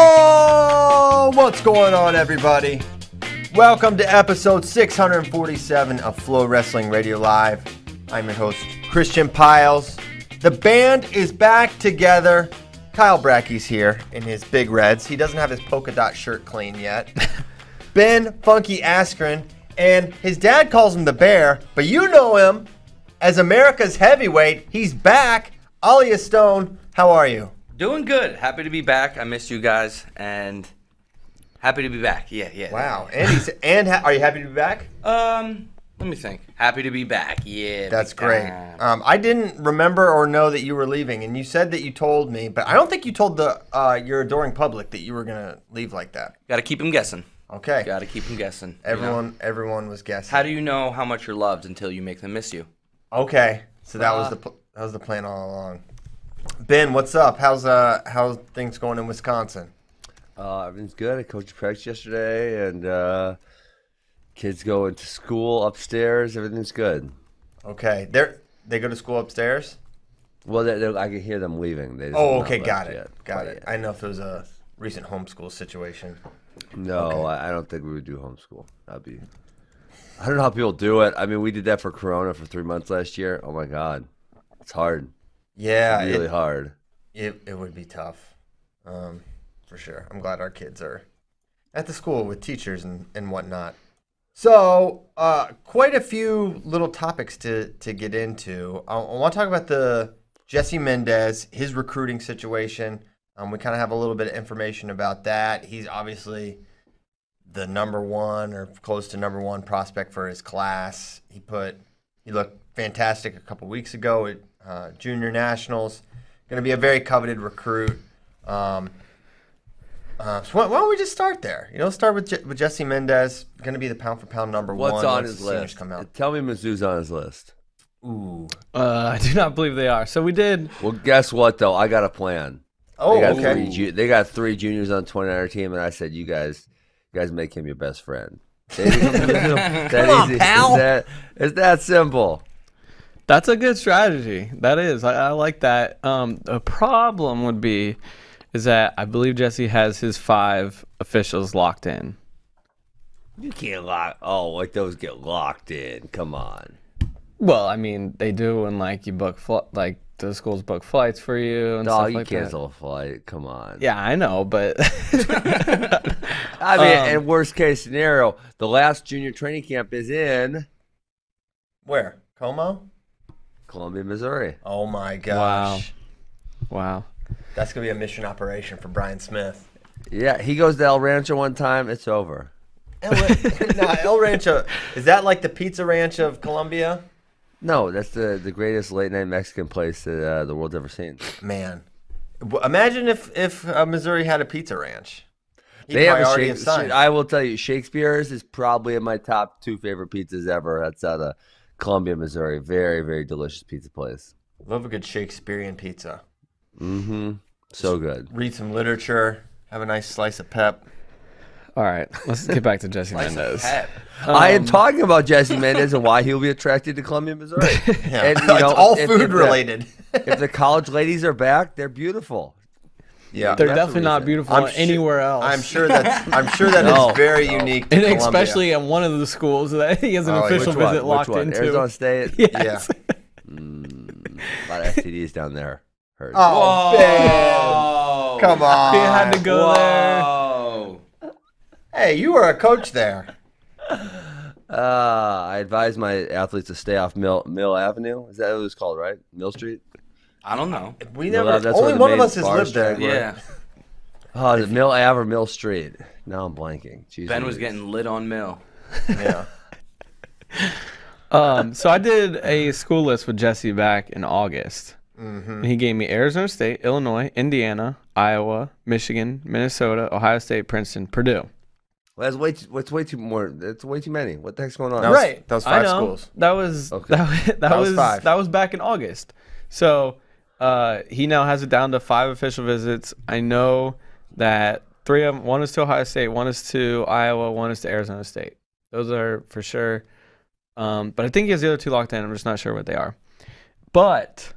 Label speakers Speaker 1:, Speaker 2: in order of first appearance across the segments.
Speaker 1: Oh, what's going on, everybody? Welcome to episode 647 of Flow Wrestling Radio Live. I'm your host, Christian Piles. The band is back together. Kyle Bracky's here in his big reds. He doesn't have his polka dot shirt clean yet. ben Funky Askren, and his dad calls him the Bear, but you know him as America's heavyweight. He's back. Alia Stone, how are you?
Speaker 2: Doing good. Happy to be back. I missed you guys and happy to be back. Yeah, yeah.
Speaker 1: Wow, and he's and ha- are you happy to be back?
Speaker 3: Oh,
Speaker 2: Um, let me think. Happy to be back. Yeah.
Speaker 1: That's
Speaker 2: big
Speaker 1: great.
Speaker 2: time.
Speaker 1: Um, I didn't remember or know that you were leaving, and you said that you told me, but I don't think you told the uh, your adoring public that you were gonna leave like that.
Speaker 2: Gotta keep them guessing.
Speaker 1: Okay,
Speaker 2: Gotta keep them guessing. you know?
Speaker 1: everyone everyone was guessing.
Speaker 2: How do you know how much you're loved until you make them miss you?
Speaker 1: okay, so that
Speaker 3: Uh,
Speaker 1: was the pl- that was the plan all along. Ben, what's up? How's uh how's things going in Wisconsin?
Speaker 3: Uh, everything's good. I coached practice yesterday, and uh, kids going to school upstairs. Everything's good.
Speaker 1: Okay, they are they go to school upstairs.
Speaker 3: Well, they, they, I can hear them leaving. They just
Speaker 1: Oh,
Speaker 3: have not
Speaker 1: okay,
Speaker 3: left
Speaker 1: got it,
Speaker 3: yet.
Speaker 1: got
Speaker 3: Not
Speaker 1: it.
Speaker 3: yet.
Speaker 1: I know if it was a recent homeschool situation.
Speaker 3: no, I, I don't think we would do homeschool. That'd be. I don't know how people do it. I mean, we did that for Corona for three months last year. Oh my God, it's hard.
Speaker 1: Yeah, it-
Speaker 3: really hard.
Speaker 1: It it would be tough, um, for sure. I'm glad our kids are at the school with teachers and, and whatnot. So, uh, quite a few little topics to to get into. I, want to talk about the Jesse Mendez, his recruiting situation. Um, we kind of have a little bit of information about that. He's obviously the number one or close to number one prospect for his class. He put he looked fantastic a couple weeks ago at uh, junior nationals. Going to be a very coveted recruit. Um, uh, so why, why don't we just start there? You know, start with Je- with Jesse Mendez. Going to be the pound for pound number
Speaker 3: What's
Speaker 1: one.
Speaker 3: on
Speaker 1: once
Speaker 3: his
Speaker 1: the seniors
Speaker 3: list?
Speaker 1: Come out.
Speaker 3: Tell me, Mizzou's on his list.
Speaker 1: Ooh.
Speaker 4: Uh, I do not believe they are. So we did.
Speaker 3: Well, guess what though? I got a plan.
Speaker 1: Oh,
Speaker 3: they got
Speaker 1: okay.
Speaker 3: Three, ju- they got three juniors on twenty nine team, and I said, "You guys, you guys make him your best friend." They become the middle. that easy. It's that- it's that simple.
Speaker 4: That's a good strategy. That is. I, I like that. Um, the problem would be, is that I believe Jesse has his five officials locked in.
Speaker 3: You can't lock. Oh, like those get locked in. Come on.
Speaker 4: Well, I mean, they do when like you book fl- like the schools book flights for you and
Speaker 3: Dog,
Speaker 4: stuff
Speaker 3: you
Speaker 4: like that.
Speaker 3: cancel a flight. Come on.
Speaker 4: Yeah, I know, but
Speaker 3: I mean, and worst case scenario, the last junior training camp is in
Speaker 1: Where? Como?
Speaker 3: Columbia, Missouri.
Speaker 1: Oh my gosh.
Speaker 4: wow.
Speaker 1: That's going to be a mission operation for Brian Smith.
Speaker 3: Yeah, he goes to El Rancho one time. It's over.
Speaker 1: El, nah, El Rancho. Is that like the Pizza Ranch of Colombia?
Speaker 3: No, that's the, the greatest late night Mexican place that uh, the world's ever seen.
Speaker 1: Man, W- imagine if if uh, Missouri had a pizza ranch. He'd
Speaker 3: They have
Speaker 1: probably
Speaker 3: a
Speaker 1: already
Speaker 3: Shakespeare.
Speaker 1: signed.
Speaker 3: I will tell you, Shakespeare's is probably in my top two favorite pizzas ever. That's out of Columbia, Missouri. Very, very delicious pizza place.
Speaker 1: Love a good Shakespearean pizza.
Speaker 3: Mm-hmm. So good.
Speaker 1: Read some literature. Have a nice slice of pep.
Speaker 4: All right, let's get back to Jesse Mendez.
Speaker 2: Pep.
Speaker 3: I am talking about Jesse Mendez and why he'll be attracted to Columbia, Missouri.
Speaker 1: Yeah.
Speaker 3: And, you
Speaker 1: it's
Speaker 3: know,
Speaker 1: all
Speaker 3: if- if
Speaker 1: food
Speaker 3: the-
Speaker 1: related.
Speaker 3: if the college ladies are back, they're beautiful.
Speaker 1: yeah,
Speaker 4: They're
Speaker 3: That's the
Speaker 4: definitely not
Speaker 3: reason.
Speaker 4: beautiful
Speaker 1: I'm su-
Speaker 4: anywhere else.
Speaker 1: I'm sure that's I'm sure that is
Speaker 3: No,
Speaker 1: very unique. To
Speaker 4: and
Speaker 1: Colombia.
Speaker 4: especially at one of the schools that he has an
Speaker 1: Oh, yeah.
Speaker 4: official
Speaker 3: Which one?
Speaker 4: visit locked
Speaker 3: Which one?
Speaker 4: into.
Speaker 3: Arizona State.
Speaker 1: yeah.
Speaker 4: Yes.
Speaker 3: A lot of STDs down there. Heard.
Speaker 1: Oh, Ben,
Speaker 2: Oh.
Speaker 1: come on.
Speaker 4: He had to go there.
Speaker 2: Whoa.
Speaker 1: Hey, you were a coach there.
Speaker 3: Uh, I advise my athletes to stay off Mill Mill Avenue. Is that what it was called, right? Mill Street.
Speaker 2: I don't know.
Speaker 1: We
Speaker 3: No,
Speaker 1: never.
Speaker 3: that's where
Speaker 1: only
Speaker 3: the
Speaker 1: one of
Speaker 3: main
Speaker 1: us has
Speaker 3: bars
Speaker 1: lived there.
Speaker 3: were.
Speaker 2: Yeah.
Speaker 3: Oh, is it Mill Ave or Mill Street? Now I'm blanking. Jeez
Speaker 2: Ben was
Speaker 3: Louise.
Speaker 2: getting lit on mill.
Speaker 1: yeah.
Speaker 4: Um, so I did a school list with Jesse back in August. And he gave me Arizona State, Illinois, Indiana, Iowa, Michigan, Minnesota, Ohio State, Princeton, Purdue.
Speaker 3: Well, that's way. Too, that's way too more. That's way too many. What the heck's going on?
Speaker 1: That was- that was
Speaker 4: I
Speaker 1: five
Speaker 4: know.
Speaker 1: schools.
Speaker 4: That was
Speaker 3: Okay.
Speaker 4: that, was- that,
Speaker 1: That was
Speaker 4: was,
Speaker 1: five.
Speaker 4: that was back in August. So uh, he now has it down to five official visits. I know that three of them. One is to Ohio State, one is to Iowa, one is to Arizona State. Those are for sure. Um, but I think he has the other two locked in. I'm just not sure what they are. But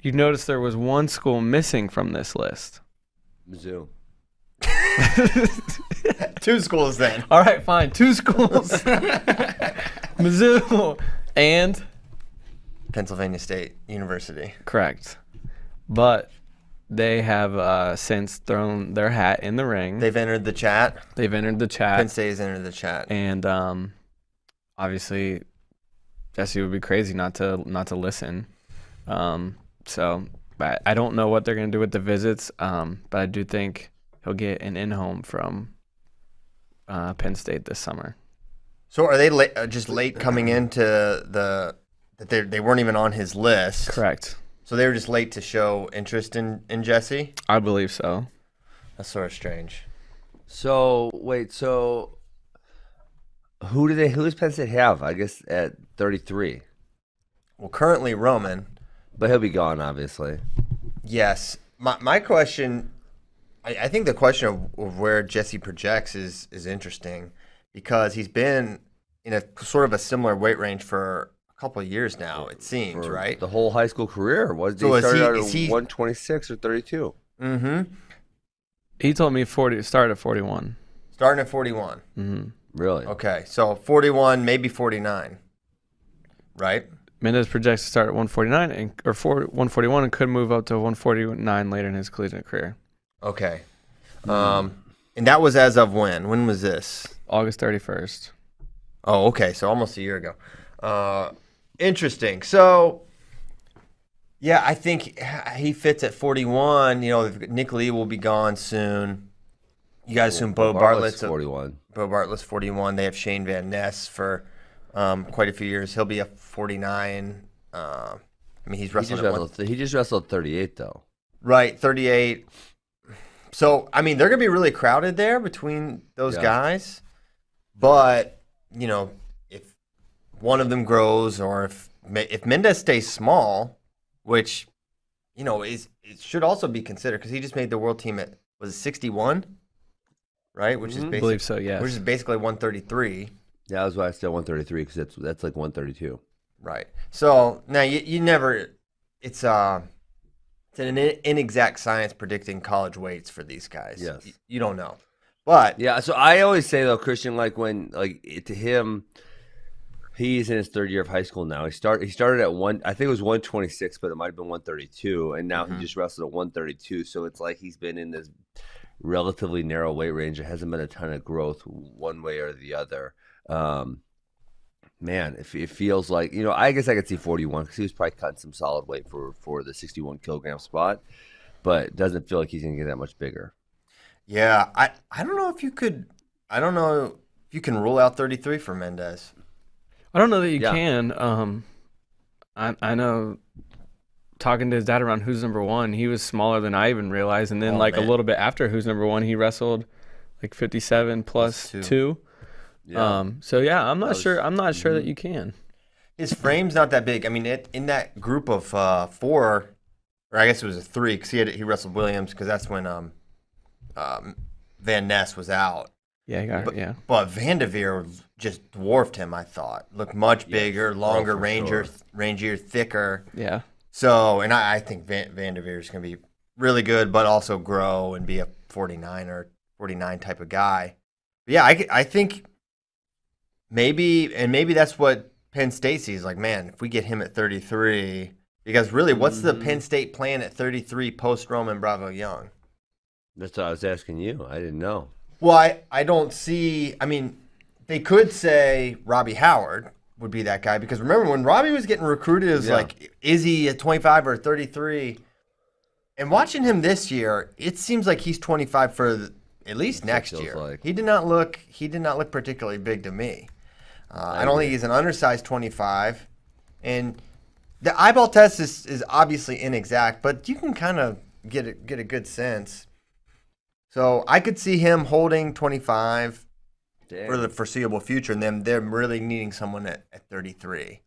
Speaker 4: you notice there was one school missing from this list.
Speaker 3: Mizzou.
Speaker 1: Two schools then.
Speaker 4: All right, fine. Two schools. Mizzou and
Speaker 1: Pennsylvania State University.
Speaker 4: correct, but they have uh, since thrown their hat in the ring. They've,
Speaker 1: They've entered the chat.
Speaker 4: entered the chat,
Speaker 1: Penn State has entered the chat.
Speaker 4: and um, obviously, Jesse would be crazy not to not to listen. Um, so I, I don't know what they're gonna do with the visits, um, but I do think he'll get an in home from uh, Penn State this summer.
Speaker 1: So are they late, uh, just late coming into the that they they weren't even on his list?
Speaker 4: Correct.
Speaker 1: So they were just late to show interest in in Jesse.
Speaker 4: I believe so.
Speaker 1: That's sort of strange.
Speaker 3: So wait, so who do they? Who does Penn State have? I guess at 33,
Speaker 1: Well, currently Roman.
Speaker 3: but he'll be gone, obviously.
Speaker 1: Yes. My my question, I, I think the question of, of where Jesse projects is is interesting because he's been in a sort of a similar weight range for a couple of years now. It seems
Speaker 3: for
Speaker 1: right.
Speaker 3: The whole high school career was
Speaker 1: So
Speaker 3: he
Speaker 1: is he-
Speaker 3: started out at
Speaker 1: is he-
Speaker 3: 126 or 32.
Speaker 1: Mm-hmm.
Speaker 4: He told me forty started at forty one.
Speaker 1: Starting at forty-one.
Speaker 4: Mm-hmm.
Speaker 3: Really?
Speaker 1: Okay, so forty-one, maybe forty-nine. Right.
Speaker 4: Mendez projects to start at 149 and or four, 141 and could move up to 149 later in his collegiate career.
Speaker 1: Okay. Um, and that was as of when? When was this?
Speaker 4: August 31st.
Speaker 1: Oh, okay. So almost a year ago. Uh, interesting. So, yeah, I think he fits at 41. You know, Nick Lee will be gone soon. You guys assume Bo Bartlett's,
Speaker 3: Bartlett's 41.
Speaker 1: Bo Bartlett's 41. They have Shane Van Ness for um, quite a few years. He'll be a 49. Uh, I mean, he's
Speaker 3: He
Speaker 1: wrestling
Speaker 3: just,
Speaker 1: at one-
Speaker 3: wrestled, he just wrestled 38 though.
Speaker 1: Right, 38. So, I mean, they're going to be really crowded there between those
Speaker 3: Yeah.
Speaker 1: guys. But, you know, if one of them grows or if Me- if Mendez stays small, which you know, is it should also be considered cuz he just made the world team at was it 61? Right? Which is
Speaker 4: I
Speaker 1: basic,
Speaker 4: believe so, yes.
Speaker 1: which is basically 133.
Speaker 3: Yeah, that's why I said 133 because that's that's like 132.
Speaker 1: Right. So now you, you never, it's uh, it's an in- inexact science predicting college weights for these guys.
Speaker 3: Yes.
Speaker 1: Y- you don't know, but
Speaker 3: Yeah, so I always say though, Christian, like when like it- to him, he's in his third year of high school now. He started he started at one, I think it was one twenty six, but it might have been one thirty two, and now
Speaker 1: Mhm.
Speaker 3: he just wrestled at one thirty two. So it's like he's been in this relatively narrow weight range. There hasn't been a ton of growth one way or the other. Um, man, it, it feels like you know. I guess I could see forty one because he was probably cutting some solid weight for for the sixty one kilogram spot, but it doesn't feel like he's gonna get that much bigger.
Speaker 1: yeah, I I don't know if you could, I don't know if you can rule out thirty three for Mendez.
Speaker 4: I don't know that you
Speaker 3: Yeah.
Speaker 4: can. Um, I, I know talking to his dad around who's number one, he was smaller than I even realized. And then,
Speaker 1: Oh,
Speaker 4: like
Speaker 1: man.
Speaker 4: a little bit after who's number one, he wrestled like 57
Speaker 1: Plus
Speaker 4: plus
Speaker 1: two.
Speaker 4: two. Um, so, yeah, I'm not
Speaker 3: That
Speaker 4: sure.
Speaker 3: was-
Speaker 4: I'm not sure that you can.
Speaker 1: His frame's not that big. I mean, it, in that group of uh, four, or I guess it was a three, because he had he wrestled Williams, because that's when um, um, Van Ness was out.
Speaker 4: Yeah, you got,
Speaker 1: But,
Speaker 4: yeah.
Speaker 1: but Vanderveer just dwarfed him. I thought looked much bigger, longer,
Speaker 3: for
Speaker 1: ranger,
Speaker 3: sure.
Speaker 1: rangier, thicker.
Speaker 4: Yeah.
Speaker 1: So, and I, I think Van, Vanderveer is going to be really good, but also grow and be a 49 or 49 type of guy. But yeah, I, c- I think maybe, and maybe that's what Penn State sees. Like, man, if we get him at 33, because really, what's
Speaker 3: Mm-hmm.
Speaker 1: the Penn State plan at 33 post Roman Bravo Young?
Speaker 3: That's what I was asking you. I didn't know.
Speaker 1: Well, I, I don't see. I mean, they could say Robbie Howard would be that guy because remember when Robbie was getting recruited, it was
Speaker 3: Yeah.
Speaker 1: like, is he a 25 or 33? And watching him this year, it seems like he's 25 for the, at least
Speaker 3: That's
Speaker 1: next
Speaker 3: what it
Speaker 1: year.
Speaker 3: feels like.
Speaker 1: He did not look. He did not look particularly big to me. Uh, I don't think he's an undersized 25, and the eyeball test is, is obviously inexact, but you can kind of get a, get a good sense. So I could see him holding 25 for the foreseeable future, and then them really needing someone at, at 33.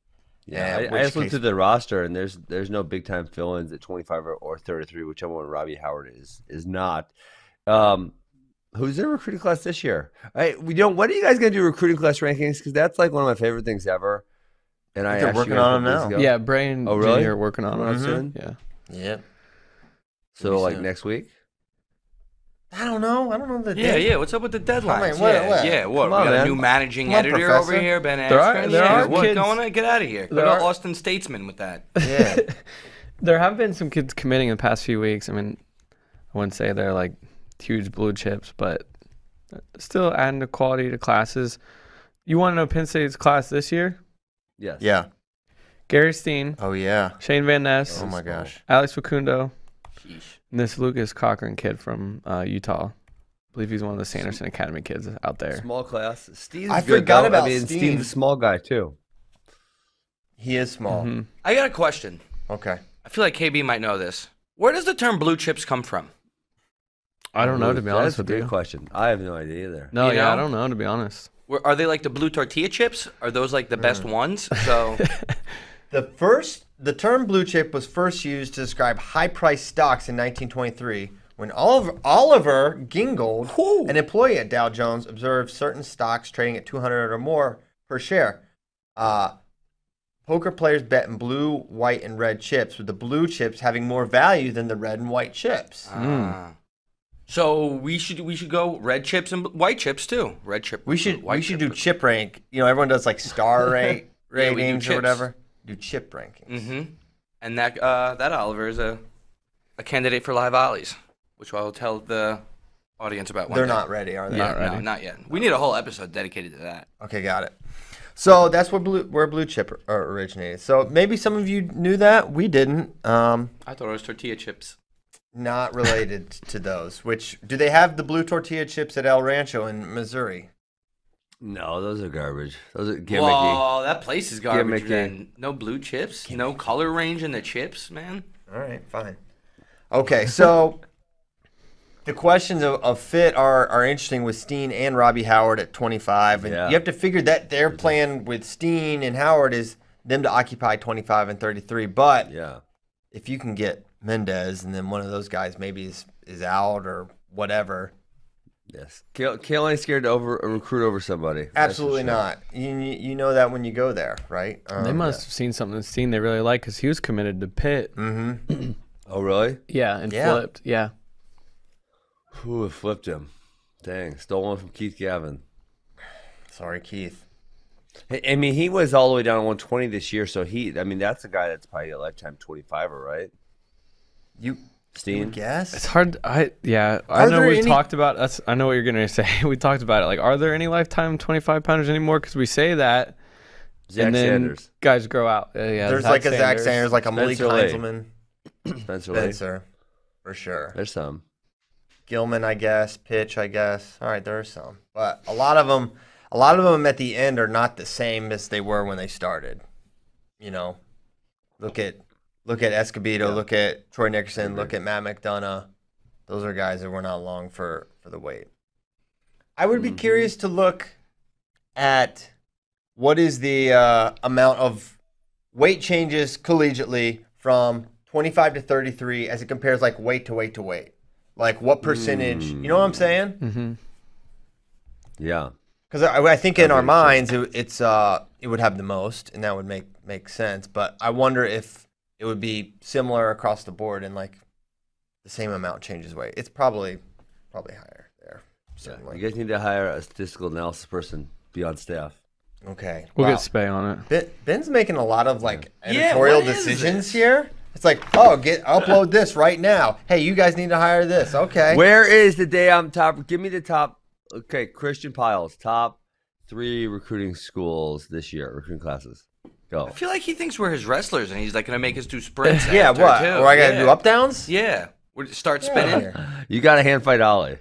Speaker 3: Yeah,
Speaker 1: Yeah,
Speaker 3: I, I
Speaker 1: which
Speaker 3: just looked
Speaker 1: case-
Speaker 3: through the roster, and there's there's no big time fill ins at 25 or, or 33, whichever one Robbie Howard is is not. Um, who's in recruiting class this year? I we don't. What are you guys gonna do recruiting class rankings? Because that's like one of my favorite things ever. And I
Speaker 1: they're
Speaker 3: asked you
Speaker 1: working
Speaker 3: guys
Speaker 1: on
Speaker 3: a couple
Speaker 1: them
Speaker 3: days
Speaker 1: now.
Speaker 3: ago.
Speaker 4: Yeah, Brian
Speaker 3: Oh, really?
Speaker 4: Jr. are working on it.
Speaker 3: Mhm.
Speaker 4: Yeah.
Speaker 1: Yep.
Speaker 3: So like
Speaker 1: soon.
Speaker 3: next week.
Speaker 1: I don't know. I don't know the
Speaker 2: Yeah,
Speaker 1: date.
Speaker 2: yeah. What's up with the deadlines?
Speaker 1: on, what-
Speaker 2: yeah,
Speaker 1: what?
Speaker 2: yeah. What?
Speaker 3: Come
Speaker 2: we
Speaker 3: on,
Speaker 2: got
Speaker 3: man.
Speaker 2: a new managing
Speaker 1: Come on,
Speaker 2: editor
Speaker 1: Professor.
Speaker 2: over here, Ben
Speaker 4: There are-
Speaker 2: Askren.
Speaker 4: there
Speaker 2: yeah,
Speaker 4: are
Speaker 2: what
Speaker 4: kids-
Speaker 2: going on? Get out of here. Go
Speaker 4: there
Speaker 2: to
Speaker 4: are-
Speaker 2: Austin Statesman with that.
Speaker 1: Yeah.
Speaker 4: There have been some kids committing in the past few weeks. I mean, I wouldn't say they're like huge blue chips, but still adding the quality to classes. You want to know Penn State's class this year?
Speaker 3: Yes.
Speaker 1: yeah.
Speaker 4: Gary Steen,
Speaker 1: Oh yeah.
Speaker 4: Shane Van Ness,
Speaker 1: Oh my gosh.
Speaker 4: Alex Facundo,
Speaker 2: Sheesh.
Speaker 4: and this Lucas Cochran kid from uh, Utah. I believe he's one of the Sanderson Academy kids out there.
Speaker 3: Small class. Steve's
Speaker 1: I
Speaker 3: good,
Speaker 1: forgot
Speaker 3: though.
Speaker 1: about
Speaker 3: I mean,
Speaker 1: Steve.
Speaker 3: Steve's a small guy too.
Speaker 1: He is small.
Speaker 3: Mm-hmm.
Speaker 4: Mhm.
Speaker 2: I got a question.
Speaker 1: Okay.
Speaker 2: I feel like KB might know this. Where does the term blue chips come from?
Speaker 4: I don't know to be
Speaker 3: That's
Speaker 4: honest
Speaker 3: a
Speaker 4: with
Speaker 3: good
Speaker 4: you.
Speaker 3: question. I have no idea either.
Speaker 4: No,
Speaker 2: You
Speaker 4: yeah, I
Speaker 2: know?
Speaker 4: don't know to be honest.
Speaker 2: Where, are they like the blue tortilla chips? Are those like
Speaker 1: Mm.
Speaker 2: the best ones? So
Speaker 1: The first, the term blue chip was first used to describe high-priced stocks in 1923 when Oliver, Oliver Gingold,
Speaker 2: Whew.
Speaker 1: an employee at Dow Jones, observed certain stocks trading at 200 or more per share. Uh, poker players bet in blue, white, and red chips, with the blue chips having more value than the red and white chips.
Speaker 2: Ah.
Speaker 1: Mm.
Speaker 2: so we should we should go red chips and bl- white chips too. Red chip.
Speaker 1: we should
Speaker 2: white
Speaker 1: we should
Speaker 2: chip.
Speaker 1: do chip rank. You know, everyone does like star rank
Speaker 2: Yeah, we do
Speaker 1: ratings or
Speaker 2: chips.
Speaker 1: whatever. Do chip rankings.
Speaker 2: Mm-hmm. And that uh, that Oliver is a a candidate for live ollies, which I will tell the audience about. One
Speaker 1: They're
Speaker 2: day.
Speaker 1: not ready, are they?
Speaker 2: Yeah,
Speaker 4: Not
Speaker 2: No,
Speaker 4: ready.
Speaker 2: not yet. We need a whole episode dedicated to that.
Speaker 1: Okay, got it. So that's where blue where blue chip or- or originated. So maybe some of you knew that we didn't. Um,
Speaker 2: I thought it was tortilla chips.
Speaker 1: not related to those. Which do they have the blue tortilla chips at El Rancho in Missouri?
Speaker 3: No, those are garbage. Those are gimmicky.
Speaker 2: Whoa, that place is garbage.
Speaker 3: Gimmicky.
Speaker 2: man. No blue chips. No color range in the chips, man.
Speaker 1: All right, fine. Okay, so the questions of, of fit are are interesting with Steen and Robbie Howard at 25, and
Speaker 3: Yeah.
Speaker 1: you have to figure that their plan with Steen and Howard is them to occupy 25 and 33, but.
Speaker 3: Yeah.
Speaker 1: if you can get Mendez and then one of those guys maybe is, is out or whatever,
Speaker 3: Yes. Kale, Kale ain't scared to over recruit over somebody. That's for
Speaker 1: absolutely
Speaker 3: sure.
Speaker 1: not. You you know that when you go there, right? Um,
Speaker 4: They must have seen something in Steen they really like because he was committed to Pitt.
Speaker 3: Oh really?
Speaker 4: Yeah, and
Speaker 1: Yeah.
Speaker 4: flipped. Yeah.
Speaker 3: Who flipped him? Dang, stole one from Keith Gavin.
Speaker 1: Sorry, Keith.
Speaker 3: I- I mean, he was all the way down to 120 this year, so he. I mean, that's a guy that's probably a lifetime 25er, right?
Speaker 1: You
Speaker 3: Steen.
Speaker 4: It's
Speaker 1: guess?
Speaker 4: hard. I yeah. I
Speaker 1: Are
Speaker 4: know
Speaker 1: there
Speaker 4: we
Speaker 1: any-
Speaker 4: talked about that's I know what you're gonna say. We talked about it. Like, are there any lifetime 25 pounders anymore? Because we say that,
Speaker 3: Zach
Speaker 4: and then
Speaker 3: Sanders.
Speaker 4: guys grow out. Uh, yeah.
Speaker 1: There's like a Zach Sanders, like a Malik
Speaker 3: Spencer Lee.
Speaker 1: Heinzelman,
Speaker 3: Spencer Lee.
Speaker 1: Spencer, for sure.
Speaker 3: There's some.
Speaker 1: Gilman, I guess. Pitch, I guess. All right, there are some, but a lot of them, a lot of them at the end are not the same as they were when they started. You know, look at look at Escobedo, look at Troy Nickerson, look at Matt McDonough. Those are guys that were not long for for the wait. I would be curious to look at what is the uh, amount of weight changes collegiately from 25 to 33 as it compares like weight to weight to weight. Like what percentage? You know what I'm saying?
Speaker 4: hmm
Speaker 3: Yeah.
Speaker 1: Because I, I think in our minds it, it's uh it would have the most, and that would make make sense. But I wonder if it would be similar across the board and like the same amount changes weight. It's probably probably higher there.
Speaker 3: yeah.
Speaker 1: Certainly.
Speaker 3: You guys need to hire a statistical analysis person. Be on staff.
Speaker 1: Okay.
Speaker 4: We'll
Speaker 1: wow.
Speaker 4: get Spay on it.
Speaker 1: Ben, Ben's making a lot of like
Speaker 2: Yeah,
Speaker 1: editorial
Speaker 2: what is
Speaker 1: decisions
Speaker 2: this?
Speaker 1: here. It's like, oh, get upload this right now. Hey, you guys need to hire this. Okay.
Speaker 3: Where is the day I'm top? Give me the top. Okay, Christian Piles, top three recruiting schools this year, recruiting classes. Go.
Speaker 2: I feel like he thinks we're his wrestlers, and he's like gonna make us do sprints.
Speaker 1: yeah,
Speaker 2: after,
Speaker 1: what?
Speaker 2: Too.
Speaker 1: Or I gotta
Speaker 2: yeah.
Speaker 1: do up downs?
Speaker 2: Yeah, we start
Speaker 1: Yeah.
Speaker 2: spinning.
Speaker 3: You got to hand fight Ollie.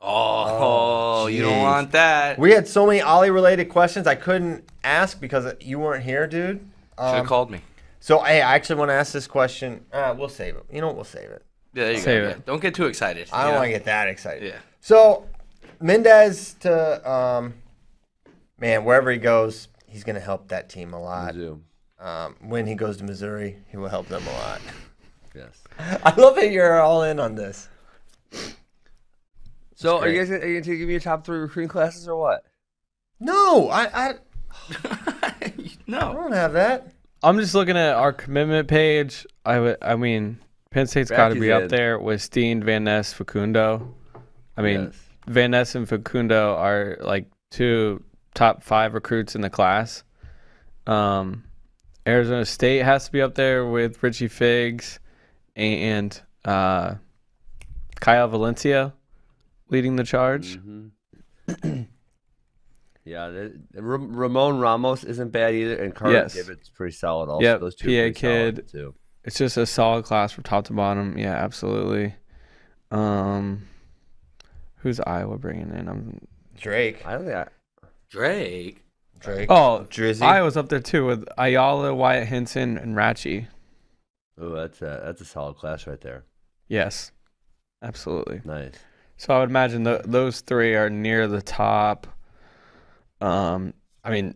Speaker 2: Oh,
Speaker 1: Oh,
Speaker 2: you don't
Speaker 1: jeez.
Speaker 2: want that.
Speaker 1: We had so many Ollie related questions I couldn't ask because you weren't here, dude.
Speaker 2: Should have
Speaker 1: Um,
Speaker 2: called me.
Speaker 1: so hey, I actually want to ask this question. Uh, we'll save it. You know what? We'll save it.
Speaker 2: Yeah, there you
Speaker 4: Save
Speaker 2: go.
Speaker 4: it.
Speaker 2: Yeah. Don't get too excited.
Speaker 1: I don't
Speaker 2: you know?
Speaker 1: want to get that excited.
Speaker 2: Yeah.
Speaker 1: So Mendez to um, man, wherever he goes, he's gonna help that team a lot.
Speaker 3: Zoom.
Speaker 1: Um, when he goes to Missouri, he will help them a lot.
Speaker 3: Yes.
Speaker 1: I love that you're all in on this.
Speaker 3: So, are you
Speaker 1: great.
Speaker 3: guys gonna, are you gonna give me your top three recruiting classes or what?
Speaker 1: No, I, I
Speaker 2: no.
Speaker 1: don't have that.
Speaker 4: I'm just looking at our commitment page. I would. I mean, Penn State's got to
Speaker 3: Racky's
Speaker 4: be up
Speaker 3: in.
Speaker 4: there with Steen, Van Ness, Facundo. I mean,
Speaker 3: Yes.
Speaker 4: Van Ness and Facundo are like two top five recruits in the class. Um, Arizona State has to be up there with Richie Figs and uh, Kyle Valencia leading the charge.
Speaker 3: Yeah, the, the Ram- Ramon Ramos isn't bad either, and Carter
Speaker 4: Yes.
Speaker 3: Gibbons pretty solid. Also,
Speaker 4: Yep,
Speaker 3: those two
Speaker 4: PA
Speaker 3: are pretty solid,
Speaker 4: kid.
Speaker 3: too.
Speaker 4: It's just a solid class from top to bottom. Yeah, absolutely. Um, who's Iowa bringing in? I'm,
Speaker 1: Drake.
Speaker 3: I don't think I,
Speaker 2: Drake.
Speaker 1: Drake.
Speaker 4: oh,
Speaker 1: Drizzy.
Speaker 4: Iowa's up there too with Ayala, Wyatt Henson, and Ratchie.
Speaker 3: Oh, that's a that's a solid class right there.
Speaker 4: Yes, absolutely.
Speaker 3: Nice.
Speaker 4: So I would imagine tho- those three are near the top. Um, I mean,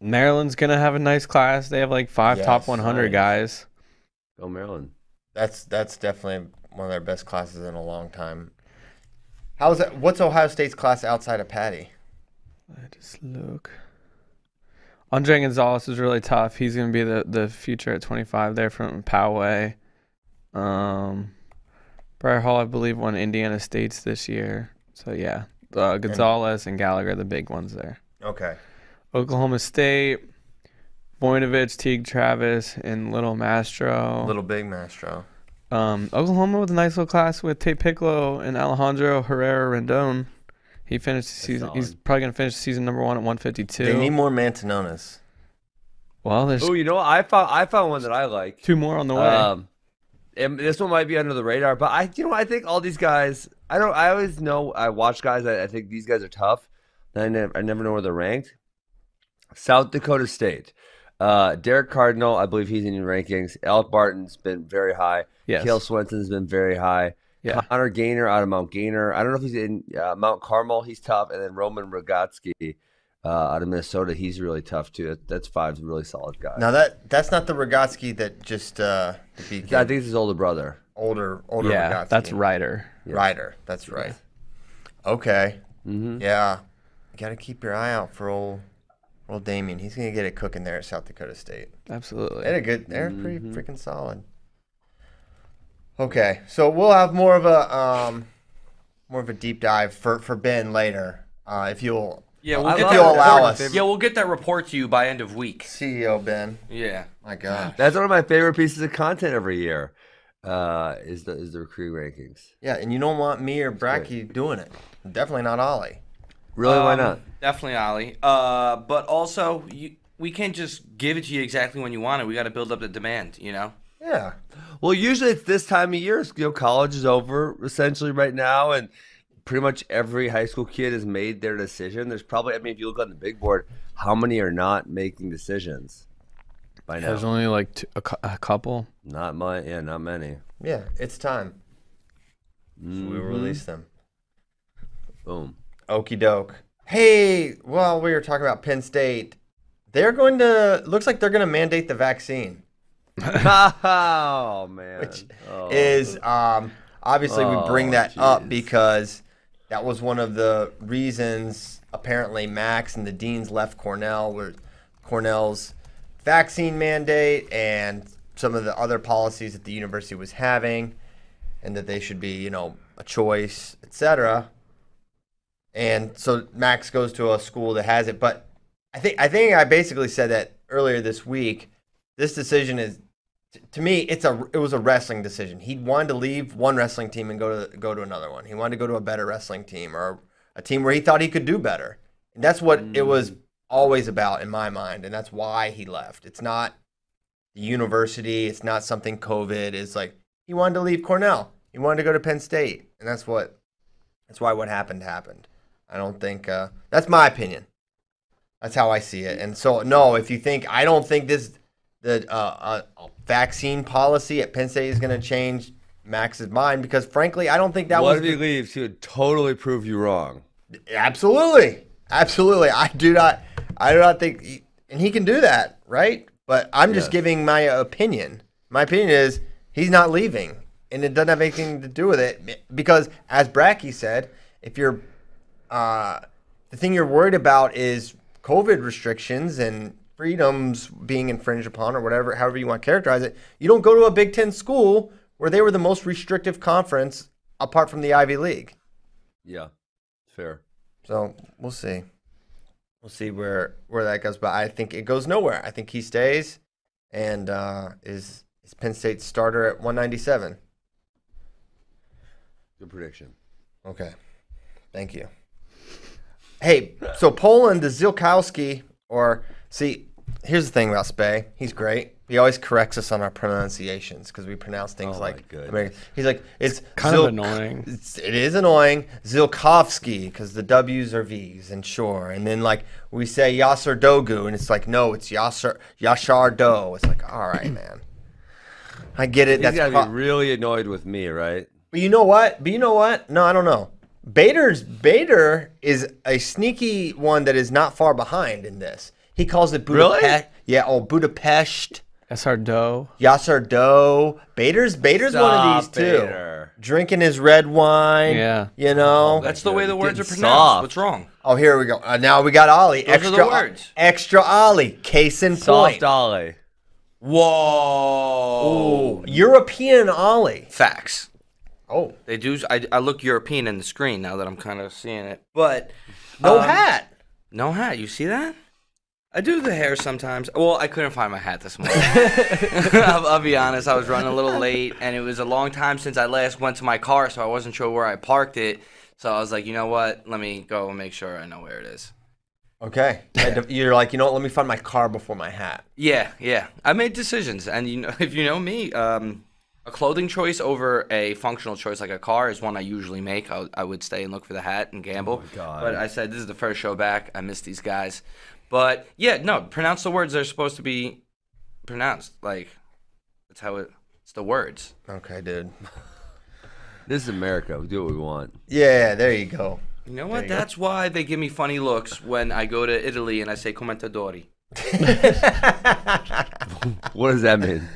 Speaker 4: Maryland's gonna have a nice class. They have like five top
Speaker 1: Yes,
Speaker 4: 100
Speaker 3: nice.
Speaker 4: guys.
Speaker 3: Go Maryland.
Speaker 1: That's that's definitely one of their best classes in a long time. How's that? What's Ohio State's class outside of Patty?
Speaker 4: I just look. Andre Gonzalez is really tough. He's gonna be the the future at 25 there from Poway. Um, Briar Hall, I believe, won Indiana State's this year. So yeah, uh, Gonzalez and Gallagher, are the big ones there.
Speaker 1: Okay.
Speaker 4: Oklahoma State, Voinovich, Teague Travis, and Little Mastro.
Speaker 1: Little Big Mastro.
Speaker 4: Um, Oklahoma with a nice little class with Tate Piccolo and Alejandro Herrera Rendon. He finished the season. He's
Speaker 3: solid.
Speaker 4: probably gonna finish the season number one at 152.
Speaker 1: They need more Mantanonas.
Speaker 4: well, there's
Speaker 3: Oh, you know, I found I found one that I like.
Speaker 4: two more on the way.
Speaker 3: Um, and this one might be under the radar, but I, you know, I think all these guys. I don't. I always know. I watch guys. I, I think these guys are tough. Then I never, I never know where they're ranked. South Dakota State. Uh, Derek Cardinal, I believe he's in your rankings. Alec Barton's been very high.
Speaker 4: yes.
Speaker 3: Kale Swenson's been very high.
Speaker 4: Yeah.
Speaker 3: Connor Gaynor out of Mount Gaynor. I don't know if he's in uh, Mount Carmel. He's tough. And then Roman Rogotsky uh, out of Minnesota. He's really tough too. That, that's five really solid guys.
Speaker 1: Now that that's not the Rogotsky that just uh, the big
Speaker 3: I think it's his older brother.
Speaker 1: older older
Speaker 4: yeah,
Speaker 1: Rogotsky.
Speaker 4: that's Ryder.
Speaker 1: Ryder. That's right. Okay.
Speaker 3: Mm-hmm.
Speaker 1: Yeah. You got to keep your eye out for old old Damien. He's gonna get it cooking there at South Dakota State. They
Speaker 4: Absolutely.
Speaker 1: had a good. They're pretty freaking solid. Okay, so we'll have more of a um, more of a deep dive for for Ben later, uh, if you'll
Speaker 2: Yeah, we'll
Speaker 1: if
Speaker 2: get
Speaker 1: you'll
Speaker 2: that
Speaker 1: allow
Speaker 2: report-
Speaker 1: us.
Speaker 2: Yeah, we'll get that report to you by end of week.
Speaker 1: CEO E Ben.
Speaker 2: Yeah.
Speaker 1: My God.
Speaker 3: That's one of my favorite pieces of content every year. Uh, is the is the recruiting rankings?
Speaker 1: Yeah, and you don't want me or Bracky doing it. Definitely not Ollie.
Speaker 3: Really? why
Speaker 2: Um,
Speaker 3: not?
Speaker 2: Definitely Ollie. Uh, but also, you, we can't just give it to you exactly when you want it. We got to build up the demand, you know?
Speaker 1: Yeah.
Speaker 3: Well, usually it's this time of year. You know, college is over essentially right now, and pretty much every high school kid has made their decision. There's probably, I mean, if you look on the big board, how many are not making decisions by now?
Speaker 4: There's only like two, a, cou- a couple.
Speaker 3: Not my, yeah, not many.
Speaker 1: Yeah, it's time. So we release them.
Speaker 3: Boom.
Speaker 1: Okie doke. Hey, while we were talking about Penn State, they're going to looks like they're going to mandate the vaccine.
Speaker 3: oh man.
Speaker 1: which
Speaker 3: Oh.
Speaker 1: is um, obviously we bring
Speaker 3: Oh,
Speaker 1: that up
Speaker 3: jeez.
Speaker 1: because that was one of the reasons apparently Max and the deans left Cornell were Cornell's vaccine mandate and some of the other policies that the university was having and that they should be you know a choice etc and so Max goes to a school that has it but I think I think I basically said that earlier this week this decision is t- to me it's a it was a wrestling decision. He wanted to leave one wrestling team and go to go to another one. He wanted to go to a better wrestling team or a team where he thought he could do better. And that's what it was always about in my mind and that's why he left. It's not the university, it's not something COVID. It's like he wanted to leave Cornell. He wanted to go to Penn State. And that's what that's why what happened happened. I don't think uh, that's my opinion. That's how I see it. And so no, if you think I don't think this the uh, uh, vaccine policy at Penn State is going to change Max's mind because frankly, I don't think that
Speaker 3: what
Speaker 1: was
Speaker 3: if he leaves? He would totally prove you wrong.
Speaker 1: absolutely, absolutely. I do not, I do not think, he- and he can do that, right? But I'm just
Speaker 3: Yes.
Speaker 1: giving my opinion. My opinion is he's not leaving, and it doesn't have anything to do with it because, as Bracky said, if you're uh, the thing you're worried about is COVID restrictions and freedoms being infringed upon, or whatever, however you want to characterize it. You don't go to a Big Ten school where they were the most restrictive conference apart from the Ivy League.
Speaker 3: Yeah, fair.
Speaker 1: So we'll see. We'll see where where that goes. But I think it goes nowhere. I think he stays and uh, is is Penn State's starter at 197.
Speaker 3: Good prediction.
Speaker 1: Okay. Thank you. Hey, so Poland is Zilkowski, or see, here's the thing about Spay. He's great. He always corrects us on our pronunciations because we pronounce things
Speaker 3: Oh, my
Speaker 1: like
Speaker 3: goodness.
Speaker 1: American. He's like, it's
Speaker 4: Kind of
Speaker 1: Zil-
Speaker 4: annoying.
Speaker 1: It's, it is annoying. Zilkovsky, because the W's are V's, and sure. And then, like, we say Yasser Dogu, and it's like, no, it's Yasser, Yashar Do. It's like, all right, man. I get it.
Speaker 3: He's
Speaker 1: That's
Speaker 3: gotta
Speaker 1: pro-
Speaker 3: be really annoyed with me, right?
Speaker 1: but you know what? But you know what? No, I don't know. Bader's Bader is a sneaky one that is not far behind in this. He calls it Budapest.
Speaker 3: Really?
Speaker 1: Yeah, oh Budapest,
Speaker 4: SR Doe.
Speaker 1: Yasser Doe. Bader's Bader's one of
Speaker 3: Stop,
Speaker 1: these too.
Speaker 3: Bader.
Speaker 1: Drinking his red wine.
Speaker 4: Yeah.
Speaker 1: You know.
Speaker 2: That's the way the words are
Speaker 3: Getting
Speaker 2: pronounced.
Speaker 3: soft.
Speaker 2: What's wrong?
Speaker 1: oh, here we go. Uh, now we got Ollie.
Speaker 2: Those are the
Speaker 1: extra
Speaker 2: words.
Speaker 1: extra Ollie. Case in
Speaker 3: Soft
Speaker 1: point.
Speaker 3: Ollie.
Speaker 2: Whoa.
Speaker 1: European Ollie.
Speaker 2: Facts.
Speaker 1: Oh,
Speaker 2: They do. I, I look European in the screen now that I'm kind of seeing it. But
Speaker 1: no
Speaker 2: um,
Speaker 1: hat.
Speaker 2: No hat. You see that? I do the hair sometimes. Well, I couldn't find my hat this morning. I'll, I'll be honest. I was running a little late, and it was a long time since I last went to my car, so I wasn't sure where I parked it. So I was like, you know what? Let me go and make sure I know where it is.
Speaker 1: Okay. You're like, you know what? Let me find my car before my hat.
Speaker 2: Yeah, yeah. I made decisions, and you know, if you know me, um, a clothing choice over a functional choice like a car is one I usually make. I, I would stay and look for the hat and gamble.
Speaker 3: Oh God.
Speaker 2: But I said this is the first show back. I miss these guys. But yeah, no. Pronounce the words they're supposed to be pronounced. Like that's how it. It's the words.
Speaker 1: Okay, dude.
Speaker 3: This is America. We do what we want.
Speaker 1: Yeah, there you go.
Speaker 2: You know what? That's why they give me funny looks when I go to Italy and I say "commentadori."
Speaker 3: What does that mean?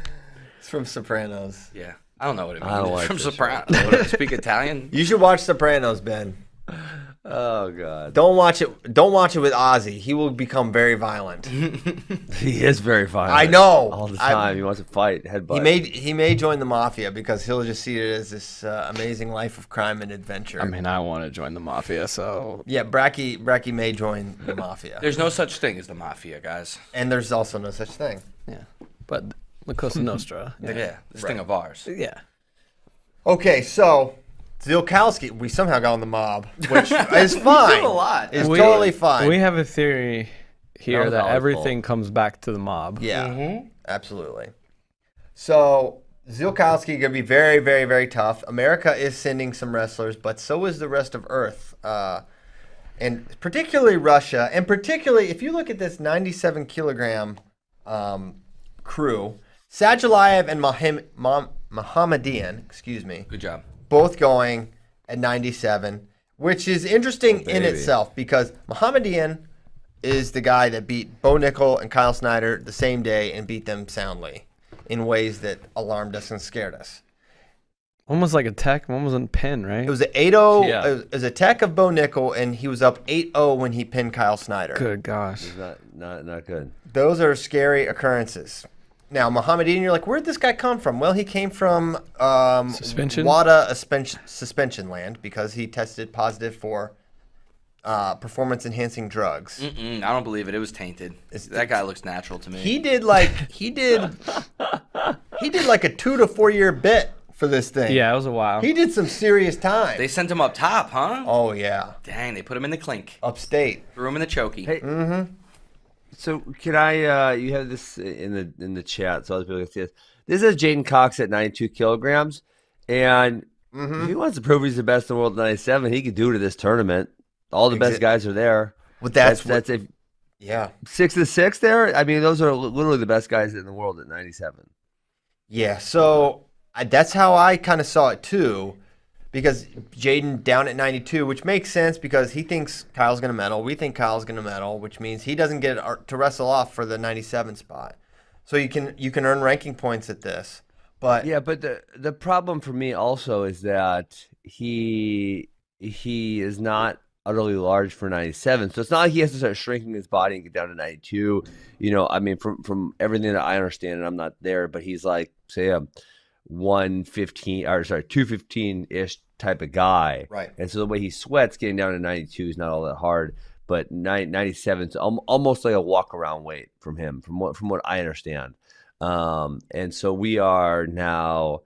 Speaker 1: It's from Sopranos.
Speaker 2: Yeah, I don't know what it means.
Speaker 3: I don't like
Speaker 2: From
Speaker 3: this show.
Speaker 2: Soprano. What, do I speak Italian.
Speaker 1: You should watch Sopranos, Ben.
Speaker 3: Oh God.
Speaker 1: Don't watch it. Don't watch it with Ozzy. He will become very violent. he
Speaker 3: He is very violent.
Speaker 1: I know.
Speaker 3: All the
Speaker 1: I-
Speaker 3: time. he wants to fight, headbutt.
Speaker 1: may he may join the mafia because he'll just see it as this uh, amazing life of crime and adventure.
Speaker 4: I mean, I want to join the mafia, so
Speaker 1: yeah, Bracky Bracky may join the mafia,
Speaker 2: There's no such thing as the mafia, guys.
Speaker 1: and there's also no such thing.
Speaker 4: yeah. But La Cosa Nostra.
Speaker 2: Yeah,
Speaker 4: Yeah.
Speaker 2: this thing of ours.
Speaker 4: yeah.
Speaker 1: Okay, so Zilkowski, we somehow got on the mob, which is fine.
Speaker 2: a lot.
Speaker 1: It's totally fine.
Speaker 4: We have a theory
Speaker 3: That
Speaker 4: here
Speaker 3: was
Speaker 4: that,
Speaker 3: Ollie's
Speaker 4: everything comes back to the mob.
Speaker 1: Yeah,
Speaker 4: mm-hmm.
Speaker 1: absolutely. So Zilkowski gonna be very, very, very tough. America is sending some wrestlers, but so is the rest of Earth, uh, and particularly Russia, and particularly if you look at this 97 kilogram um, crew, Sajalayev and Mahim, Mom, Mohammedian, excuse me,
Speaker 2: Good job.
Speaker 1: both going at 97, which is interesting in
Speaker 3: Oh, baby.
Speaker 1: itself because Mohammedian is the guy that beat Bo Nickel and Kyle Snyder the same day and beat them soundly in ways that alarmed us and scared us.
Speaker 4: One was like a tech, one was in pin, right?
Speaker 1: It was an 8 0,
Speaker 3: Yeah.
Speaker 1: it was a tech of Bo Nickel, and he was up 8 0 when he pinned Kyle Snyder.
Speaker 4: Good gosh.
Speaker 3: Not, not, not good.
Speaker 1: Those are scary occurrences. Now, Mohammedian, you're like, where'd this guy come from? Well, he came from um,
Speaker 4: Suspension?
Speaker 1: WADA suspension, suspension land because he tested positive for uh, performance enhancing drugs.
Speaker 2: Mm-mm, I don't believe it. It was tainted. that guy looks natural to me.
Speaker 1: He did like he did he did like a two to four year bit for this thing.
Speaker 4: Yeah, it was a while.
Speaker 1: he did some serious time.
Speaker 2: they sent him up top, huh?
Speaker 1: oh yeah,
Speaker 2: Dang, they put him in the clink.
Speaker 1: upstate.
Speaker 2: Threw him in the chokey.
Speaker 3: Hey. So can I? Uh, you have this in the in the chat, so other people can see this. This is Jaden Cox at 92 kilograms, and if he wants to prove he's the best in the world at 97, he could do it at this tournament. All the
Speaker 1: Exa-
Speaker 3: best guys are there.
Speaker 1: Well, that's what-
Speaker 3: that's if
Speaker 1: Yeah,
Speaker 3: six to six there. I mean, those are li- literally the best guys in the world at 97.
Speaker 1: yeah. So I, that's how I kind of saw it too, because Jaden down at 92, which makes sense because he thinks Kyle's gonna medal. We think Kyle's gonna medal, which means he doesn't get ar- to wrestle off for the 97 spot. So you can you can earn ranking points at this, but
Speaker 3: Yeah, but the the problem for me also is that he he is not utterly large for 97. So it's not like he has to start shrinking his body and get down to 92. You know, I mean from from everything that I understand and I'm not there, but he's like say um 115 or sorry 215 ish type of guy
Speaker 1: Right.
Speaker 3: and so the way he sweats getting down to 92 is not all that hard but 90, 97 is al- almost like a walk around weight from him from what from what i understand um and so we are now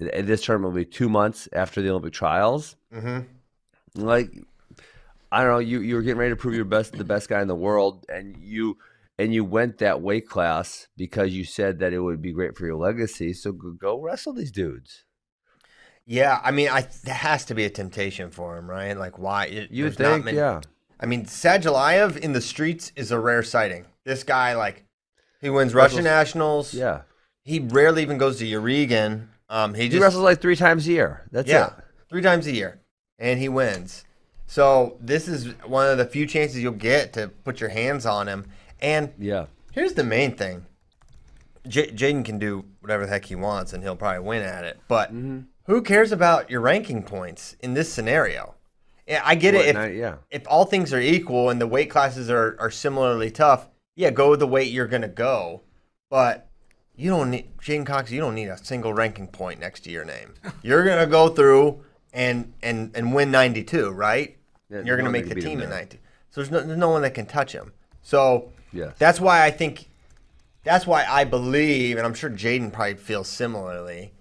Speaker 3: th- this tournament will be two months after the olympic trials
Speaker 1: hmm
Speaker 3: like I don't know, you you were getting ready to prove you're best the best guy in the world and you and you went that weight class because you said that it would be great for your legacy. So go, go wrestle these dudes.
Speaker 1: Yeah, I mean, I that has to be a temptation for him, right? Like, why? It,
Speaker 3: You
Speaker 1: there's not
Speaker 3: think,
Speaker 1: many-
Speaker 3: yeah.
Speaker 1: I mean, Sajalayev in the streets is a rare sighting. This guy, like, he wins
Speaker 3: Wrestles-
Speaker 1: Russian nationals.
Speaker 3: Yeah.
Speaker 1: He rarely even goes to Euregan. Um, he
Speaker 3: He
Speaker 1: just
Speaker 3: wrestles like three times a year. That's
Speaker 1: yeah,
Speaker 3: it.
Speaker 1: three times a year, and he wins. So this is one of the few chances you'll get to put your hands on him. And
Speaker 3: Yeah.
Speaker 1: Here's the main thing. J- Jaden can do whatever the heck he wants, and he'll probably win at it. But
Speaker 3: Mm-hmm.
Speaker 1: who cares about your ranking points in this scenario? Yeah, I get
Speaker 3: What,
Speaker 1: it. If,
Speaker 3: nine- yeah.
Speaker 1: if all things are equal and the weight classes are, are similarly tough, yeah, go the weight you're gonna go. But you don't need Jaden Cox. You don't need a single ranking point next to your name. You're gonna go through and and and win 92, right?
Speaker 3: Yeah,
Speaker 1: And you're gonna
Speaker 3: no one
Speaker 1: make
Speaker 3: can
Speaker 1: the
Speaker 3: beat him
Speaker 1: team at
Speaker 3: there.
Speaker 1: 90. So there's no, there's no one that can touch him. So
Speaker 3: Yes.
Speaker 1: that's why I think that's why I believe, and I'm sure Jaden probably feels similarly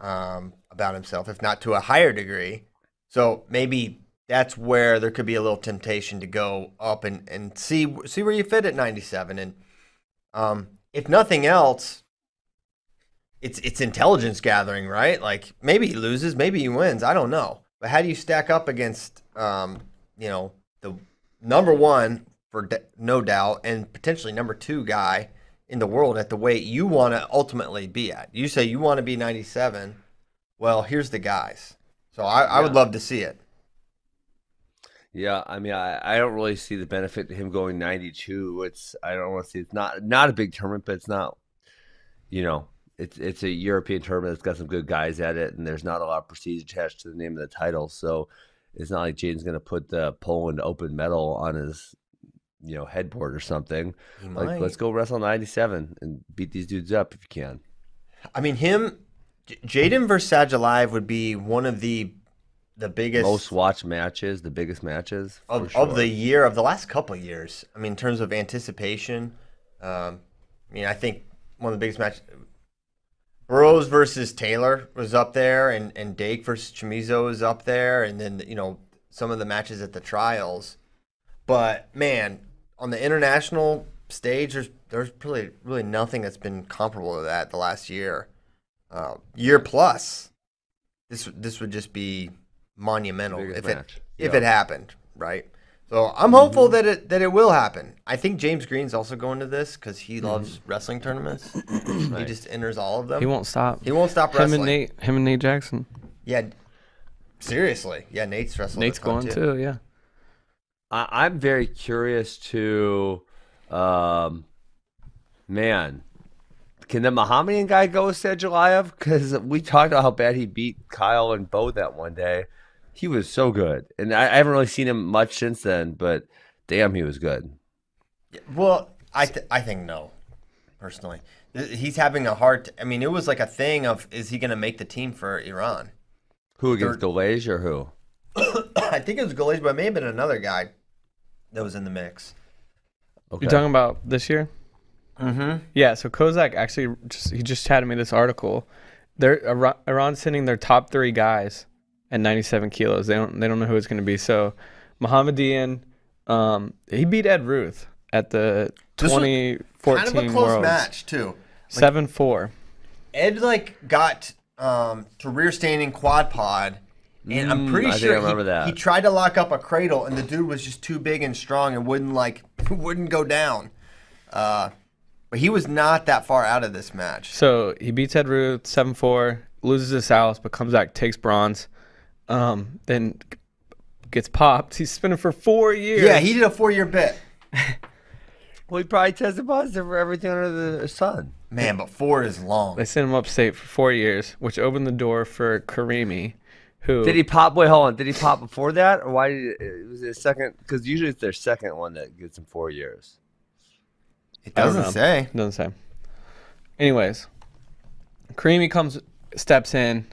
Speaker 1: um, about himself, if not to a higher degree. So maybe that's where there could be a little temptation to go up and, and see see where you fit at 97. And um, if nothing else, it's it's intelligence gathering, right? Like maybe he loses, maybe he wins. I don't know. But how do you stack up against um, you know the number one for d no doubt and potentially number two guy in the world at the weight you want to ultimately be at? You say you want to be 97. Well, here's the guys. So I, I would
Speaker 3: Yeah.
Speaker 1: love to see it.
Speaker 3: Yeah, I mean, I, I don't really see the benefit to him going 92. It's I don't want to see it's not not a big tournament, but it's not, you know, it's it's a European tournament that's got some good guys at it, and there's not a lot of prestige attached to the name of the title, so it's not like Jaden's gonna put the Poland Open medal on his, you know, headboard or something.
Speaker 1: He
Speaker 3: Like, let's
Speaker 1: might.
Speaker 3: go wrestle 97 and beat these dudes up if you can.
Speaker 1: I mean, him, J- Jaden versus Sajalive would be one of the the biggest
Speaker 3: Most watched matches, the biggest matches for
Speaker 1: of,
Speaker 3: sure.
Speaker 1: of the year of the last couple of years. I mean, in terms of anticipation, um, I mean, I think one of the biggest matches, Burrows versus Taylor was up there, and and Dake versus Chimizo is up there, and then you know some of the matches at the trials. But man, on the international stage, there's there's really really nothing that's been comparable to that the last year, uh, year plus. This this would just be monumental
Speaker 3: Biggest
Speaker 1: if it
Speaker 3: match.
Speaker 1: if
Speaker 3: Yeah.
Speaker 1: it happened, right? So I'm hopeful
Speaker 4: Mhm.
Speaker 1: that it that it will happen. I think James Green's also going to this because he loves wrestling tournaments. He just enters all of them.
Speaker 4: Mm-hmm. He won't stop.
Speaker 1: He won't stop
Speaker 4: him and
Speaker 1: wrestling.
Speaker 4: Nate. Him and Nate Jackson.
Speaker 1: Yeah. Seriously. Yeah, Nate's wrestling.
Speaker 4: Nate's
Speaker 1: this month,
Speaker 4: going too. Yeah.
Speaker 3: I, I'm very curious to, um, man, can the Mohammedan guy go with Sajalayev? Because we talked about how bad he beat Kyle and Bo that one day. He was so good, and I, I haven't really seen him much since then. But damn, he was good.
Speaker 1: Well, I th- I think no, personally. Th- He's having a hard. I mean, it was like a thing of is he going to make the team for Iran?
Speaker 3: Who against Delage or who?
Speaker 1: I think it was Galash, but it may have been another guy that was in the mix.
Speaker 3: Okay.
Speaker 4: You're talking about this year?
Speaker 1: Mm-hmm.
Speaker 4: Yeah. So Kozak actually, just, he just chatted me this article. They're Iran, Iran's sending their top three guys at 97 kilos. They don't they don't know who it's going to be. So Mohammedian, um, he beat Ed Ruth at the
Speaker 1: This was
Speaker 4: 2014
Speaker 1: Kind of a close
Speaker 4: Worlds.
Speaker 1: match too.
Speaker 4: Seven four.
Speaker 1: Ed like got um, to rear standing quad pod, and I'm
Speaker 3: Mm,
Speaker 1: pretty
Speaker 3: I think I
Speaker 1: sure
Speaker 3: remember
Speaker 1: he,
Speaker 3: that.
Speaker 1: he tried to lock up a cradle, and the dude was just too big and strong and wouldn't like wouldn't go down. Uh, but he was not that far out of this match.
Speaker 4: So he beats Ed Ruth seven four, loses his house, but comes back, takes bronze, um, then gets popped. He's spinning for four years.
Speaker 1: Yeah, he did a four year bit.
Speaker 3: Well, he probably tested positive for everything under the sun.
Speaker 1: Man, but four is long.
Speaker 4: They sent him upstate for four years, which opened the door for Karimi, who
Speaker 3: Did he pop? Wait, hold on. Did he pop before that, or why did it was it his second? Because usually it's their second one that gets him four years.
Speaker 1: It
Speaker 4: I don't
Speaker 1: doesn't
Speaker 4: know.
Speaker 1: say.
Speaker 4: doesn't say. Anyways, Karimi comes steps in.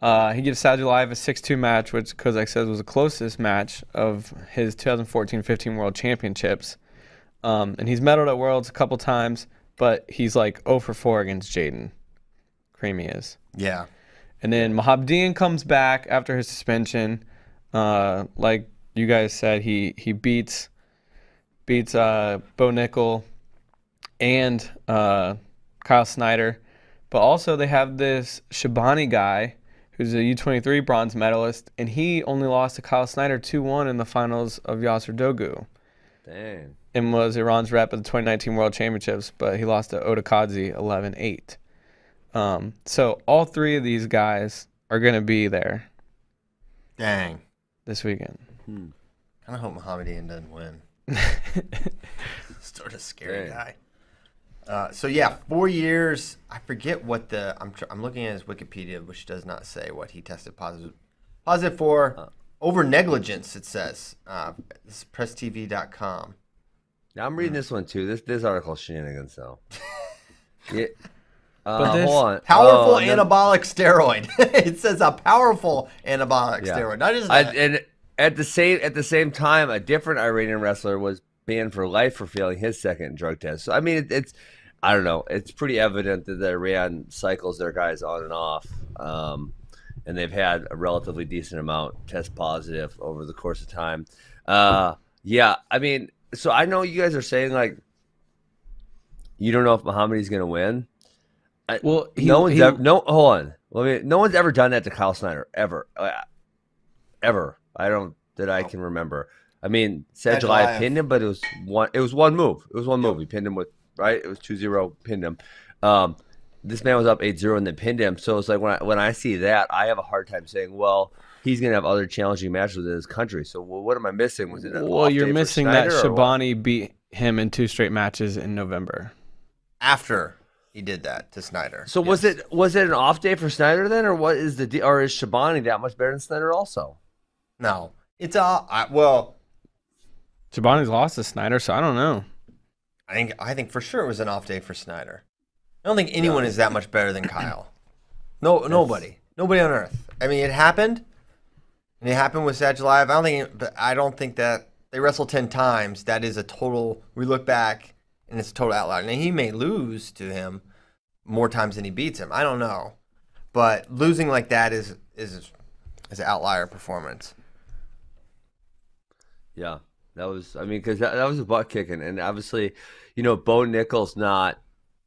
Speaker 4: Uh, he gives Sadulayev a 6-2 match, which Kozak says was the closest match of his 2014-15 World Championships. Um, and he's medaled at Worlds a couple times, but he's like 0 for 4 against Jaden. Creamy is.
Speaker 1: Yeah.
Speaker 4: And then Mahabdian comes back after his suspension. Uh, like you guys said, he he beats beats uh, Bo Nickel and uh, Kyle Snyder. But also they have this Shabani guy who's a U23 bronze medalist, and he only lost to Kyle Snyder 2-1 in the finals of Yasser Dogu
Speaker 3: Dang.
Speaker 4: and was Iran's rep at the 2019 World Championships, but he lost to Otakazi 11 8. Um, so all three of these guys are going to be there
Speaker 1: Dang.
Speaker 4: this weekend.
Speaker 1: Kind of hope Mohammedan doesn't win. sort of scary
Speaker 3: Dang.
Speaker 1: guy. Uh, so yeah, four years. I forget what the I'm tr- I'm looking at his Wikipedia, which does not say what he tested positive positive for
Speaker 3: Uh.
Speaker 1: over negligence. It says uh, this is presstv.com.
Speaker 3: Now I'm reading this one too. This this article shenanigans though. yeah. Uh,
Speaker 4: But this-
Speaker 3: hold on.
Speaker 1: Powerful
Speaker 3: Oh, and then-
Speaker 1: anabolic steroid. it says a powerful anabolic
Speaker 3: Yeah.
Speaker 1: steroid. Not just
Speaker 3: I,
Speaker 1: that.
Speaker 3: and at the same at the same time, a different Iranian wrestler was banned for life for failing his second drug test. So I mean, it, it's I don't know. It's pretty evident that the Iran cycles their guys on and off, um, and they've had a relatively decent amount test positive over the course of time. Uh, yeah, I mean, so I know you guys are saying like you don't know if Mohammedi's going to win. I-
Speaker 4: Well, he-
Speaker 3: no one's
Speaker 4: he-
Speaker 3: ever no hold on. Let me. No one's ever done that to Kyle Snyder ever, uh, ever. I don't that I can remember. I mean, said July
Speaker 1: Sedgwick.
Speaker 3: pinned him, but it was one. It was one move. It was one move. He pinned him with right. It was 2-0, Pinned him. Um, this man was up 8-0 and then pinned him. So it's like when I, when I see that, I have a hard time saying, well, he's gonna have other challenging matches with his country. So well, what am I missing? Was it an
Speaker 4: Well,
Speaker 3: off
Speaker 4: you're
Speaker 3: day for
Speaker 4: missing that
Speaker 3: Snyder or what?
Speaker 4: Shabani beat him in two straight matches in November.
Speaker 1: After he did that to Snyder.
Speaker 3: So was it was it an off day for Snyder then, or what is the de- or is Shabani that much better than Snyder also?
Speaker 1: No, it's all I, well.
Speaker 4: Shabani's lost to Snyder, so I don't know.
Speaker 1: I think I think for sure it was an off day for Snyder. I don't think anyone is that much better than Kyle. No, nobody, nobody on earth. I mean, it happened, and it happened with Satchel I don't think, but I don't think that they wrestled ten times. That is a total. We look back, and it's a total outlier. Now he may lose to him more times than he beats him. I don't know, but losing like that is is is an outlier performance.
Speaker 3: Yeah, that was. I mean, because that, that was a butt kicking, and obviously, you know, Bo Nichols not.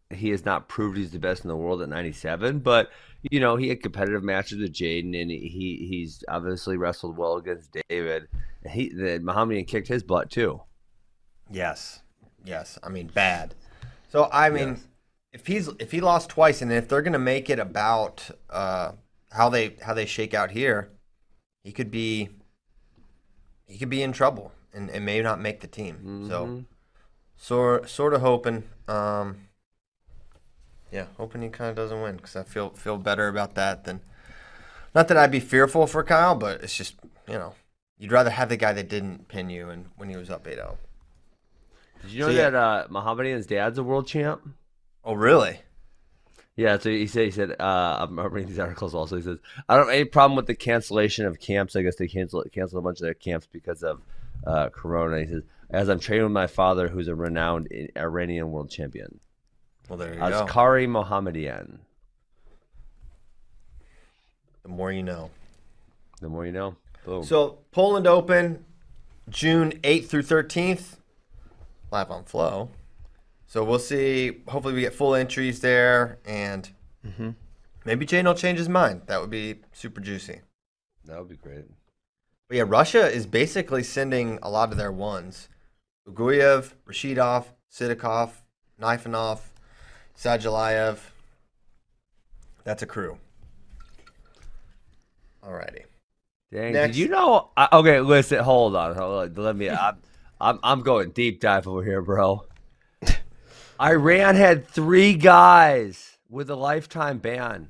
Speaker 3: He has not proved he's the best in the world at 97, but you know he had competitive matches with Jaden, and he he's obviously wrestled well against David. He the Mohammedan kicked his butt too.
Speaker 1: Yes. Yes. I mean bad. So I mean if he's if he lost twice and if they're gonna make it about uh how they how they shake out here, he could be he could be in trouble and, and may not make the team. So sort sort of hoping um yeah, hoping he kind of doesn't win because I feel feel better about that than not that I'd be fearful for Kyle, but it's just you know you'd rather have the guy that didn't pin you and when he was up oh. 8-0.
Speaker 3: Did you know
Speaker 1: So, yeah.
Speaker 3: that uh, Mohammedan's dad's a world champ?
Speaker 1: Oh really?
Speaker 3: Yeah, so he said he said uh, I'm I'm reading these articles also. He says I don't have any problem with the cancellation of camps. I guess they cancel canceled a bunch of their camps because of uh, Corona. He says as I'm training with my father, who's a renowned I- Iranian world champion,
Speaker 1: Well, there you go.
Speaker 3: Askari Mohammadian.
Speaker 1: the more you know.
Speaker 3: The more you know. Boom.
Speaker 1: So Poland Open, June 8th through 13th, live on Flow. So we'll see. Hopefully, we get full entries there, and maybe Jane will change his mind. That would be super juicy.
Speaker 3: that would be great.
Speaker 1: But yeah, Russia is basically sending a lot of their ones. Uguyev, Rashidov, Sidikov, Nifanov, Sajalayev. That's a crew. Alrighty.
Speaker 3: Dang,
Speaker 1: Next.
Speaker 3: did you know? I, okay, listen, hold on, hold on. Let me. I'm, I'm, I'm going deep dive over here, bro. Iran had three guys with a lifetime ban: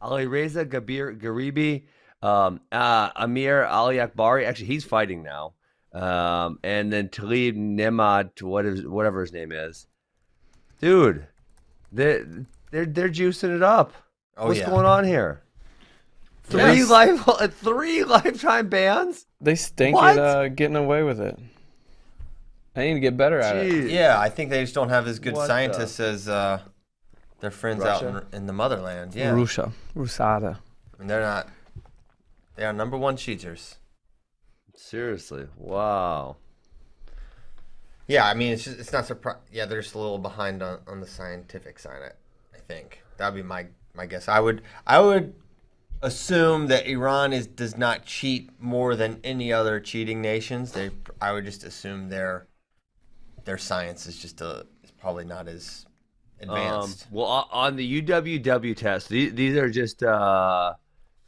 Speaker 3: Ali Reza Gabir Garibi, um, uh, Amir Ali Akbari. Actually, he's fighting now. Um, and then Talib Nemad, what is whatever his name is, dude. They they're they're juicing it up.
Speaker 1: Oh,
Speaker 3: What's
Speaker 1: yeah.
Speaker 3: going on here? Three
Speaker 4: Yes.
Speaker 3: life, three lifetime bans.
Speaker 4: They stink
Speaker 3: What?
Speaker 4: at uh, getting away with it. They need to get better at it.
Speaker 3: Jeez.
Speaker 1: Yeah, I think they just don't have as good
Speaker 3: What the-
Speaker 1: scientists as uh, their friends out
Speaker 3: Russia?
Speaker 1: in, in the motherland. Yeah,
Speaker 4: Russia, Rusada.
Speaker 1: and they're not. They are number one cheaters.
Speaker 3: Seriously, wow.
Speaker 1: Yeah, I mean it's just, it's not surprising. Yeah, they're just a little behind on, on the scientific side. I I think that'd be my my guess. I would I would assume that Iran is does not cheat more than any other cheating nations. They I would just assume their their science is just a is probably not as
Speaker 3: Um,
Speaker 1: advanced.
Speaker 3: well, o- on the UWW test, these, these are just uh,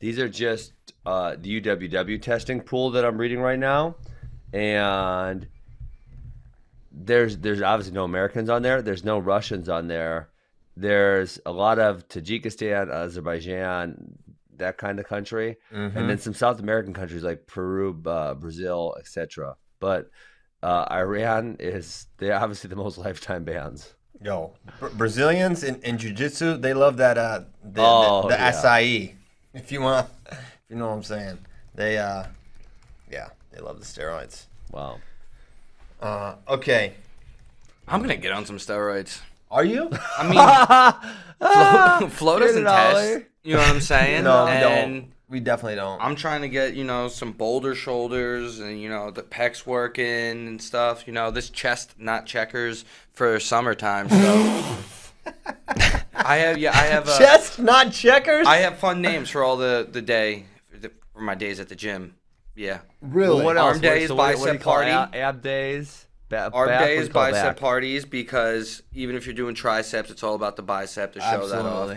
Speaker 3: these are just uh, the UWW testing pool that I'm reading right now, and there's there's obviously no Americans on there. There's no Russians on there. There's a lot of Tajikistan, Azerbaijan, that kind of country, and then some South American countries like Peru, uh, Brazil, etc. But uh, Iran is they're obviously the most lifetime bans.
Speaker 1: Yo, Bra- Brazilians in, in jiu-jitsu, they love that uh the,
Speaker 3: Oh,
Speaker 1: the, the
Speaker 3: yeah.
Speaker 1: acai. If you want, if you know what I'm saying. They uh yeah, they love the steroids.
Speaker 3: Wow.
Speaker 1: Uh okay.
Speaker 2: I'm gonna get on some steroids.
Speaker 1: Are you?
Speaker 2: I mean, Flo, Flo
Speaker 3: Get
Speaker 2: doesn't
Speaker 3: it, Ollie.
Speaker 2: test. You know what I'm saying?
Speaker 1: no, we
Speaker 2: and
Speaker 1: don't. We definitely don't.
Speaker 2: I'm trying to get you know some bolder shoulders and you know the pecs working and stuff. You know this chest not checkers for summertime. So I have yeah I have uh,
Speaker 1: Chest, not checkers.
Speaker 2: I have fun names for all the the day for my days at the gym. Yeah,
Speaker 1: really?
Speaker 3: What
Speaker 2: Arm
Speaker 3: else?
Speaker 2: days,
Speaker 3: What- what do you
Speaker 2: bicep
Speaker 3: call it?
Speaker 2: party.
Speaker 3: A- ab days, ba-
Speaker 2: arm
Speaker 3: back? What do you
Speaker 2: days,
Speaker 3: call
Speaker 2: bicep
Speaker 3: back?
Speaker 2: parties because even if you're doing triceps, it's all about the bicep to show
Speaker 1: Absolutely.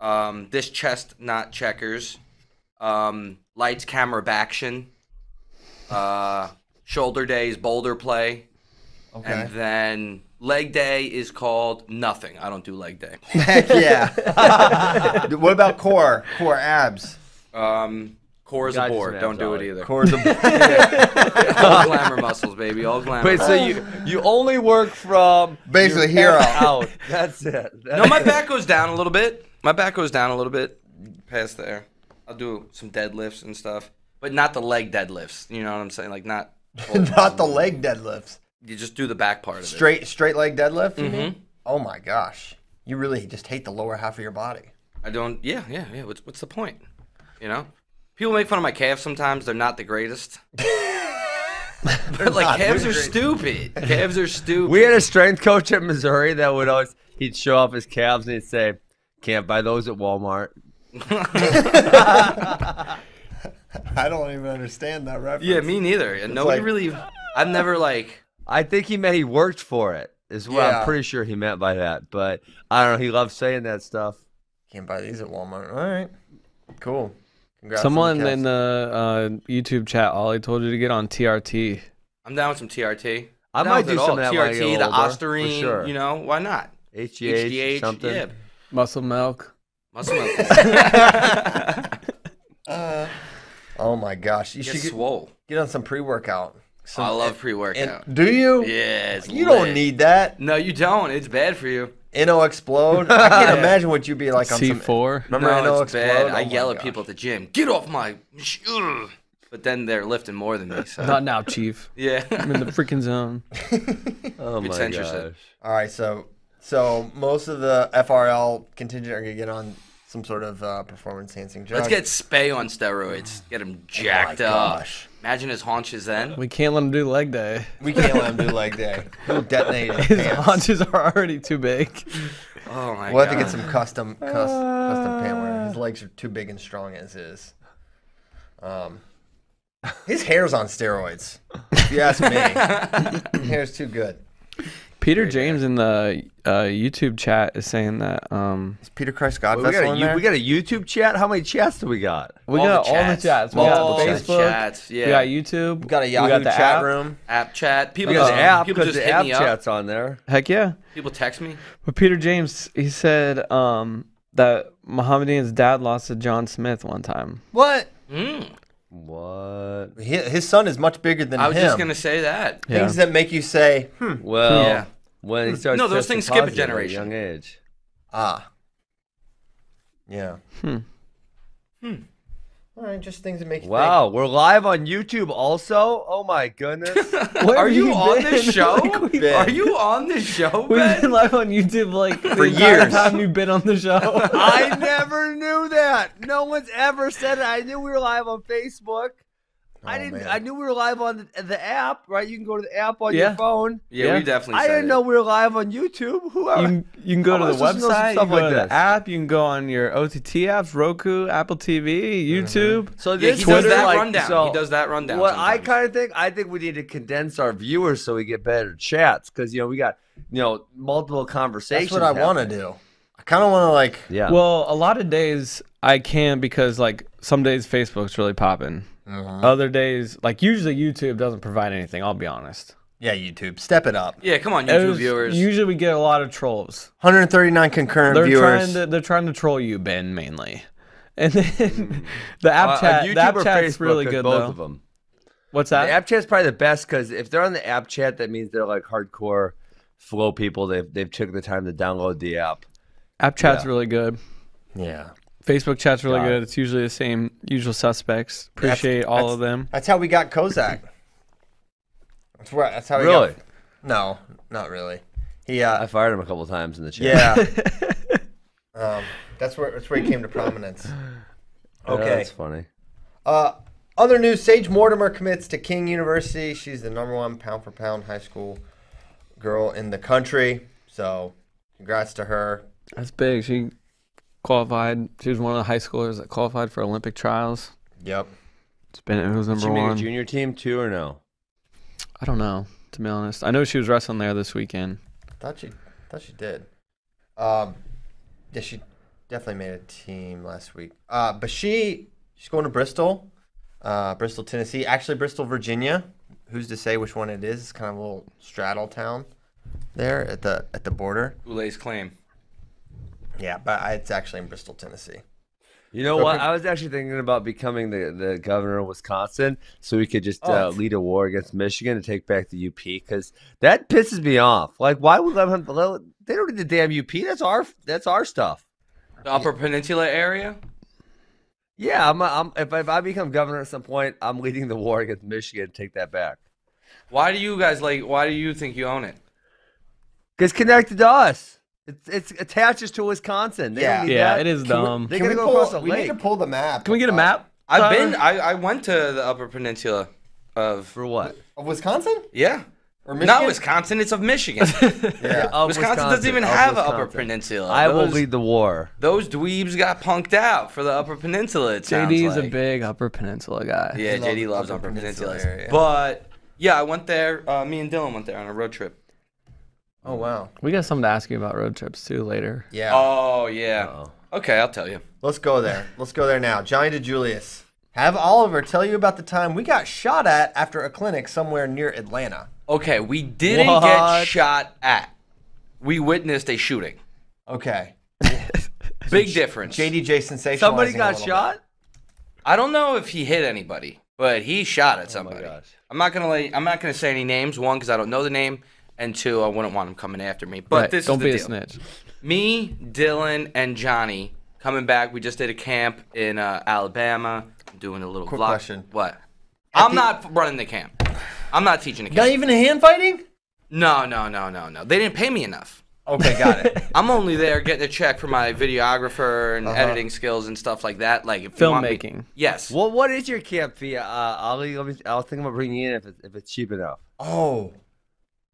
Speaker 2: that off. Um, this chest not checkers, um, lights camera baction, uh, shoulder days boulder play,
Speaker 1: Okay.
Speaker 2: and then leg day is called nothing. I don't do leg day.
Speaker 1: Heck yeah. what about core? Core abs.
Speaker 2: Um, core is a
Speaker 3: Got you some
Speaker 2: board.
Speaker 3: abs,
Speaker 2: Don't do it
Speaker 3: Ollie.
Speaker 2: either.
Speaker 1: Core's a
Speaker 2: all glamour muscles, baby. All glamour.
Speaker 3: Wait, so you you only work from
Speaker 1: Basically
Speaker 3: your
Speaker 1: hero.
Speaker 3: ass out. That's it. That's
Speaker 2: No, my back goes down a little bit. My back goes down a little bit past there. I'll do some deadlifts and stuff, but not the leg deadlifts. You know what I'm saying? Like not.
Speaker 1: not the leg deadlifts.
Speaker 2: You just do the back part of it.
Speaker 1: Straight straight leg deadlift. You mean? Oh my gosh. You really just hate the lower half of your body.
Speaker 2: I don't. Yeah, yeah, yeah. What's what's the point? You know, people make fun of my calves sometimes. They're not the greatest. They're like calves are stupid. Calves are stupid.
Speaker 3: We had a strength coach at Missouri that would always he'd show off his calves and he'd say, "Can't buy those at Walmart."
Speaker 1: I don't even understand that reference.
Speaker 2: yeah, me neither. And nobody
Speaker 1: like-
Speaker 2: really. I've never like.
Speaker 3: I think he meant he worked for it. Is what
Speaker 1: Yeah.
Speaker 3: I'm pretty sure he meant by that. But I don't know. He loves saying that stuff.
Speaker 1: Can't buy these at Walmart. All right. Cool. Congrats on
Speaker 4: Someone
Speaker 1: the
Speaker 4: in
Speaker 1: Cavs.
Speaker 4: the uh, YouTube chat, Ollie told you to get on TRT.
Speaker 2: I'm down with some TRT.
Speaker 3: I
Speaker 2: I'm down
Speaker 3: might
Speaker 2: with
Speaker 3: do
Speaker 2: it all.
Speaker 3: some of that when I
Speaker 2: TRT,
Speaker 3: get
Speaker 2: the
Speaker 3: older, for
Speaker 2: Ostarine.
Speaker 3: sure.
Speaker 2: You know why not?
Speaker 3: HGH,
Speaker 2: HGH,
Speaker 3: something.
Speaker 2: Yeah,
Speaker 4: Muscle milk.
Speaker 2: muscle memory.
Speaker 1: Oh my gosh. You
Speaker 2: Get
Speaker 1: should get,
Speaker 2: swole.
Speaker 1: get on some pre workout.
Speaker 2: I love pre-workout.
Speaker 1: Do you?
Speaker 2: Yeah, it's
Speaker 1: You don't
Speaker 2: lit.
Speaker 1: need that.
Speaker 2: No, you don't. It's bad for you.
Speaker 1: NO explode. I can't imagine what you'd be like on some.
Speaker 4: C4.
Speaker 1: Remember
Speaker 2: No,
Speaker 1: NO
Speaker 2: it's
Speaker 1: explode?
Speaker 2: bad.
Speaker 1: Oh my
Speaker 2: I yell at
Speaker 1: gosh.
Speaker 2: people at the gym. Get off my. mach- Ugh." But then they're lifting more than me. So
Speaker 4: Not now, Chief.
Speaker 2: yeah.
Speaker 4: I'm in the freaking zone.
Speaker 3: Oh my
Speaker 2: censors it.
Speaker 3: gosh.
Speaker 1: All right, so so most of the FRL contingent are gonna get on some sort of uh, performance enhancing drug. Oh
Speaker 2: Let's get Spay on steroids. Get him jacked up.
Speaker 1: gosh.
Speaker 2: Imagine his haunches then.
Speaker 4: We can't let him do leg day.
Speaker 1: We can't let him do leg day. He'll detonate his
Speaker 4: His
Speaker 1: pants.
Speaker 4: haunches are already too big.
Speaker 2: Oh my
Speaker 1: We'll
Speaker 2: god.
Speaker 1: have to get some custom cus, custom pant wear. His legs are too big and strong as is. Um, his hair's on steroids. If you ask me, His hair's too good.
Speaker 4: Peter James in the uh, YouTube chat is saying that um,
Speaker 1: Is Peter Christ God
Speaker 3: We
Speaker 1: vessel
Speaker 3: got, a,
Speaker 1: in
Speaker 3: you-
Speaker 1: there?
Speaker 3: we got a YouTube chat. How many chats do we got?
Speaker 4: we
Speaker 2: All
Speaker 4: got
Speaker 2: the
Speaker 4: all the
Speaker 2: chats.
Speaker 4: chats. We
Speaker 1: Multiple
Speaker 4: got
Speaker 1: chats.
Speaker 4: Facebook.
Speaker 2: Chats,
Speaker 4: We
Speaker 2: yeah.
Speaker 4: got YouTube.
Speaker 1: We got a Yahoo
Speaker 4: we got the
Speaker 1: chat
Speaker 4: app.
Speaker 1: room.
Speaker 2: app chat. People
Speaker 3: We got
Speaker 2: just,
Speaker 3: the app
Speaker 2: people
Speaker 3: because
Speaker 2: just
Speaker 3: the
Speaker 2: hit
Speaker 3: app
Speaker 2: me up.
Speaker 3: chat's on there.
Speaker 4: Heck yeah.
Speaker 2: People text me.
Speaker 4: But Peter James, he said um, that Mohammedan's dad lost to John Smith one time.
Speaker 1: What?
Speaker 3: What?
Speaker 1: His, his son is much bigger than
Speaker 2: I was
Speaker 1: him.
Speaker 2: just gonna say that.
Speaker 1: Things that make you say, hmm,
Speaker 3: Well,
Speaker 2: Yeah.
Speaker 3: when he starts
Speaker 2: No, those
Speaker 3: testing
Speaker 2: things skip a
Speaker 3: positive at
Speaker 2: generation.
Speaker 3: young age.
Speaker 1: ah. Yeah. Hmm.
Speaker 4: Hmm.
Speaker 1: All right, just things that make you
Speaker 3: Wow, we're live on YouTube also. Oh my goodness.
Speaker 4: Where
Speaker 2: Are
Speaker 4: have
Speaker 2: you on
Speaker 4: been?
Speaker 2: this show?
Speaker 4: Like, we've,
Speaker 2: Are you on this show,
Speaker 4: we've
Speaker 2: Ben?
Speaker 4: been live on YouTube like the
Speaker 1: For
Speaker 4: entire
Speaker 1: years.
Speaker 4: Time you've been on the show.
Speaker 3: I never knew that. No one's ever said it. I knew we were live on Facebook.
Speaker 1: think. Oh,
Speaker 3: I didn't
Speaker 1: man.
Speaker 3: I knew we were live on the, the app, right? You can go to the app on
Speaker 4: Yeah.
Speaker 3: your phone.
Speaker 2: Yeah,
Speaker 4: Yeah.
Speaker 2: we definitely.
Speaker 3: I
Speaker 2: said
Speaker 3: didn't
Speaker 2: it.
Speaker 3: know we were live on YouTube. Who
Speaker 4: You
Speaker 3: are
Speaker 4: can, you can go
Speaker 3: I
Speaker 4: to the
Speaker 3: was listening to some
Speaker 4: website, you
Speaker 3: stuff
Speaker 4: can go
Speaker 3: like
Speaker 4: to
Speaker 3: this.
Speaker 4: the app, you can go on your OTT apps, Roku, Apple TV, YouTube.
Speaker 3: So
Speaker 2: Yeah, he does
Speaker 4: Twitter,
Speaker 2: that
Speaker 3: like,
Speaker 2: rundown.
Speaker 3: so
Speaker 2: he does that rundown.
Speaker 3: What I
Speaker 2: sometimes.
Speaker 3: kind of think, I think we need to condense our viewers so we get better chats because you know we got you know multiple conversations.
Speaker 1: That's what I want to do. I kind of want to like.
Speaker 3: to. Yeah.
Speaker 4: Well, a lot of days I can because like some days Facebook's really popping.
Speaker 1: Mhm.
Speaker 4: Other days, like usually YouTube doesn't provide anything. I'll be honest.
Speaker 1: Yeah, YouTube, step it up.
Speaker 2: Yeah, come on,
Speaker 4: It
Speaker 2: YouTube
Speaker 4: was-
Speaker 2: viewers.
Speaker 4: Usually we get a lot of trolls.
Speaker 1: 139 concurrent
Speaker 4: They're
Speaker 1: viewers.
Speaker 4: trying to they're trying to troll you, Ben, mainly. And then the app
Speaker 3: Uh,
Speaker 4: chat, the
Speaker 3: YouTube
Speaker 4: app
Speaker 3: or
Speaker 4: chat's
Speaker 3: Facebook,
Speaker 4: really
Speaker 3: 'cause
Speaker 4: good
Speaker 3: both
Speaker 4: though.
Speaker 3: of them.
Speaker 4: What's
Speaker 3: The
Speaker 4: that?
Speaker 3: app chat's probably the best because if they're on the app chat, that means they're like hardcore flow people. They've they've taken the time to download the app.
Speaker 4: app chat's really good.
Speaker 1: yeah,
Speaker 4: Facebook chat's really
Speaker 3: Got it.
Speaker 4: good. It's usually the same usual suspects. Appreciate all of them.
Speaker 1: that's how we got Kozak. That's where. That's how we
Speaker 3: Really,
Speaker 1: got. No, not really. He.
Speaker 3: I
Speaker 1: Uh,
Speaker 3: fired him a couple times in the chat.
Speaker 1: yeah. um, that's where. That's where he came to prominence.
Speaker 3: Yeah,
Speaker 1: Okay.
Speaker 3: that's funny.
Speaker 1: Uh, other news: Sage Mortimer commits to King University. She's the number one pound for pound high school girl in the country. So, congrats to her.
Speaker 4: That's big. She qualified. She was one of the high schoolers that qualified for Olympic trials.
Speaker 1: Yep.
Speaker 4: It's been it was
Speaker 3: Did
Speaker 4: number
Speaker 3: she make a
Speaker 4: one.
Speaker 3: junior team too or no?
Speaker 4: I don't know, to be honest. I know she was wrestling there this weekend.
Speaker 1: Thought she. Thought she did. Um, yeah, she definitely made a team last week. Uh, but she she's going to Bristol, uh, Bristol, Tennessee. Actually, Bristol, Virginia. Who's to say which one it is? It's kind of a little straddle town there at the at the border.
Speaker 2: Ulay's claim.
Speaker 1: Yeah, but I, it's actually in Bristol, Tennessee.
Speaker 3: You know what? I was actually thinking about becoming the, the governor of Wisconsin so we could just uh,
Speaker 1: Oh.
Speaker 3: lead a war against Michigan and take back the UP because that pisses me off. Like, why would let him? Let, they don't need the damn UP. That's our that's our stuff.
Speaker 2: The Upper Peninsula area.
Speaker 3: Yeah, I'm, I'm if, I- if I become governor at some point, I'm leading the war against Michigan. Take that back.
Speaker 2: Why do you guys like? Why do you think you own it?
Speaker 3: Because connected to us. It's it's attaches to Wisconsin. They
Speaker 1: Yeah.
Speaker 3: don't need
Speaker 4: Yeah,
Speaker 3: that.
Speaker 4: it is dumb.
Speaker 1: Mm-hmm. Can
Speaker 3: They gotta
Speaker 1: we
Speaker 3: go
Speaker 1: pull-
Speaker 3: across the
Speaker 1: we
Speaker 3: lake.
Speaker 1: need to pull the map.
Speaker 4: Can we get a
Speaker 1: uh,
Speaker 4: map?
Speaker 2: I've
Speaker 4: Tyler?
Speaker 2: been. I, I went to the Upper Peninsula of
Speaker 3: For what?
Speaker 1: Of Wisconsin?
Speaker 2: yeah.
Speaker 1: Or
Speaker 2: Not Wisconsin. It's of Michigan.
Speaker 1: Yeah.
Speaker 3: Of
Speaker 2: Wisconsin, doesn't even
Speaker 3: of
Speaker 2: have an Upper
Speaker 3: Wisconsin.
Speaker 2: Peninsula.
Speaker 3: I will
Speaker 2: Those-
Speaker 3: lead the war.
Speaker 2: Those dweebs got punked out for the Upper Peninsula. It sounds
Speaker 4: JD's a
Speaker 2: like.
Speaker 4: big Upper Peninsula guy.
Speaker 2: Yeah,
Speaker 1: He
Speaker 2: JD
Speaker 1: loves
Speaker 2: loves Upper Peninsula.
Speaker 1: Peninsula area.
Speaker 2: But yeah, I went there. Uh, me and Dylan went there on a road trip.
Speaker 1: oh wow.
Speaker 4: We got something to ask you about road trips too later.
Speaker 1: Yeah.
Speaker 3: Uh,
Speaker 2: Oh yeah.
Speaker 3: Uh-oh.
Speaker 2: Okay, I'll tell you.
Speaker 1: Let's go there. Let's go there now. Johnny DeJulius. Have Oliver tell you about the time we got shot at after a clinic somewhere near Atlanta.
Speaker 2: Okay, we didn't get
Speaker 3: What?
Speaker 2: shot at. We witnessed a shooting.
Speaker 1: Okay.
Speaker 2: Big difference.
Speaker 1: JDJ sensationalizing.
Speaker 3: Somebody
Speaker 1: a
Speaker 3: got
Speaker 1: little
Speaker 3: shot.
Speaker 2: I don't know if he hit anybody, but he shot at somebody.
Speaker 3: gosh.
Speaker 2: I'm not gonna lay, I'm not gonna say any names. One, because I don't know the name, and two, I wouldn't want him coming after me. But
Speaker 4: Right,
Speaker 2: this is
Speaker 4: don't
Speaker 2: the
Speaker 4: be
Speaker 2: deal.
Speaker 4: a snitch.
Speaker 2: Me, Dylan, and Johnny coming back. We just did a camp in uh, Alabama, doing a little
Speaker 1: Quick
Speaker 2: vlog.
Speaker 1: question.
Speaker 2: What?
Speaker 1: the-
Speaker 2: I'm not f- running the camp. I'm not teaching the
Speaker 1: bit. Not
Speaker 2: camp.
Speaker 1: even a hand fighting?
Speaker 2: No, no, no, no, no. They didn't pay me enough.
Speaker 1: Okay, got it.
Speaker 2: I'm only there getting a check for my videographer and
Speaker 3: Uh-huh.
Speaker 2: editing skills and stuff like that. Like if you want me-
Speaker 4: Filmmaking.
Speaker 2: yes.
Speaker 3: Well, what is your camp fee? Uh, Ollie, let me, I'll think about bringing you in if it's, if it's cheap enough.
Speaker 1: Oh.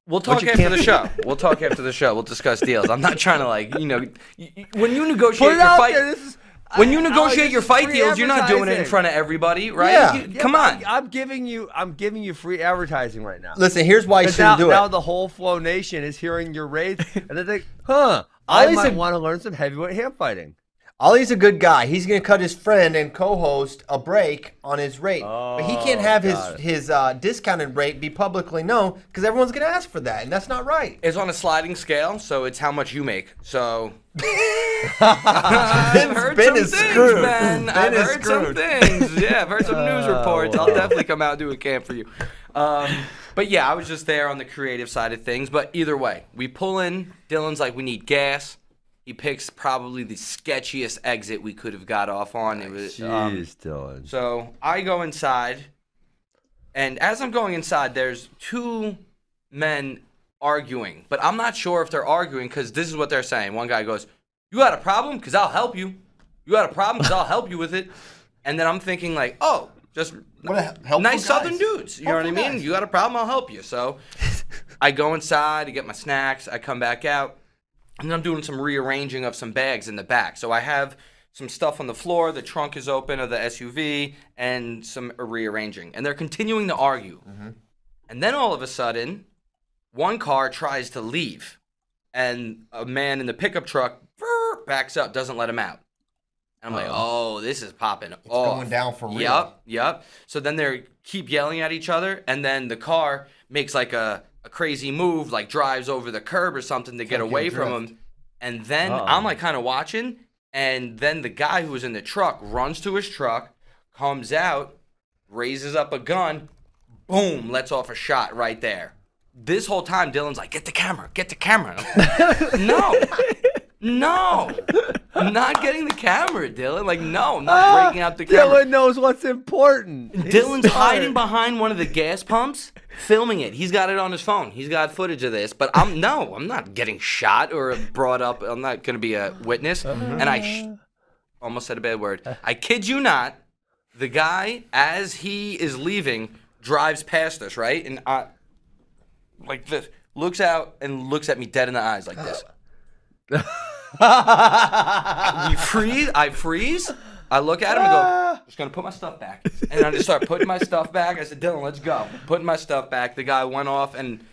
Speaker 2: We'll talk
Speaker 3: you
Speaker 2: after
Speaker 3: can't-
Speaker 2: the show. We'll talk after the show. We'll discuss deals. I'm not trying to like you know. y- y- When you negotiate
Speaker 3: Put it
Speaker 2: your
Speaker 3: out
Speaker 2: fight,
Speaker 3: there. This is
Speaker 2: when
Speaker 3: I-
Speaker 2: you
Speaker 3: Ollie,
Speaker 2: negotiate
Speaker 3: this
Speaker 2: your
Speaker 3: is
Speaker 2: fight
Speaker 3: free
Speaker 2: deals, you're not doing it in
Speaker 3: advertising.
Speaker 2: front of everybody, right?
Speaker 1: Yeah.
Speaker 2: You-
Speaker 3: Yeah,
Speaker 2: come
Speaker 3: but
Speaker 2: on.
Speaker 3: I, am giving you. I'm giving you free advertising right now.
Speaker 1: Listen, here's why you
Speaker 3: 'Cause
Speaker 1: shouldn't
Speaker 3: now,
Speaker 1: do
Speaker 3: now
Speaker 1: it.
Speaker 3: the whole Flow Nation is hearing your rates, and they're like, "Huh, I
Speaker 1: Ollie's
Speaker 3: might
Speaker 1: a-
Speaker 3: want to learn some heavyweight hand fighting."
Speaker 1: Ollie's a good guy. He's gonna cut his friend and co-host a break on his rate, but he can't
Speaker 3: Oh,
Speaker 1: have his
Speaker 3: got it.
Speaker 1: his uh, discounted rate be publicly known because everyone's gonna ask for that, and that's not right.
Speaker 2: It's on a sliding scale, so it's how much you make. So I've
Speaker 1: Ben's-
Speaker 2: heard
Speaker 1: Ben
Speaker 2: some
Speaker 1: is
Speaker 2: things,
Speaker 1: screwed.
Speaker 2: Ben. I've
Speaker 1: is
Speaker 2: heard some
Speaker 1: screwed.
Speaker 2: things. Yeah, I've heard some news
Speaker 3: Oh,
Speaker 2: reports. I'll
Speaker 3: wow.
Speaker 2: definitely come out and do a camp for you. Um, but yeah, I was just there on the creative side of things. But either way, we pull in. Dylan's like, we need gas. He picks probably the sketchiest exit we could have got off on. It was um,
Speaker 3: Jeez, Dylan.
Speaker 2: So I go inside, and as I'm going inside, there's two men arguing, but I'm not sure if they're arguing because this is what they're saying. One guy goes, "You got a problem? Because I'll help you. You got a problem? Because I'll help you with it." And then I'm thinking like, "Oh, just
Speaker 1: What a helpful
Speaker 2: nice Southern
Speaker 1: guys.
Speaker 2: dudes. You know what I
Speaker 1: Helpful
Speaker 2: mean?
Speaker 1: guys.
Speaker 2: You got a problem? I'll help you." So I go inside, I get my snacks, I come back out, and then I'm doing some rearranging of some bags in the back. So I have some stuff on the floor, the trunk is open of the SUV, and some rearranging. And they're continuing to argue.
Speaker 1: Mm-hmm.
Speaker 2: And then all of a sudden, one car tries to leave, and a man in the pickup truck brrr, backs up, doesn't let him out. And I'm like, oh, this is popping it's off.
Speaker 1: going down for real.
Speaker 2: Yep, yep. So then they keep yelling at each other, and then the car makes like a, a crazy move, like drives over the curb or something to get
Speaker 1: like
Speaker 2: away
Speaker 1: Gill
Speaker 2: from
Speaker 1: Drift.
Speaker 2: him. And then
Speaker 4: Uh-oh.
Speaker 2: I'm like kind of watching, and then the guy who was in the truck runs to his truck, comes out, raises up a gun, boom, lets off a shot right there. This whole time, Dylan's like, "Get the camera, get the camera." I'm like, no, no, I'm not getting the camera, Dylan. Like, no, I'm not breaking out the camera.
Speaker 3: Dylan knows what's important.
Speaker 2: Dylan's hiding behind one of the gas pumps, filming it. He's got it on his phone. He's got footage of this. But I'm no, I'm not getting shot or brought up. I'm not going to be a witness. And I sh- almost said a bad word. I kid you not. The guy, as he is leaving, drives past us, right? And I, like this, looks out and looks at me dead in the eyes, like this. you freeze. I freeze. I look at him and
Speaker 1: Ah.
Speaker 2: go, just gonna put my stuff back. And I just start putting my stuff back. I said, Dylan, let's go. Putting my stuff back. The guy went off and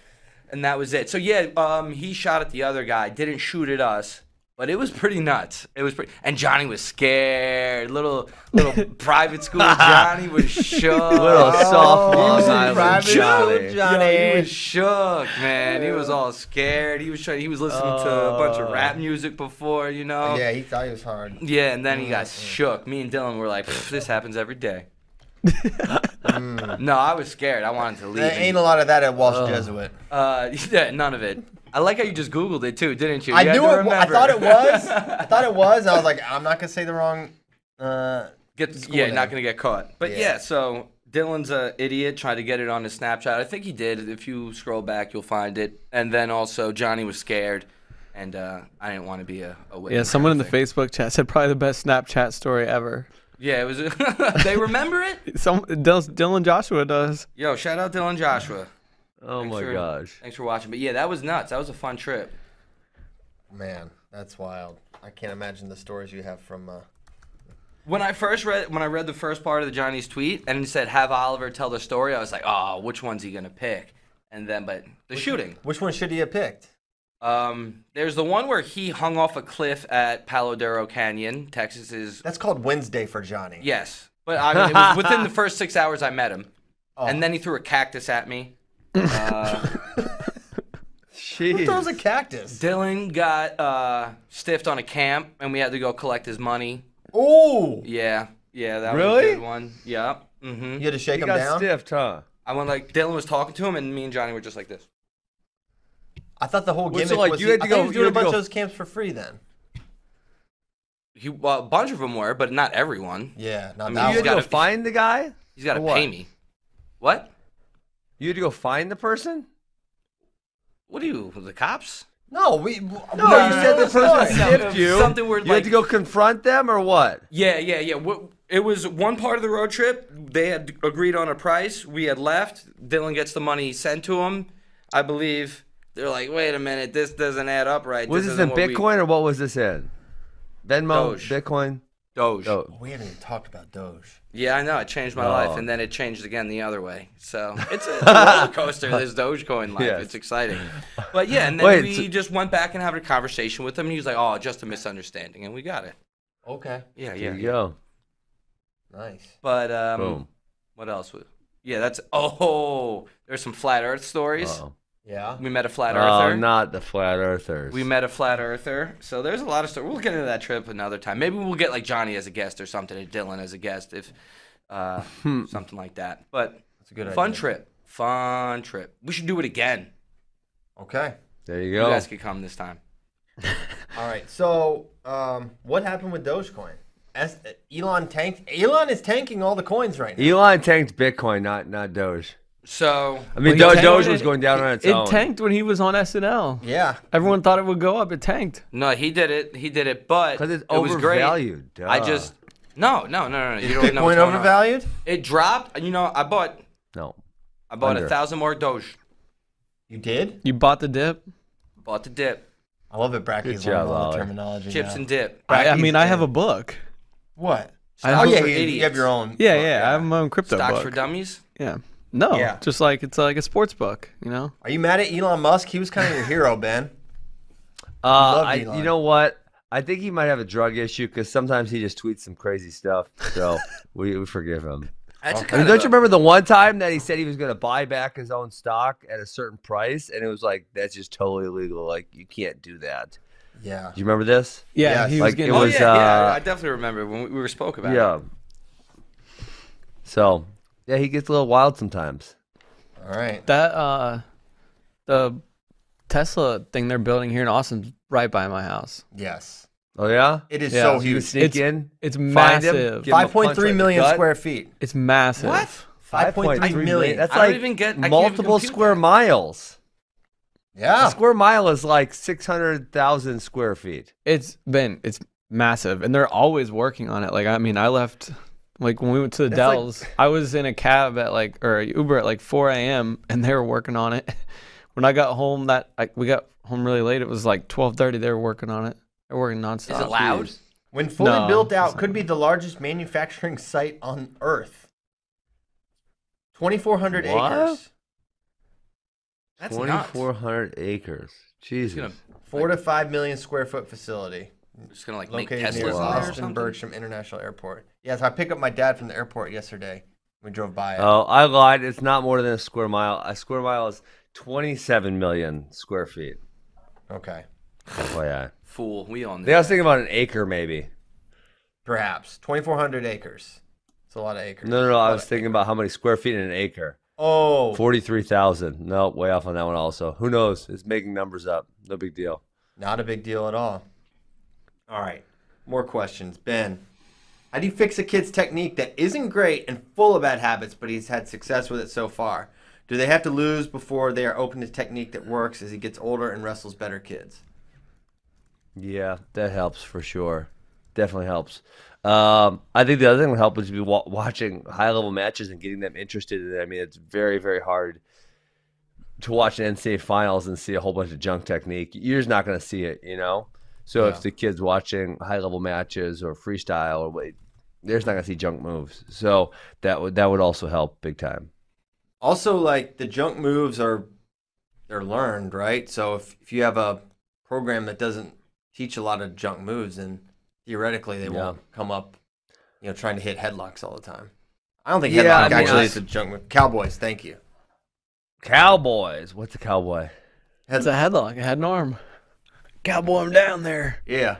Speaker 2: and that was it. So yeah, um, he shot at the other guy, didn't shoot at us, but it was pretty nuts. It was pretty and Johnny was scared. Little little private school Johnny was shook.
Speaker 3: Little soft
Speaker 1: Oh, he was
Speaker 3: Long
Speaker 1: in
Speaker 3: Island
Speaker 1: private
Speaker 3: Johnny.
Speaker 2: Yo, he was shook, man. He was all scared. He was sh- he was listening to a bunch of rap music before, you know.
Speaker 1: Oh. Yeah, he thought he was hard.
Speaker 2: Yeah, and then he got
Speaker 4: Mm-hmm.
Speaker 2: shook. Me and Dylan were like, "Pff, "This happens every day." no, I was scared. I wanted to leave.
Speaker 1: There ain't
Speaker 2: and-
Speaker 1: a lot of Mm. that at Walsh Jesuit.
Speaker 2: Uh, yeah, none of it. I like how you just Googled it too, didn't you?
Speaker 1: I
Speaker 2: You had
Speaker 1: knew it.
Speaker 2: to
Speaker 1: wa- I
Speaker 2: remember.
Speaker 1: thought it was. I thought it was. and I was like, I'm not gonna say the wrong. Uh,
Speaker 2: Get-
Speaker 1: school
Speaker 2: yeah,
Speaker 1: then.
Speaker 2: not gonna get caught. But
Speaker 1: Yeah.
Speaker 2: yeah, so Dylan's a idiot. Tried to get it on his Snapchat. I think he did. If you scroll back, you'll find it. And then also Johnny was scared, and uh, I didn't want to be a, a witness.
Speaker 4: Yeah, someone in the
Speaker 2: kind of
Speaker 4: Facebook chat said probably the best Snapchat story ever.
Speaker 2: thing. Yeah, it was. they remember it.
Speaker 4: Some Dylan Dylan Joshua does.
Speaker 2: Yo, shout out Dylan Joshua.
Speaker 3: Oh my
Speaker 2: for-
Speaker 3: gosh.
Speaker 2: Thanks for watching. But yeah, that was nuts. That was a fun trip.
Speaker 1: man, that's wild. I can't imagine the stories you have from. Uh,
Speaker 2: When I first read when I read the first part of the Johnny's tweet and it said have Oliver tell the story, I was like, oh, which one's he gonna pick? And then but the shooting.
Speaker 1: which one should he have picked?
Speaker 2: Um, there's the one where he hung off a cliff at Palo Duro Canyon, Texas's.
Speaker 1: That's called Wednesday for Johnny.
Speaker 2: Yes, but I mean it was within the first six hours I met him,
Speaker 1: Oh.
Speaker 2: and then he threw a cactus at me. Uh,
Speaker 1: Who throws a cactus?
Speaker 2: Dylan got uh, stiffed on a camp, and we had to go collect his money.
Speaker 1: Oh,
Speaker 2: Yeah, yeah, that was
Speaker 3: Really?
Speaker 2: a good one. Yeah. Mm-hmm.
Speaker 1: you had to shake
Speaker 3: He
Speaker 1: him
Speaker 3: got
Speaker 1: down.
Speaker 3: stiffed, huh?
Speaker 2: I went like Dylan was talking to him, and me and Johnny were just like this.
Speaker 1: I thought the whole
Speaker 3: Well, so,
Speaker 1: gimmick
Speaker 3: like,
Speaker 1: was
Speaker 3: you
Speaker 1: he-
Speaker 3: had to
Speaker 1: I thought
Speaker 3: go-
Speaker 1: he was
Speaker 3: you
Speaker 1: doing a
Speaker 3: had to
Speaker 1: bunch of
Speaker 3: go-
Speaker 1: those camps for free then.
Speaker 2: He, well, a bunch of them were, but not everyone.
Speaker 1: Yeah, not
Speaker 2: mean,
Speaker 1: that
Speaker 2: you
Speaker 3: you
Speaker 1: one.
Speaker 3: had to go
Speaker 2: gotta-
Speaker 3: find the guy.
Speaker 2: He's got to
Speaker 3: For what?
Speaker 2: pay me. What?
Speaker 3: You had to go find the person.
Speaker 2: What are you? The cops?
Speaker 1: No, we.
Speaker 3: No, you said the person stiffed you.
Speaker 2: Something where,
Speaker 3: you
Speaker 2: like-
Speaker 3: had to go confront them or what?
Speaker 2: Yeah, yeah, yeah. What, it was one part of the road trip. They had agreed on a price. We had left. Dylan gets the money sent to him. I believe they're like, wait a minute, this doesn't add up right.
Speaker 3: Was this,
Speaker 2: isn't
Speaker 3: in
Speaker 2: what we-"
Speaker 3: Bitcoin or what was this in? Venmo,
Speaker 2: Doge.
Speaker 3: Bitcoin.
Speaker 2: Doge.
Speaker 3: Oh,
Speaker 1: We haven't even talked about Doge.
Speaker 2: Yeah, I know. It changed my
Speaker 3: Oh.
Speaker 2: life, and then it changed again the other way. So it's a roller coaster. This Dogecoin life,
Speaker 3: Yes.
Speaker 2: it's exciting. But yeah, and then
Speaker 3: Wait,
Speaker 2: we
Speaker 3: so-
Speaker 2: just went back and had a conversation with him. And he was like, "Oh, just a misunderstanding," and we got it.
Speaker 1: Okay,
Speaker 2: Yeah,
Speaker 3: there
Speaker 2: yeah.
Speaker 3: you
Speaker 2: yeah.
Speaker 3: go.
Speaker 1: nice.
Speaker 2: But um,
Speaker 3: Boom.
Speaker 2: what else? Was, yeah, that's oh, there's some flat Earth stories.
Speaker 3: Uh-oh.
Speaker 1: Yeah.
Speaker 2: We met a flat
Speaker 3: Oh,
Speaker 2: Earther.
Speaker 3: not the flat earthers.
Speaker 2: We met a flat earther, so there's a lot of stuff. We'll get into that trip another time. Maybe we'll get like Johnny as a guest or something, and Dylan as a guest, if uh,
Speaker 3: Hmm.
Speaker 2: something like that. But
Speaker 1: That's a good
Speaker 2: fun
Speaker 1: idea.
Speaker 2: trip, fun trip. We should do it again.
Speaker 1: Okay.
Speaker 3: There you
Speaker 2: You
Speaker 3: go.
Speaker 2: guys could come this time.
Speaker 1: All right. So, um, what happened with Dogecoin? As Elon tanked. Elon is tanking all the coins right now.
Speaker 3: Elon tanked Bitcoin, not not Doge.
Speaker 2: So
Speaker 3: I mean,
Speaker 4: Well, he
Speaker 3: Do-
Speaker 4: tanked
Speaker 3: Doge
Speaker 4: when
Speaker 3: was
Speaker 4: it-
Speaker 3: going down on its
Speaker 4: It
Speaker 3: own.
Speaker 4: tanked when he was on SNL.
Speaker 1: Yeah.
Speaker 4: Everyone thought it would go up. It tanked.
Speaker 2: no, he did it. He did it, but
Speaker 3: 'Cause it's
Speaker 2: it was great.
Speaker 3: overvalued, duh.
Speaker 2: I just no, no, no, no. no. You don't know
Speaker 1: Bitcoin
Speaker 2: what's going on.
Speaker 1: overvalued.
Speaker 2: It dropped. You know, I bought
Speaker 3: No.
Speaker 2: I bought
Speaker 3: Under.
Speaker 2: a thousand more Doge.
Speaker 1: You did.
Speaker 4: You bought the dip.
Speaker 2: Bought the dip,
Speaker 1: I love it. Bracky's
Speaker 3: Good job,
Speaker 1: learning all the
Speaker 3: Ollie.
Speaker 1: terminology.
Speaker 2: chips
Speaker 1: now.
Speaker 2: and dip.
Speaker 4: I, I
Speaker 1: Rockies
Speaker 4: mean, I have
Speaker 1: did.
Speaker 4: a book.
Speaker 1: what?
Speaker 4: I
Speaker 1: oh
Speaker 4: have-
Speaker 1: yeah,
Speaker 2: for
Speaker 1: you, you
Speaker 2: idiots.
Speaker 1: have your own.
Speaker 4: Yeah,
Speaker 1: book,
Speaker 4: yeah, I have my own crypto
Speaker 2: Stocks
Speaker 4: book.
Speaker 2: for dummies.
Speaker 4: yeah. No,
Speaker 1: Yeah.
Speaker 4: just like it's like a sports book, you know.
Speaker 1: Are you mad at Elon Musk? He was kind of your hero, Ben.
Speaker 3: Uh,
Speaker 1: Love
Speaker 3: I,
Speaker 1: Elon.
Speaker 3: you know what? I think he might have a drug issue because sometimes he just tweets some crazy stuff. So we, we forgive him.
Speaker 2: That's
Speaker 3: I mean,
Speaker 2: kind
Speaker 3: don't
Speaker 2: of
Speaker 3: you remember the one time that he said he was going to buy back his own stock at a certain price, and it was like that's just totally illegal. Like you can't do that.
Speaker 1: Yeah.
Speaker 3: Do you remember this?
Speaker 4: Yeah,
Speaker 1: Yes.
Speaker 4: he was
Speaker 3: Like,
Speaker 4: getting.
Speaker 3: it
Speaker 2: Oh
Speaker 3: was,
Speaker 2: yeah, yeah.
Speaker 3: uh,
Speaker 2: I definitely remember when we, we were spoke about. it.
Speaker 3: Yeah. So yeah, he gets a little wild sometimes.
Speaker 1: All right.
Speaker 4: that uh, the Tesla thing they're building here in Austin's right by my house.
Speaker 1: Yes.
Speaker 3: Oh yeah,
Speaker 1: It is
Speaker 4: Yeah,
Speaker 1: so
Speaker 4: so
Speaker 3: you
Speaker 1: huge.
Speaker 3: sneak
Speaker 4: It's-
Speaker 3: in.
Speaker 4: It's
Speaker 3: him,
Speaker 4: massive.
Speaker 3: give him a
Speaker 1: Five
Speaker 3: punch
Speaker 1: point three
Speaker 3: right in the
Speaker 1: million
Speaker 3: gut.
Speaker 1: square feet.
Speaker 4: It's massive.
Speaker 2: What?
Speaker 1: 5.3 million.
Speaker 3: That's
Speaker 2: I don't
Speaker 3: like
Speaker 2: even get- I can't even
Speaker 3: multiple
Speaker 2: compute
Speaker 3: square
Speaker 2: that. Ah.
Speaker 3: miles. A
Speaker 1: Yeah.
Speaker 3: square mile is like 600,000 square feet.
Speaker 4: It's been it's massive, and they're always working on it. Like I mean, I left like when we went to the
Speaker 3: That's like-
Speaker 4: Dells, I was in a cab at like or Uber at like 4 a.m. and they were working on it. When I got home, that like we got home really late. It was like 12:30. They were working on it. They're working nonstop.
Speaker 2: Is it loud?
Speaker 1: When fully
Speaker 4: No,
Speaker 1: built
Speaker 4: it's
Speaker 1: out,
Speaker 4: not.
Speaker 1: could be the largest manufacturing site on Earth. 2,400
Speaker 3: What?
Speaker 1: acres.
Speaker 2: That's nuts.
Speaker 3: 2,400 acres. Jesus.
Speaker 2: gonna-
Speaker 1: Four to five million square foot facility
Speaker 2: Just gonna like make
Speaker 1: located
Speaker 2: Teslas in
Speaker 1: near
Speaker 2: there or
Speaker 1: Austin
Speaker 2: something.
Speaker 1: Bergstrom International Airport. Yeah, so I picked up my dad from the airport yesterday. We drove by it.
Speaker 3: Oh, I lied. It's not more than a square mile. A square mile is 27 million square feet.
Speaker 1: Okay.
Speaker 3: FYI.
Speaker 2: Fool, we on
Speaker 3: They
Speaker 2: this.
Speaker 3: was thinking about an acre, maybe.
Speaker 1: Perhaps. 2,400 acres. It's a lot of acres.
Speaker 3: No, no, no.
Speaker 1: Lot
Speaker 3: I
Speaker 1: of
Speaker 3: was thinking about how many square feet in an acre.
Speaker 1: Oh,
Speaker 3: 43,000. No, way off on that one also. Who knows? It's making numbers up. No big deal.
Speaker 1: not a big deal at all. All right. More questions. Ben, how do you fix a kid's technique that isn't great and full of bad habits, but he's had success with it so far? Do they have to lose before they are open to technique that works as he gets older and wrestles better kids?
Speaker 3: Yeah, that helps for sure. Definitely helps. Um, I think the other thing that helps is be wa- watching high level matches and getting them interested in it. I mean, it's very, very hard to watch an NCAA finals and see a whole bunch of junk technique. You're just not going to see it, you know? So if the kid's watching high level matches or freestyle or what, they're just not going to see junk moves. So that would that would also help big time.
Speaker 1: Also, like the junk moves are they're learned, right? So if, if you have a program that doesn't teach a lot of junk moves, then theoretically they
Speaker 3: Yeah.
Speaker 1: won't come up, you know, trying to hit headlocks all the time. I don't think
Speaker 3: Yeah,
Speaker 1: headlock
Speaker 3: I mean,
Speaker 1: actually
Speaker 3: I-
Speaker 1: is a junk move. Cowboys, thank you.
Speaker 3: Cowboys. What's a cowboy?
Speaker 4: It's a headlock. It had an arm. Cowboy, I'm down there.
Speaker 1: Yeah.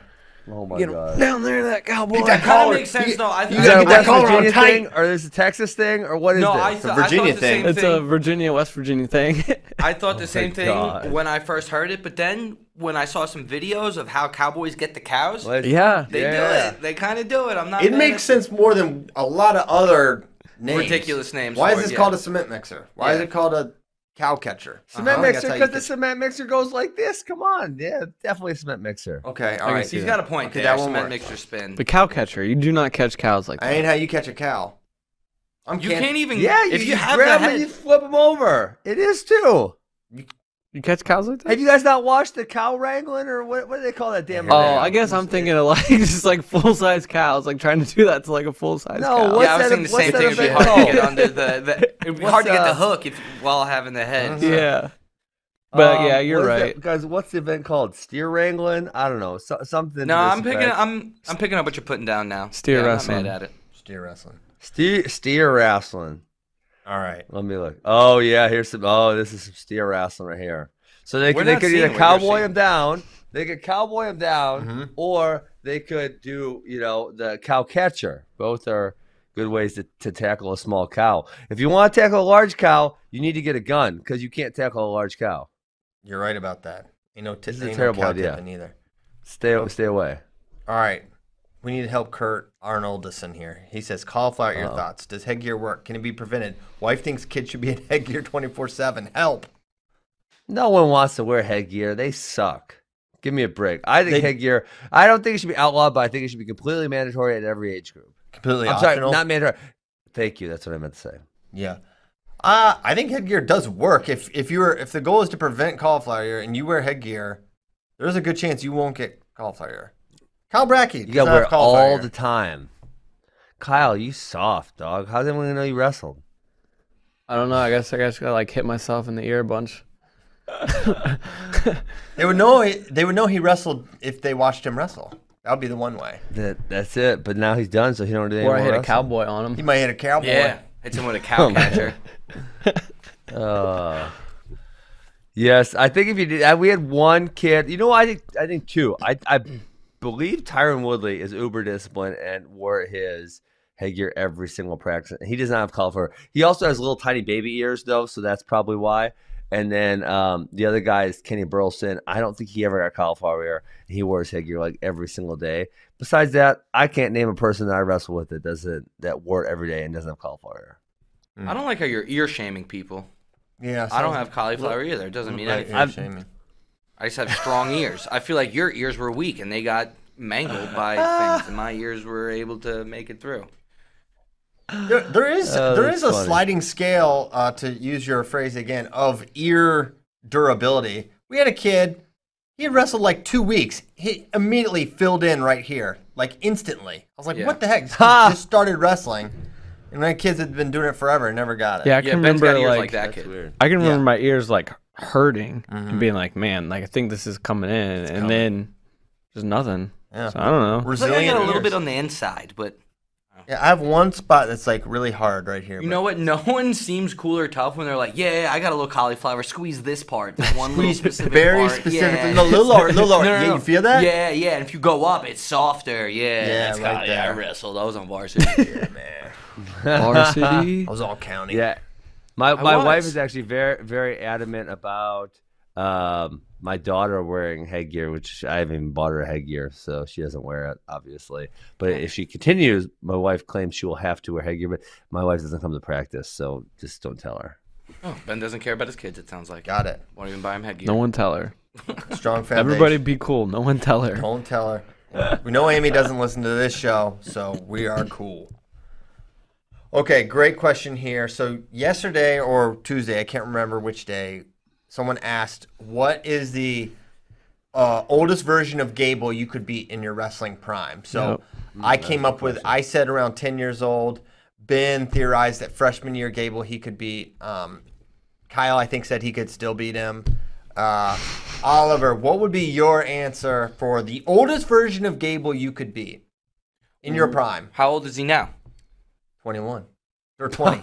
Speaker 3: Oh my
Speaker 4: Get him down there, that cowboy.
Speaker 1: that
Speaker 2: Kind
Speaker 1: collar.
Speaker 2: of makes sense
Speaker 1: You-
Speaker 2: though. I
Speaker 1: you
Speaker 2: think
Speaker 1: gotta
Speaker 3: Is that a
Speaker 1: get that
Speaker 3: West
Speaker 1: collar on
Speaker 3: Virginia
Speaker 1: tight.
Speaker 3: thing, or is this a Texas thing, or what is
Speaker 2: No,
Speaker 3: this?
Speaker 2: I, th- I
Speaker 1: Virginia
Speaker 2: thought the
Speaker 1: thing.
Speaker 2: same
Speaker 4: It's
Speaker 2: thing.
Speaker 4: a Virginia, West Virginia thing.
Speaker 2: I thought the same thing
Speaker 3: God.
Speaker 2: when I first heard it, but then when I saw some videos of how cowboys get the cows,
Speaker 3: What?
Speaker 4: yeah.
Speaker 2: they
Speaker 3: Yeah.
Speaker 2: do it. They kind of do it. I'm not.
Speaker 1: It
Speaker 2: mad
Speaker 1: makes
Speaker 2: at-
Speaker 1: sense more than a lot of other names.
Speaker 2: Ridiculous names
Speaker 1: Why is
Speaker 2: for it,
Speaker 1: this
Speaker 2: yeah.
Speaker 1: called a cement mixer? Why is
Speaker 2: Yeah.
Speaker 1: it called a cow catcher?
Speaker 3: Cement
Speaker 1: Uh-huh.
Speaker 3: mixer
Speaker 1: That's how you
Speaker 3: because the
Speaker 1: get-
Speaker 3: cement mixer goes like this. Come on, yeah, definitely a cement mixer.
Speaker 1: Okay, all right.
Speaker 4: see
Speaker 2: He's
Speaker 4: that.
Speaker 2: got a point.
Speaker 1: Okay,
Speaker 2: Okay,
Speaker 1: that
Speaker 2: there.
Speaker 1: one
Speaker 2: Cement
Speaker 1: works.
Speaker 2: mixture spin.
Speaker 4: The cow catcher. You do not catch cows like
Speaker 1: I
Speaker 4: that.
Speaker 1: ain't how you catch a cow. I'm
Speaker 2: You can't even.
Speaker 3: Yeah, you,
Speaker 2: if you,
Speaker 3: you
Speaker 2: have the
Speaker 3: grab 'em
Speaker 2: head,
Speaker 3: and you flip them over. It is too.
Speaker 4: You catch cows like that?
Speaker 3: Have you guys not watched the cow wrangling or what? What do they call that damn?
Speaker 1: Yeah.
Speaker 4: Oh,
Speaker 1: Yeah.
Speaker 4: I guess I'm thinking of like just like full size cows, like trying to do that to like a full size
Speaker 3: No,
Speaker 4: cow.
Speaker 3: what-
Speaker 2: yeah, I was
Speaker 3: what's
Speaker 2: thinking the
Speaker 3: that-
Speaker 2: same
Speaker 3: what's
Speaker 2: thing. It'd be
Speaker 3: that event
Speaker 2: hard to get
Speaker 3: called?
Speaker 2: under the. the it'd be
Speaker 3: What's,
Speaker 2: hard to get the
Speaker 3: uh,
Speaker 2: hook if while having the head.
Speaker 4: Uh-huh. Yeah. But yeah, you're
Speaker 3: what is that-
Speaker 4: right.
Speaker 3: guys. What's the event called? Steer wrangling? I don't know, so, something. to
Speaker 2: No,
Speaker 3: this
Speaker 2: I'm picking.
Speaker 3: effect.
Speaker 2: I'm I'm picking up what you're putting down now.
Speaker 4: Steer
Speaker 2: yeah, I'm
Speaker 4: wrestling.
Speaker 2: not mad at it.
Speaker 1: steer wrestling.
Speaker 3: steer steer wrestling.
Speaker 1: All right.
Speaker 3: Let me look. Oh yeah, here's some. Oh, this is some steer wrestling right here. So they
Speaker 2: We're
Speaker 3: could they
Speaker 2: not
Speaker 3: could
Speaker 2: seeing
Speaker 3: either
Speaker 2: what you're
Speaker 3: cowboy
Speaker 2: seeing. Mm-hmm.
Speaker 3: him down. They could cowboy him down,
Speaker 1: Mhm.
Speaker 3: or they could do you know the cow catcher. Both are good ways to, to tackle a small cow. If you want to tackle a large cow, you need to get a gun because you can't tackle a large cow.
Speaker 1: You're right about that. Ain't no, t-
Speaker 3: This is a
Speaker 1: ain't
Speaker 3: terrible
Speaker 1: no cow
Speaker 3: idea.
Speaker 1: tipping either.
Speaker 3: Stay stay away.
Speaker 1: All right. We need to help Kurt Arnoldison here. He says, cauliflower ear thoughts. Does headgear work? Can it be prevented? Wife thinks kids should be in headgear 24 7. Help.
Speaker 3: No one wants to wear headgear. They suck. Give me a break. I think headgear. I don't think it should be outlawed, but I think it should be completely mandatory at every age group.
Speaker 1: Completely
Speaker 3: I'm
Speaker 1: optional.
Speaker 3: sorry, not mandatory. Thank you. That's what I meant to say.
Speaker 1: yeah. Uh, I think headgear does work. If if you were if the goal is to prevent cauliflower ear and you wear headgear, there's a good chance you won't get cauliflower ear. Kyle Brackey.
Speaker 3: You got to wear it all the time. Kyle, you soft dog. How's anyone gonna know you wrestled?
Speaker 4: I don't know. I guess I guess I like hit myself in the ear a bunch.
Speaker 1: They would know he- they would know he wrestled if they watched him wrestle. That would be the one way.
Speaker 3: That that's it. But now he's done, so he don't do any
Speaker 4: Or I
Speaker 3: more
Speaker 4: hit a
Speaker 3: wrestling.
Speaker 4: cowboy on
Speaker 1: He
Speaker 4: him.
Speaker 1: might hit a cowboy.
Speaker 2: Yeah, hits him with a
Speaker 4: Oh,
Speaker 2: cow catcher.
Speaker 3: Uh, yes, I think if you did, I- we had one kid. You know, I think I think two. I I believe Tyron Woodley is uber disciplined and wore his headgear every single practice. He does not have cauliflower. He also has little tiny baby ears though, so that's probably why. And then um, the other guy is Kenny Burleson. I don't think he ever got cauliflower ear. He wore his headgear like every single day. Besides that, I can't name a person that I wrestle with that doesn't that wore it every day and doesn't have cauliflower ear.
Speaker 4: Mm.
Speaker 2: I don't like how you're ear shaming people.
Speaker 1: Yeah.
Speaker 2: I don't
Speaker 1: sounds-
Speaker 2: have cauliflower either. It doesn't mean
Speaker 1: Right,
Speaker 2: anything.
Speaker 1: yeah,
Speaker 3: I've-
Speaker 1: shaming.
Speaker 2: I just have strong ears. I feel like your ears were weak and they got mangled by things, and my ears were able to make it through.
Speaker 1: There, there is
Speaker 3: Oh,
Speaker 1: there
Speaker 3: that's
Speaker 1: is a
Speaker 3: funny.
Speaker 1: sliding scale uh, to use your phrase again of ear durability. We had a kid. He had wrestled like two weeks. He immediately filled in right here, like instantly. I was like,
Speaker 2: Yeah.
Speaker 1: "What the heck?" Just,
Speaker 3: Ha!
Speaker 1: just started wrestling, and my kids had been doing it forever and never got it.
Speaker 4: Yeah, I
Speaker 2: Yeah,
Speaker 4: can
Speaker 2: Ben's
Speaker 4: remember
Speaker 2: got ears
Speaker 4: like,
Speaker 2: like, that kid.
Speaker 3: weird.
Speaker 4: I can remember
Speaker 1: Yeah.
Speaker 4: my ears like hurting
Speaker 3: Mm-hmm.
Speaker 4: and being like, man, like I think this is coming in, and then just nothing.
Speaker 1: Yeah.
Speaker 4: So I don't know.
Speaker 2: It's like I
Speaker 1: resilient.
Speaker 2: got a little
Speaker 1: ears.
Speaker 2: bit on the inside, but
Speaker 1: yeah, I have one spot that's like really hard right here.
Speaker 2: you
Speaker 1: but-
Speaker 2: know what? No one seems cool or tough when they're like, "Yeah, yeah, I got a little cauliflower. Squeeze this part, this one little specific
Speaker 1: very
Speaker 2: part.
Speaker 1: specifically.
Speaker 2: Yeah.
Speaker 1: No, a little lower, a little lower.
Speaker 2: No, no,
Speaker 1: yeah,
Speaker 2: no.
Speaker 1: you feel that?
Speaker 2: Yeah, yeah. And if you go up, it's softer. Yeah,
Speaker 1: Yeah,
Speaker 2: that's
Speaker 1: right
Speaker 2: kinda- yeah, I
Speaker 1: there.
Speaker 2: wrestled. I was on varsity.
Speaker 1: man.
Speaker 4: Varsity.
Speaker 1: I was all counting.
Speaker 3: Yeah. My my wife
Speaker 2: was.
Speaker 3: is actually very very adamant about um my daughter wearing headgear, which I haven't even bought her headgear, so she doesn't wear it, obviously. But if she continues, my wife claims she will have to wear headgear, but my wife doesn't come to practice, so just don't tell her.
Speaker 2: oh, Ben doesn't care about his kids. It sounds like.
Speaker 1: Got it.
Speaker 2: Won't even buy him headgear.
Speaker 4: No one tell her.
Speaker 1: Strong foundation.
Speaker 4: Everybody be cool. No one tell her.
Speaker 1: Don't tell her. We know Amy doesn't listen to this show, so we are cool. Okay, great question here. So yesterday or Tuesday, I can't remember which day, someone asked, "What is the uh, oldest version of Gable you could be in your wrestling prime?" So I came up with, I said around ten years old. Ben theorized that freshman year Gable he could be um, Kyle, I think, said he could still beat him. Uh, Oliver, what would be your answer for the oldest version of Gable you could be in your prime?
Speaker 2: How old is he now?
Speaker 1: 21 or 20.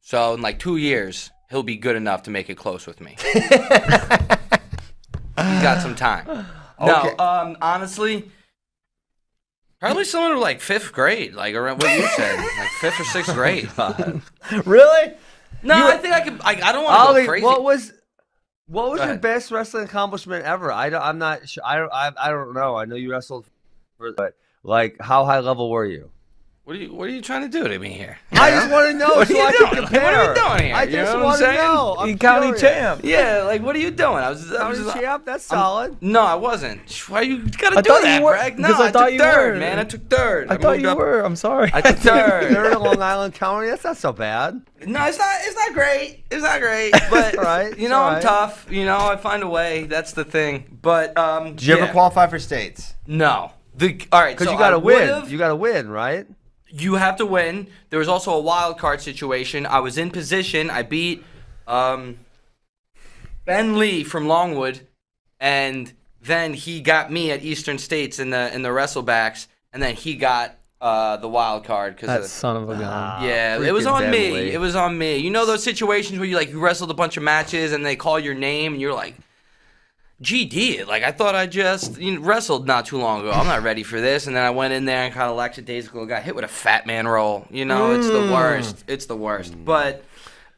Speaker 2: So in like two years, he'll be good enough to make it close with me. He's got some time.
Speaker 1: Okay.
Speaker 2: No, um, honestly, probably someone who like fifth grade, like around what you said, like fifth or sixth grade.
Speaker 1: really?
Speaker 2: No, I think I could. I, I don't want to
Speaker 3: Ollie,
Speaker 2: go crazy.
Speaker 3: what was what was
Speaker 2: Go
Speaker 3: your
Speaker 2: ahead.
Speaker 3: best wrestling accomplishment ever? I don't, I'm not sure. I don't I, I don't know. I know you wrestled, for, but like how high level were you?
Speaker 2: What are you What are you trying to do to me here?
Speaker 3: I just want to know
Speaker 2: What are
Speaker 3: so
Speaker 2: you
Speaker 3: I
Speaker 2: doing?
Speaker 3: can
Speaker 2: What are
Speaker 3: compare.
Speaker 2: we doing here?
Speaker 3: I
Speaker 2: You
Speaker 3: just
Speaker 2: know what I'm
Speaker 3: want to
Speaker 2: saying?
Speaker 3: know. I'm curious.
Speaker 2: Yeah, like what are you doing? I was. I was.
Speaker 3: County
Speaker 2: just-
Speaker 3: champ. That's solid.
Speaker 2: no, I wasn't. Why you gotta
Speaker 4: I
Speaker 2: do
Speaker 4: thought you
Speaker 2: that,
Speaker 4: were-
Speaker 2: Bragg? No,
Speaker 4: because I
Speaker 2: I,
Speaker 4: thought
Speaker 2: took
Speaker 4: you
Speaker 2: third,
Speaker 4: were.
Speaker 2: man. I took third.
Speaker 4: I thought
Speaker 2: moved
Speaker 4: you
Speaker 2: up-
Speaker 4: were. I'm sorry.
Speaker 2: I took third.
Speaker 3: Third in Long Island County. That's not so bad.
Speaker 2: No, it's not. It's not great. It's not great. But
Speaker 3: all
Speaker 2: you
Speaker 3: right, it's
Speaker 2: know,
Speaker 3: all
Speaker 2: I'm
Speaker 3: right.
Speaker 2: tough. You know, I find a way. That's the thing. But um,
Speaker 1: Did you
Speaker 2: yeah.
Speaker 1: ever qualify for states?
Speaker 2: No. The all right.
Speaker 3: Because
Speaker 2: so
Speaker 3: you got
Speaker 2: I
Speaker 3: to win.
Speaker 2: would've-
Speaker 3: You got to win, right?
Speaker 2: you have to win. There was also a wild card situation. I was in position. I beat um, Ben Lee from Longwood, and then he got me at Eastern States in the in the wrestlebacks, and then he got uh, the wild card
Speaker 4: that
Speaker 2: because.
Speaker 4: son of a gun.
Speaker 1: Uh,
Speaker 2: Yeah, it was
Speaker 3: Freaking
Speaker 2: on
Speaker 3: Ben
Speaker 2: me.
Speaker 3: Lee.
Speaker 2: It was on me. You know those situations where you like you wrestled a bunch of matches and they call your name and you're like, GD, like I thought I just you know, wrestled not too long ago. I'm not ready for this. And then I went in there and kind of lackadaisical, got hit with a fat man roll. You know, it's
Speaker 1: Mm.
Speaker 2: the worst. It's the worst. But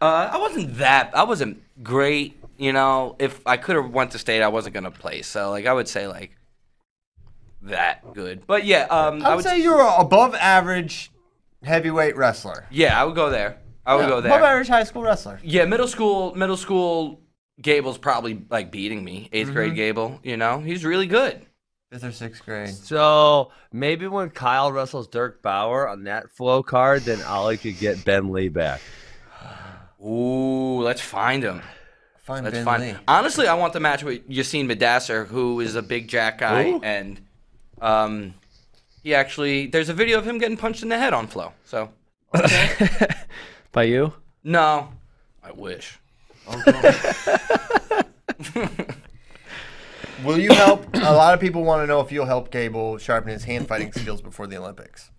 Speaker 2: uh, I wasn't that. I wasn't great. You know, if I could have went to state, I wasn't gonna play. So like I would say like that good. But yeah, um,
Speaker 1: I would, say you're a above average heavyweight wrestler.
Speaker 2: yeah, I would go there. I would go there.
Speaker 1: Above average high school wrestler.
Speaker 2: Yeah, middle school, middle school, Gable's probably like beating me. 8th
Speaker 1: Mm-hmm.
Speaker 2: grade Gable, you know, he's really good.
Speaker 1: Fifth or sixth grade.
Speaker 3: So maybe when Kyle wrestles Dirk Bauer on that flow card, then Ollie could get Ben Lee back.
Speaker 2: Ooh, let's find him.
Speaker 1: Fine,
Speaker 2: Let's
Speaker 1: ben
Speaker 2: find.
Speaker 1: Lee.
Speaker 2: Honestly, I want the match with Yassine Medasser, who is a big jack guy,
Speaker 3: Ooh.
Speaker 2: and um, he actually there's a video of him getting punched in the head on flow. So
Speaker 4: By you?
Speaker 2: no, I wish.
Speaker 1: Will you help? a lot of people want to know if you'll help Gable sharpen his hand fighting skills before the Olympics.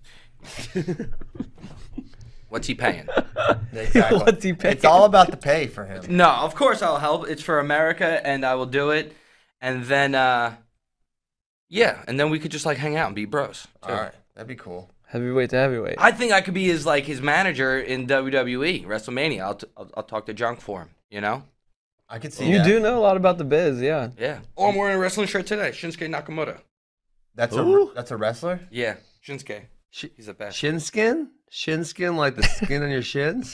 Speaker 2: What's he paying?
Speaker 1: Exactly.
Speaker 4: What's he paying?
Speaker 1: It's all about the pay for him.
Speaker 2: no, of course I'll help. It's for America, and I will do it. And then, uh, yeah, and then we could just like hang out and be bros. too.
Speaker 1: All right, that'd be cool.
Speaker 4: Heavyweight to heavyweight.
Speaker 2: I think I could be his like his manager in WWE WrestleMania. I'll, t- I'll, I'll talk to Junk for him. You know.
Speaker 1: I could see
Speaker 4: you
Speaker 1: that.
Speaker 4: do know a lot about the biz, yeah.
Speaker 2: Yeah. Oh, I'm wearing a wrestling shirt today. Shinsuke Nakamura.
Speaker 1: That's
Speaker 3: Ooh.
Speaker 1: a that's a wrestler.
Speaker 2: Yeah, Shinsuke.
Speaker 3: Sh-
Speaker 2: He's the best.
Speaker 3: Shin skin? Shin skin like the skin on your shins?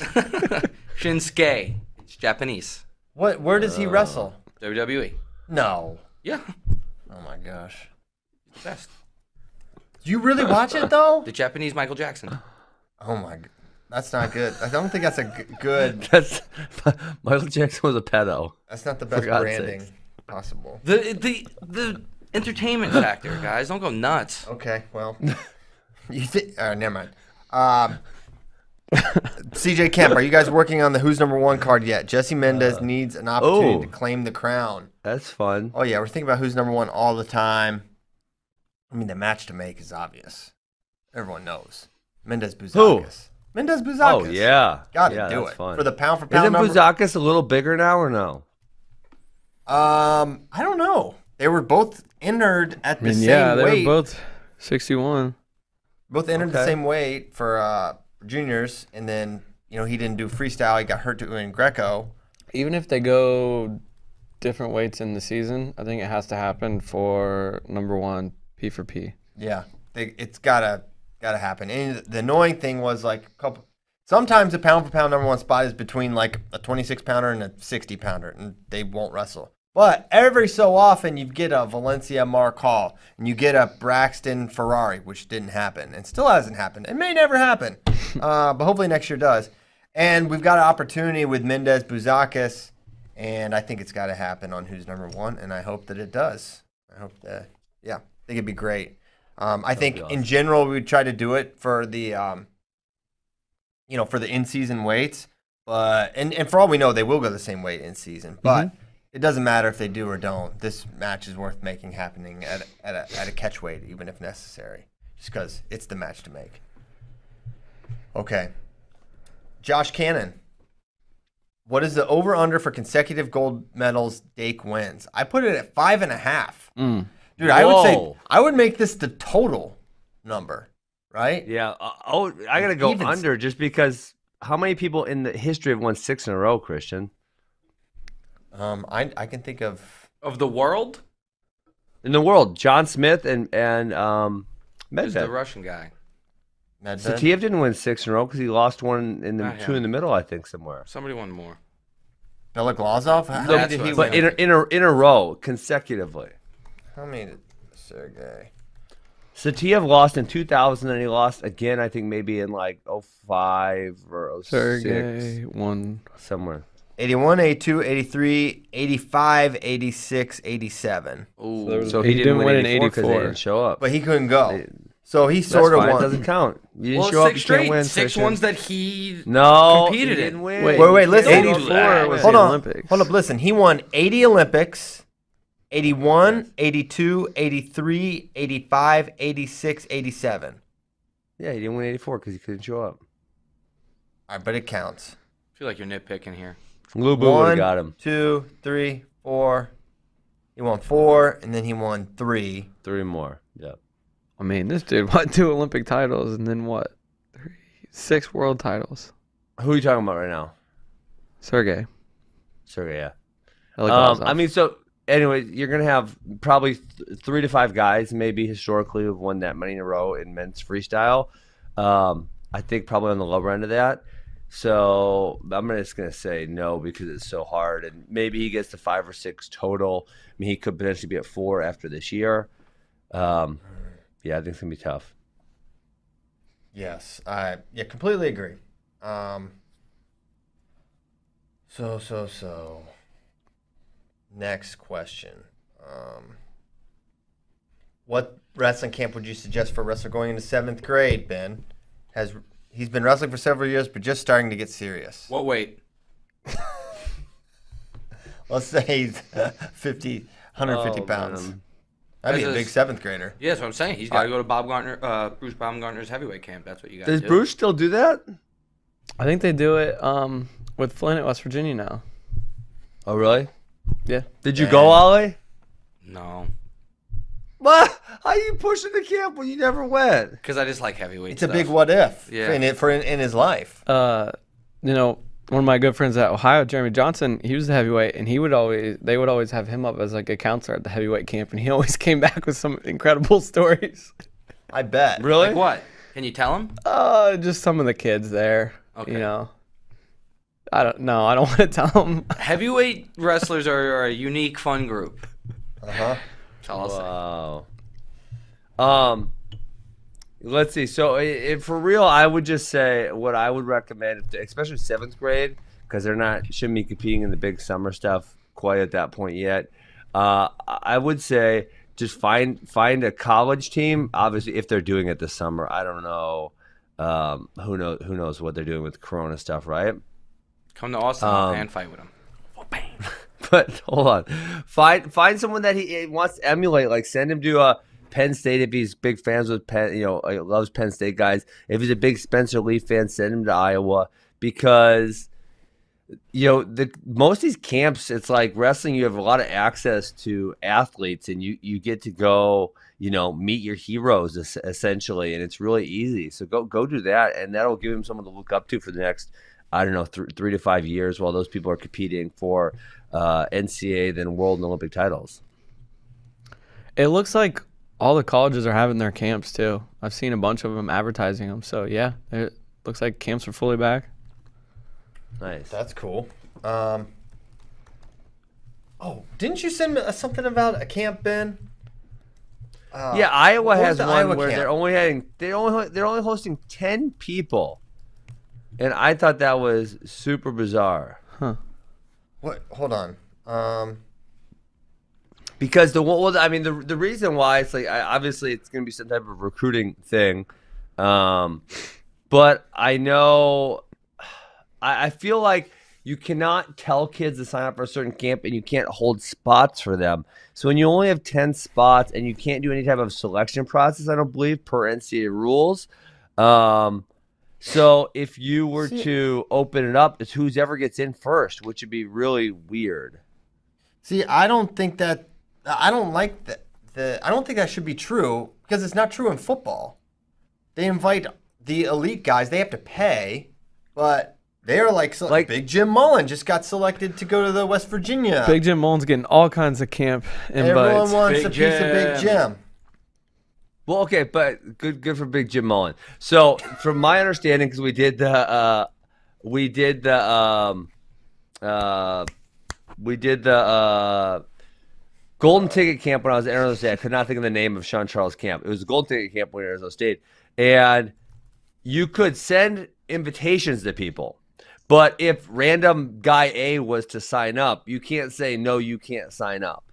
Speaker 2: Shinsuke. It's Japanese. E.
Speaker 1: What? Where does he wrestle?
Speaker 2: WWE.
Speaker 1: No.
Speaker 2: Yeah,
Speaker 1: Oh my gosh.
Speaker 2: best.
Speaker 1: Do you really watch it though?
Speaker 2: The Japanese Michael Jackson.
Speaker 1: Oh my. g- That's not good. I don't think that's a g- good.
Speaker 3: That's Michael Jackson was a pedo.
Speaker 1: That's not the best
Speaker 3: God's
Speaker 1: branding
Speaker 3: sakes.
Speaker 1: possible.
Speaker 2: The the the entertainment factor, guys. Don't go nuts.
Speaker 1: Okay. Well. you think? Uh, never mind. Um. CJ Kemp, are you guys working on the Who's Number One card yet? Jesse Mendez needs an opportunity
Speaker 3: Uh, oh.
Speaker 1: to claim the crown.
Speaker 3: That's fun.
Speaker 1: Oh yeah, we're thinking about who's number one all the time. I mean, the match to make is obvious. Everyone knows Mendez Buzakis. Mendez Buzakis.
Speaker 3: Oh yeah.
Speaker 1: gotta
Speaker 3: yeah,
Speaker 1: do
Speaker 3: that's
Speaker 1: it
Speaker 3: fun.
Speaker 1: for the pound for pound
Speaker 3: Isn't
Speaker 1: number.
Speaker 3: Buzakis a little bigger now or no?
Speaker 1: um, I don't know. They were both entered at
Speaker 4: I
Speaker 1: the
Speaker 4: mean,
Speaker 1: same
Speaker 4: yeah, they
Speaker 1: weight.
Speaker 4: were both 61.
Speaker 1: both entered the
Speaker 3: Okay.
Speaker 1: same weight for uh, juniors, and then you know he didn't do freestyle. He got hurt doing Greco.
Speaker 4: Even if they go different weights in the season, I think it has to happen for number one, P for P.
Speaker 1: Yeah, they, it's gotta gotta happen. And the annoying thing was like a couple. Sometimes the pound for pound number one spot is between like a 26 pounder and a 60 pounder, and they won't wrestle. But every so often you get a Valencia Mark Hall and you get a Braxton Ferrari, which didn't happen and still hasn't happened. It may never happen, uh, but hopefully next year does. And we've got an opportunity with Mendez Buzakis, and I think it's got to happen on who's number one, and I hope that it does. I hope that, yeah, I think it'd be great. Um, I think
Speaker 3: be
Speaker 1: in
Speaker 3: awesome.
Speaker 1: general we would try to do it for the, um, you know, for the in season weights, but and and for all we know they will go the same weight in season,
Speaker 3: Mm-hmm.
Speaker 1: but. It doesn't matter if they do or don't. This match is worth making happening at at a, at a catch weight, even if necessary, just because it's the match to make. Okay, Josh Cannon. What is the over under for consecutive gold medals Dake wins? I put it at five and a half. Dude, I would say
Speaker 3: Mm. Whoa.
Speaker 1: I would make this the total number, right?
Speaker 3: Yeah. uh, Oh, I gotta go
Speaker 1: Even s-
Speaker 3: under just because. How many people in the history have won six in a row, Christian?
Speaker 1: Um, I I can think of
Speaker 2: Of the world,
Speaker 3: In the world, John Smith and and um,
Speaker 2: who's the
Speaker 3: Medvedev.
Speaker 2: Russian guy?
Speaker 1: Medvedev.
Speaker 3: Satiev didn't win six in a row because he lost one in the
Speaker 1: Ah,
Speaker 2: Not
Speaker 3: two
Speaker 2: him.
Speaker 3: in the middle, I think, somewhere.
Speaker 2: Somebody won more.
Speaker 1: Belaglazov. How,
Speaker 2: No,
Speaker 1: how did
Speaker 2: but-
Speaker 1: he
Speaker 3: But
Speaker 1: win?
Speaker 3: in a, in a in a row consecutively,
Speaker 1: How many did Sergey?
Speaker 3: Satiev lost in 2000, and he lost again. I think maybe in like 05 or 06,
Speaker 4: Sergey, one.
Speaker 3: somewhere.
Speaker 1: 81, 82, 83, 85, 86, 87.
Speaker 2: Ooh,
Speaker 4: there was-
Speaker 3: So
Speaker 4: He
Speaker 3: he,
Speaker 4: didn't win in
Speaker 3: 84 'cause they
Speaker 4: 84.
Speaker 3: didn't show up.
Speaker 1: But he couldn't go. So he sort of
Speaker 3: It
Speaker 1: won.
Speaker 3: doesn't count. You didn't
Speaker 2: well,
Speaker 3: show up.
Speaker 2: six
Speaker 3: You can't
Speaker 2: straight,
Speaker 3: win.
Speaker 2: six
Speaker 3: Christian.
Speaker 2: ones that he
Speaker 3: No,
Speaker 2: competed
Speaker 3: he
Speaker 2: in.
Speaker 3: didn't win.
Speaker 4: Wait,
Speaker 1: wait, wait, listen.
Speaker 3: Eighty-four
Speaker 2: 84
Speaker 3: was
Speaker 1: Hold
Speaker 3: the
Speaker 1: on.
Speaker 4: Olympics.
Speaker 1: Hold up, listen. He won 80 Olympics, 81, 82, 83, 85, 86, 87.
Speaker 3: Yeah, he didn't win 84 because he couldn't show up.
Speaker 1: All right, but it counts.
Speaker 2: I feel like you're nitpicking here.
Speaker 3: Lou Boo would
Speaker 1: One,
Speaker 3: have got him.
Speaker 1: two, three, four. He won four, and then he won three.
Speaker 3: Three more. Yeah.
Speaker 4: I mean, this dude won two Olympic titles and then what? Three, six world titles.
Speaker 3: Who are you talking about right now?
Speaker 4: Sergey.
Speaker 3: Sergey, yeah.
Speaker 4: Belaglazov.
Speaker 3: Um, I mean, so anyway, you're gonna have probably th- three to five guys, maybe historically, who've won that many in a row in men's freestyle. Um, I think probably on the lower end of that. So I'm gonna- just gonna say no because it's so hard, and maybe he gets to five or six total. I mean, he could potentially be at four after this year. Um, yeah, I think it's gonna be tough.
Speaker 1: Yes, I yeah completely agree. Um, so so so. Next question. Um, what wrestling camp would you suggest for a wrestler going into seventh grade? Ben has he's been wrestling for several years, but just starting to get serious.
Speaker 2: Well, wait.
Speaker 1: Let's say he's 50, 150
Speaker 3: Oh,
Speaker 1: pounds.
Speaker 3: man.
Speaker 1: That'd be a
Speaker 2: This
Speaker 1: big
Speaker 2: is-
Speaker 1: seventh grader.
Speaker 2: Yeah, that's what I'm saying. He's got to go to Bob Gartner, uh, Bruce Baumgartner's heavyweight camp. That's what you got.
Speaker 3: Does
Speaker 2: do.
Speaker 3: Bruce still do that?
Speaker 4: I think they do it um, with Flynn at West Virginia now.
Speaker 3: Oh, really?
Speaker 4: Yeah.
Speaker 3: Did you go,
Speaker 1: Dang.
Speaker 3: Ollie?
Speaker 2: No,
Speaker 3: What? How you pushing the camp when you never went?
Speaker 2: because I just like heavyweight.
Speaker 1: It's a
Speaker 2: stuff.
Speaker 1: big what if
Speaker 2: Yeah.
Speaker 1: in it for in, in his life.
Speaker 4: Uh, you know, one of my good friends at Ohio, Jeremy Johnson, he was the heavyweight, and he would always they would always have him up as like a counselor at the heavyweight camp, and he always came back with some incredible stories.
Speaker 1: I bet.
Speaker 3: Really?
Speaker 2: Like what? Can you tell him?
Speaker 4: Uh, just some of the kids there.
Speaker 2: Okay.
Speaker 4: You know, I don't know. I don't want to tell them.
Speaker 2: Heavyweight wrestlers are, are a unique, fun group.
Speaker 1: Uh huh.
Speaker 2: That's all I'll say.
Speaker 3: Wow. Um, let's see. So, i if for real, I would just say what I would recommend, if- especially seventh grade, because they're not shouldn't be competing in the big summer stuff quite at that point yet. Uh, I would say just find find a college team. Obviously, if they're doing it this summer, I don't know. Um, who knows? Who knows what they're doing with Corona stuff, right?
Speaker 2: Come to Austin
Speaker 3: Um,
Speaker 2: and fight with him. Bang.
Speaker 3: But hold on, find find someone that he, he wants to emulate. Like send him to a Penn State if he's big fans with Penn. You know, uh, loves Penn State guys. If he's a big Spencer Lee fan, send him to Iowa because you know the most of these camps. It's like wrestling. You have a lot of access to athletes, and you you get to go. You know, meet your heroes es- essentially, and it's really easy. So go go do that, and that'll give him someone to look up to for the next. I don't know, thr three to five years while those people are competing for uh, NCAA than world and Olympic titles.
Speaker 4: It looks like all the colleges are having their camps too. I've seen a bunch of them advertising them. So yeah, it looks like camps are fully back.
Speaker 3: Nice.
Speaker 1: That's cool. Um, oh, didn't you send me uh, something about a camp, Ben? Uh,
Speaker 3: yeah, Iowa
Speaker 1: what was
Speaker 3: has
Speaker 1: the
Speaker 3: one
Speaker 1: Iowa
Speaker 3: where
Speaker 1: camp?
Speaker 3: they're only having they only they're only hosting ten people, and I thought that was super bizarre
Speaker 1: What? Hold on. Um,
Speaker 3: because the one- well, I mean the the reason why it's like I, obviously it's going to be some type of recruiting thing, um, but I know I, I feel like you cannot tell kids to sign up for a certain camp and you can't hold spots for them. So when you only have 10 spots and you can't do any type of selection process, I don't believe, per NCAA rules. Um, so if you were to open it up, it's who's ever gets in first, which would be really weird.
Speaker 1: see, I don't think that. I don't like that. The I don't think that should be true because it's not true in football. They invite the elite guys; they have to pay, but they are like so,
Speaker 3: Like-
Speaker 1: like Big Jim Mullen just got selected to go to the West Virginia.
Speaker 4: Big Jim Mullen's getting all kinds of camp
Speaker 1: Everyone
Speaker 4: invites.
Speaker 1: wants
Speaker 2: Big
Speaker 1: a piece of Big
Speaker 2: Jim.
Speaker 1: Jim.
Speaker 3: Well, okay, but good, good for Big Jim Mullen. So, from my understanding, because we did the, uh, we did the, um, uh, we did the uh, Golden Ticket Camp when I was at Arizona State. I could not think of the name of Sean Charles Camp. It was a Golden Ticket Camp when I was at Arizona State, and you could send invitations to people. But if random guy A was to sign up, you can't say no. You can't sign up.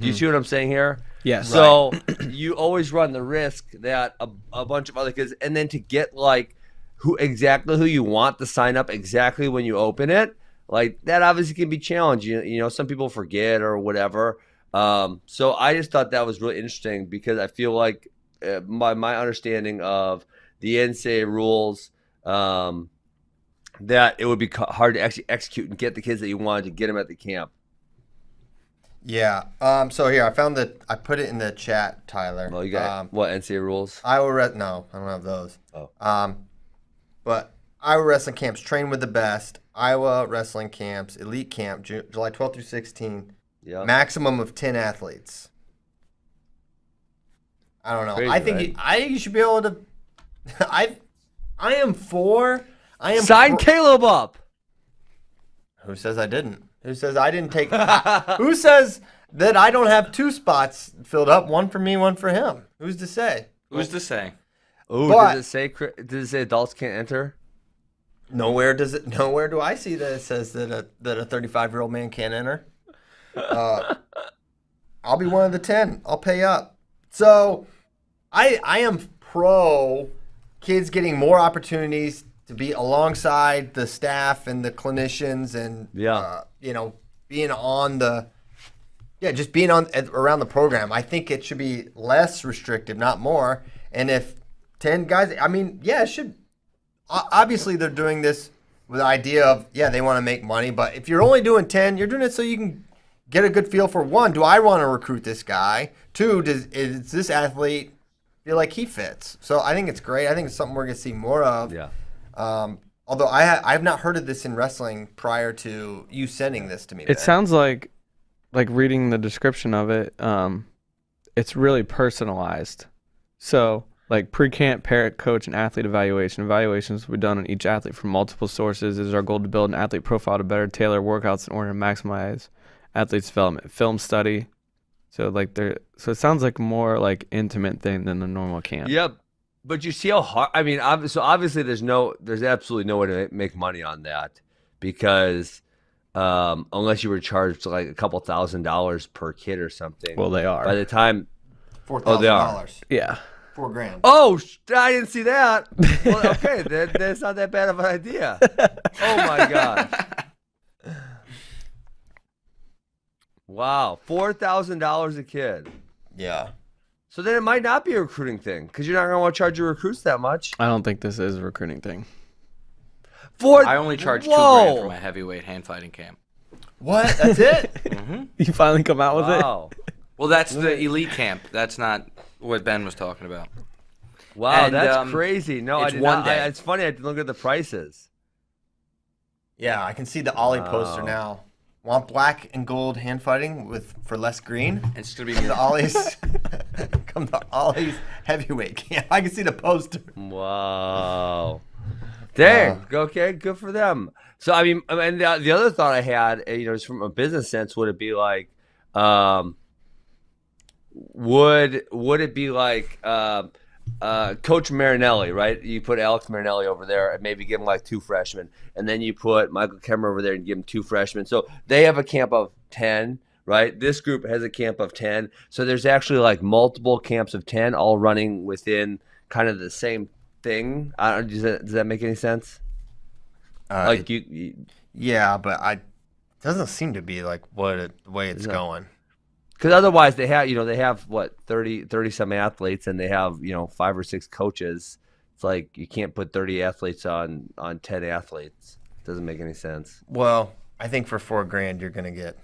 Speaker 3: Do you see what I'm saying here?
Speaker 4: Yes.
Speaker 3: So you always run the risk that a, a bunch of other kids, and then to get like who exactly who you want to sign up exactly when you open it, like that obviously can be challenging. You, you know, some people forget or whatever. Um, so I just thought that was really interesting because I feel like uh, my my understanding of the NCAA rules um, that it would be ca- hard to actually execute and get the kids that you wanted to get them at the camp.
Speaker 1: Yeah. Um, so here, I found that I put it in the chat, Tyler.
Speaker 3: Well, you got
Speaker 1: um,
Speaker 3: what NCAA rules?
Speaker 1: Iowa. Re- no, I don't have those.
Speaker 3: Oh.
Speaker 1: Um, but Iowa wrestling camps, train with the best. Iowa wrestling camps, elite camp, Ju- July 12th through 16th.
Speaker 3: Yeah.
Speaker 1: Maximum of ten athletes. I don't know.
Speaker 3: Crazy,
Speaker 1: I think
Speaker 3: right?
Speaker 1: you, I think you should be able to. I I am for. I am
Speaker 3: Sign
Speaker 1: for-
Speaker 3: Caleb up.
Speaker 1: Who says I didn't? Who says I didn't take? who says that I don't have two spots filled up? One for me, one for him. Who's to say?
Speaker 2: Who's to say?
Speaker 3: Ooh,
Speaker 1: But-
Speaker 3: does it say cri- does it say adults can't enter?
Speaker 1: Nowhere does it. Nowhere do I see that it says that a that a 35 year old man can't enter. Uh, I'll be one of the ten. I'll pay up. So, I I am pro kids getting more opportunities to be alongside the staff and the clinicians and
Speaker 3: Yeah.
Speaker 1: uh, you know being on the yeah just being on at- around the program. I think it should be less restrictive, not more. And if ten guys, I mean, yeah, it should o- obviously they're doing this with the idea of yeah they want to make money but if you're only doing 10 you're doing it so you can get a good feel for one do i want to recruit this guy two does is this athlete feel like he fits so i think it's great i think it's something we're going to see more of
Speaker 3: Yeah.
Speaker 1: um, although i ha- i've not heard of this in wrestling prior to you sending this to me
Speaker 4: It
Speaker 1: Ben.
Speaker 4: sounds like, like reading the description of it, um, it's really personalized. So, like pre camp, parent, coach, and athlete evaluation. Evaluations will be done on each athlete from multiple sources. It is our goal to build an athlete profile to better tailor workouts in order to maximize athletes' development. Film study. So like there, so it sounds like more like intimate thing than the normal camp.
Speaker 3: Yep. But you see how hard? I mean, obvi- so obviously there's no, there's absolutely no way to make money on that because um, unless you were charged like a couple thousand dollars per kid or something.
Speaker 4: Well, they
Speaker 3: by
Speaker 4: are.
Speaker 3: the time, Oh, they are.
Speaker 1: $4000
Speaker 4: Yeah.
Speaker 1: four grand
Speaker 3: oh, sh- I didn't see that. Well, okay, that, that's not that bad of an idea. Oh my god. Wow, four thousand dollars a kid.
Speaker 1: yeah
Speaker 3: So then it might not be a recruiting thing because you're not gonna want to charge your recruits that much.
Speaker 4: I don't think this is a recruiting thing.
Speaker 3: Four.
Speaker 2: I only charge two grand
Speaker 3: Whoa.
Speaker 2: for my heavyweight hand fighting camp.
Speaker 1: what that's it
Speaker 4: You finally come out with it.
Speaker 3: Wow.
Speaker 2: Well, that's the elite camp. That's not what Ben was talking about.
Speaker 3: Wow,
Speaker 2: And,
Speaker 3: that's
Speaker 2: um,
Speaker 3: crazy. No, I
Speaker 2: it's
Speaker 3: did
Speaker 2: one
Speaker 3: not. I-
Speaker 2: day.
Speaker 3: it's funny. I didn't look at the prices.
Speaker 1: yeah i can see the ollie poster
Speaker 3: Wow.
Speaker 1: now want black and gold hand fighting with for less green
Speaker 2: It's gonna be
Speaker 1: Come to Ollie's. come to Ollie's heavyweight camp. I can see the poster.
Speaker 3: Wow. Dang. okay. Good for them. So I mean, and the, the other thought I had, uh, you know, is from a business sense, would it be like, um, would would it be like um uh, Coach Marinelli, right? You put Alex Marinelli over there and maybe give him like two freshmen, and then you put Michael Kemmer over there and give him two freshmen. So they have a camp of ten, right? This group has a camp of ten. So there's actually like multiple camps of ten, all running within kind of the same thing. I don't, does, that, does that make any sense?
Speaker 1: Uh,
Speaker 3: Like you, you
Speaker 1: yeah, but I doesn't seem to be like what it, the way it's
Speaker 3: No.
Speaker 1: going.
Speaker 3: because otherwise they have you know they have what 30 30 some athletes and they have you know five or six coaches it's like you can't put 30 athletes on on 10 athletes doesn't make any sense
Speaker 1: Well, I think for four grand you're gonna get.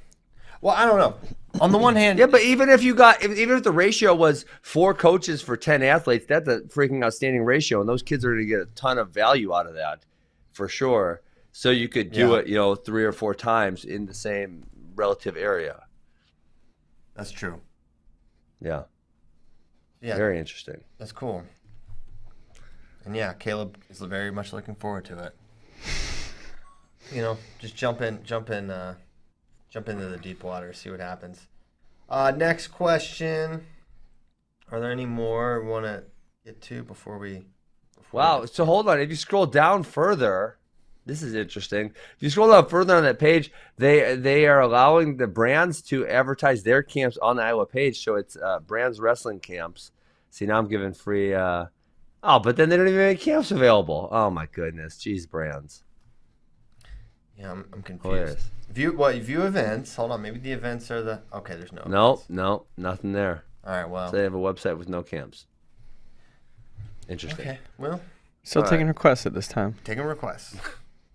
Speaker 1: Well, I don't know. On the one hand,
Speaker 3: yeah but even if you got if, even if the ratio was four coaches for 10 athletes that's a freaking outstanding ratio and those kids are going to get a ton of value out of that for sure so you could do
Speaker 1: Yeah.
Speaker 3: it you know three or four times in the same relative area
Speaker 1: that's true.
Speaker 3: yeah
Speaker 1: Yeah,
Speaker 3: very interesting
Speaker 1: that's cool. And yeah, Caleb is very much looking forward to it. You know, just jump in, jump in, uh, jump into the deep water, see what happens. Uh, next question: Are there any more we want to get to before we? Before
Speaker 3: Wow.
Speaker 1: we-
Speaker 3: So hold on. If you scroll down further, this is interesting. If you scroll down further on that page, they they are allowing the brands to advertise their camps on the Iowa page. So it's uh, brands wrestling camps. See, now I'm giving free. Uh, oh, but then they don't even make camps available. Oh my goodness. Jeez, brands.
Speaker 1: Yeah, I'm, I'm confused.
Speaker 3: Hilarious.
Speaker 1: View what view events? Hold on, maybe the events are the okay. There's no.
Speaker 3: No,
Speaker 1: events.
Speaker 3: no, nothing there.
Speaker 1: All right. Well.
Speaker 3: So they have a website with no camps. Interesting.
Speaker 1: Okay. Well,
Speaker 4: Still
Speaker 3: All
Speaker 4: taking requests at this time.
Speaker 1: taking requests.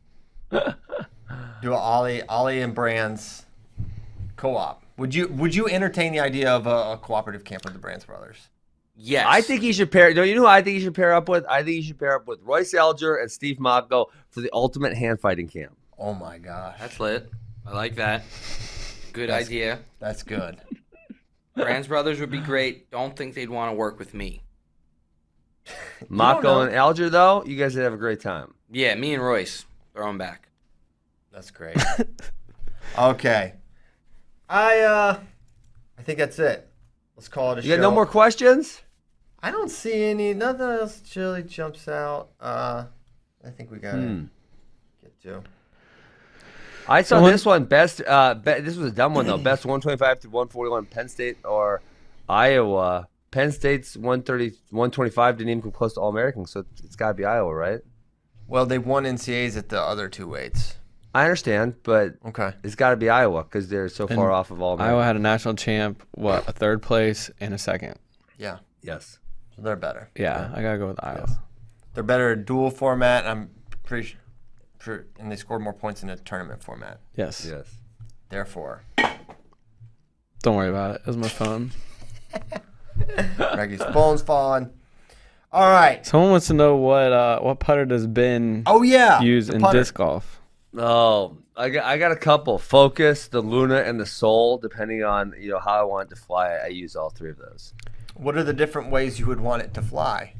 Speaker 1: Do a Ollie, Ollie and Brands co-op. Would you Would you entertain the idea of a, a cooperative camp with the Brands brothers?
Speaker 2: Yes.
Speaker 3: I think he should pair. Don't you know who I think he should pair up with? I think he should pair up with Royce Alger and Steve Mocko for the ultimate hand fighting camp.
Speaker 1: Oh my gosh.
Speaker 2: that's lit. I like that. Good
Speaker 1: That's-
Speaker 2: idea.
Speaker 1: That's good.
Speaker 2: Brands Brothers would be great. Don't think they'd want to work with me.
Speaker 3: Mako
Speaker 1: know.
Speaker 3: and Alger, though, you guys would have a great time.
Speaker 2: Yeah, me and Royce. Throw him back.
Speaker 1: That's great. okay. I uh I think that's it. Let's call it a
Speaker 3: You
Speaker 1: show.
Speaker 3: got no more questions?
Speaker 1: I don't see any nothing else really jumps out. Uh I think we gotta
Speaker 3: Hmm.
Speaker 1: get to.
Speaker 3: I saw
Speaker 4: Someone-
Speaker 3: this one best. Uh, be, this was a dumb one though. Best 125 to 141. Penn State or Iowa. Penn State's 130, 125 didn't even come close to All American, so it's got to be Iowa, right?
Speaker 1: Well, they won NCAs at the other two weights.
Speaker 3: I understand, but
Speaker 1: Okay.
Speaker 3: it's got to be Iowa because they're so far off of All American.
Speaker 4: Iowa had a national champ, what, a third place and a second.
Speaker 1: Yeah.
Speaker 3: Yes.
Speaker 1: So they're better.
Speaker 4: Yeah, I gotta go with Iowa.
Speaker 1: They're better at dual format. I'm pretty sure. Pre- and they scored more points in a tournament format.
Speaker 4: Yes.
Speaker 3: Yes.
Speaker 1: Therefore,
Speaker 4: Don't worry about it. It was my phone.
Speaker 1: Reggie's bones falling. All right.
Speaker 4: Someone wants to know what uh, what putter does Ben
Speaker 1: Oh yeah.
Speaker 4: use
Speaker 1: the
Speaker 4: in
Speaker 1: putter.
Speaker 4: disc golf?
Speaker 3: Oh, I got, I got a couple. Focus, the Luna, and the Soul. Depending on you know how I want it to fly, I use all three of those.
Speaker 1: What are the different ways you would want it to fly?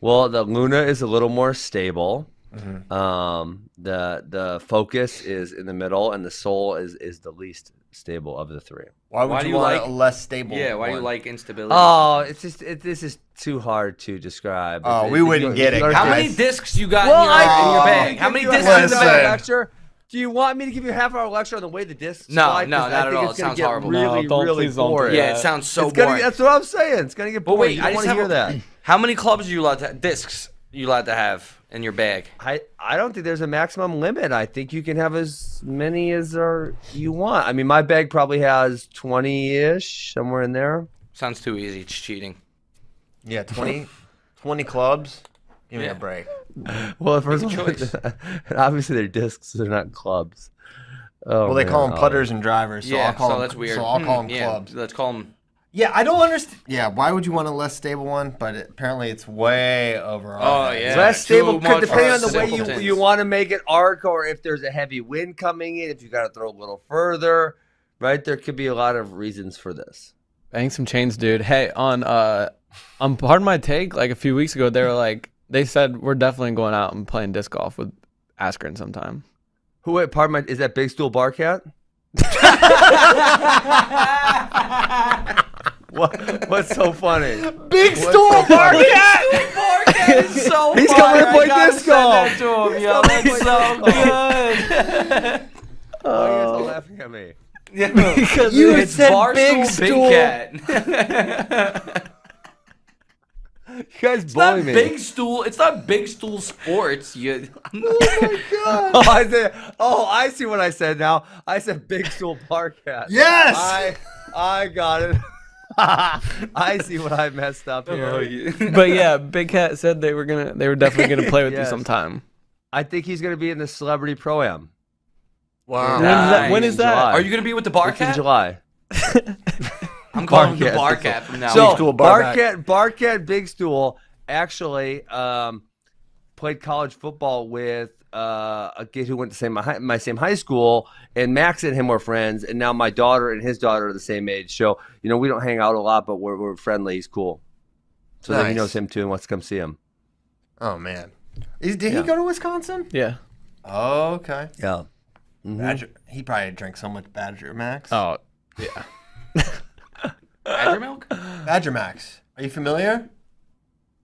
Speaker 3: Well, the Luna is a little more stable.
Speaker 2: Mm-hmm.
Speaker 3: Um, the the focus is in the middle, and the soul is is the least stable of the three.
Speaker 1: Why would
Speaker 2: Why
Speaker 1: you,
Speaker 2: do you
Speaker 1: want
Speaker 2: like-
Speaker 1: a less stable?
Speaker 2: Yeah, why do you
Speaker 1: one?
Speaker 2: like instability?
Speaker 3: Oh, it's just it, this is too hard to describe.
Speaker 1: Oh,
Speaker 3: If-
Speaker 1: we
Speaker 3: if you
Speaker 1: wouldn't
Speaker 3: don't-
Speaker 1: get
Speaker 3: if
Speaker 1: it,
Speaker 3: you don't
Speaker 2: How
Speaker 1: guys.
Speaker 2: many discs you got
Speaker 3: Well,
Speaker 2: in, your,
Speaker 3: I-
Speaker 2: in your
Speaker 1: Oh.
Speaker 2: bag? How many
Speaker 3: Give you
Speaker 2: discs in the
Speaker 1: listen.
Speaker 2: bag?
Speaker 3: lecture? Do you want me to give you a half hour lecture on the way the discs?
Speaker 2: No,
Speaker 3: fly?
Speaker 2: no,
Speaker 3: 'Cause
Speaker 2: not
Speaker 3: I
Speaker 2: at
Speaker 3: think
Speaker 2: all.
Speaker 3: It's
Speaker 2: It
Speaker 3: gonna
Speaker 2: sounds
Speaker 3: get
Speaker 2: horrible.
Speaker 4: No,
Speaker 3: Really,
Speaker 4: don't-
Speaker 3: really
Speaker 4: please don't do
Speaker 3: boring.
Speaker 4: that.
Speaker 2: Yeah, it sounds so
Speaker 3: it's gonna,
Speaker 2: boring.
Speaker 3: That's what I'm saying. It's gonna get
Speaker 2: But
Speaker 3: boring.
Speaker 2: wait,
Speaker 3: you
Speaker 2: I
Speaker 3: don't
Speaker 2: just
Speaker 3: want to
Speaker 2: have
Speaker 3: hear
Speaker 2: a-
Speaker 3: that.
Speaker 2: How many clubs are you allowed to discs you allowed to have in your bag?
Speaker 3: I, I don't think there's a maximum limit. I think you can have as many as are you want. I mean, my bag probably has 20 ish, somewhere in there.
Speaker 2: Sounds too easy. It's cheating.
Speaker 1: Yeah, 20, 20 clubs. Give me
Speaker 2: Yeah.
Speaker 1: a break.
Speaker 3: Well, first
Speaker 2: Make a
Speaker 3: of all,
Speaker 2: choice.
Speaker 3: obviously they're discs, they're not clubs. Oh,
Speaker 1: Well, they
Speaker 3: man,
Speaker 1: call them
Speaker 3: Ollie.
Speaker 1: putters and drivers, so
Speaker 2: yeah,
Speaker 1: I'll call
Speaker 2: so
Speaker 1: them,
Speaker 2: that's weird.
Speaker 1: So I'll call
Speaker 2: Hmm,
Speaker 1: them
Speaker 2: yeah,
Speaker 1: clubs.
Speaker 2: Let's call them.
Speaker 1: Yeah, I don't understand. Yeah, why would you want a less stable one? But it, apparently, it's way over. our
Speaker 2: Oh,
Speaker 1: heads.
Speaker 2: yeah.
Speaker 3: Less stable,
Speaker 2: too much
Speaker 3: could, depending
Speaker 1: for
Speaker 3: on the way you,
Speaker 2: simpletons.
Speaker 3: you want to make it arc or if there's a heavy wind coming in, if you got to throw a little further, right? There could be a lot of reasons for this.
Speaker 4: Bang some chains, dude. Hey, on uh on part of my take, like a few weeks ago, they were like they said we're definitely going out and playing disc golf with Askren sometime.
Speaker 3: Who, wait, pardon my, is that Big Stool Bar Cat? what, what's so funny?
Speaker 1: Big store market.
Speaker 2: It's so
Speaker 3: He's
Speaker 2: fun.
Speaker 3: coming to
Speaker 2: I
Speaker 3: play
Speaker 2: gotta
Speaker 3: disc
Speaker 2: send that
Speaker 3: golf.
Speaker 2: to him, yo. That's so good.
Speaker 3: Why are you guys all Oh, laughing at me?
Speaker 1: You
Speaker 2: It's
Speaker 1: said
Speaker 2: Barstool
Speaker 1: big stool.
Speaker 2: Cat.
Speaker 3: You guys
Speaker 2: It's not
Speaker 3: bully me.
Speaker 2: big stool. It's not big stool sports. You.
Speaker 3: oh, I said, oh, I see what I said now. I said Big Stool Bar Cat.
Speaker 1: Yes.
Speaker 3: I, I got it. I see what I messed up here.
Speaker 4: But Oh, yeah, Big Cat said they were gonna they were definitely gonna play with
Speaker 3: Yes.
Speaker 4: you sometime.
Speaker 3: I think he's going to be in the Celebrity Pro Am.
Speaker 1: wow.
Speaker 4: When is that? When
Speaker 3: Nice.
Speaker 4: is that?
Speaker 2: Are you gonna be with the bar
Speaker 3: It's in
Speaker 2: cat?
Speaker 3: July.
Speaker 2: I'm calling him the
Speaker 3: Cat.
Speaker 2: bar cat from now
Speaker 3: So
Speaker 2: on.
Speaker 1: Stool Bar Back.
Speaker 3: Barcat, Barcat, Big Stool actually um, played college football with uh, a kid who went to same my, high, my same high school, and Max and him were friends, and now my daughter and his daughter are the same age. So you know we don't hang out a lot, but we're, we're friendly. He's cool, so then he
Speaker 1: Nice.
Speaker 3: knows him too and wants to come see him.
Speaker 1: Oh man. Is, did he go to Wisconsin? Mm-hmm.
Speaker 4: Yeah.
Speaker 1: Oh, Okay.
Speaker 3: Yeah,
Speaker 1: Badger, he probably drank so much Badger Max.
Speaker 4: Oh,
Speaker 2: Badger milk?
Speaker 1: Badger Max. Are you familiar?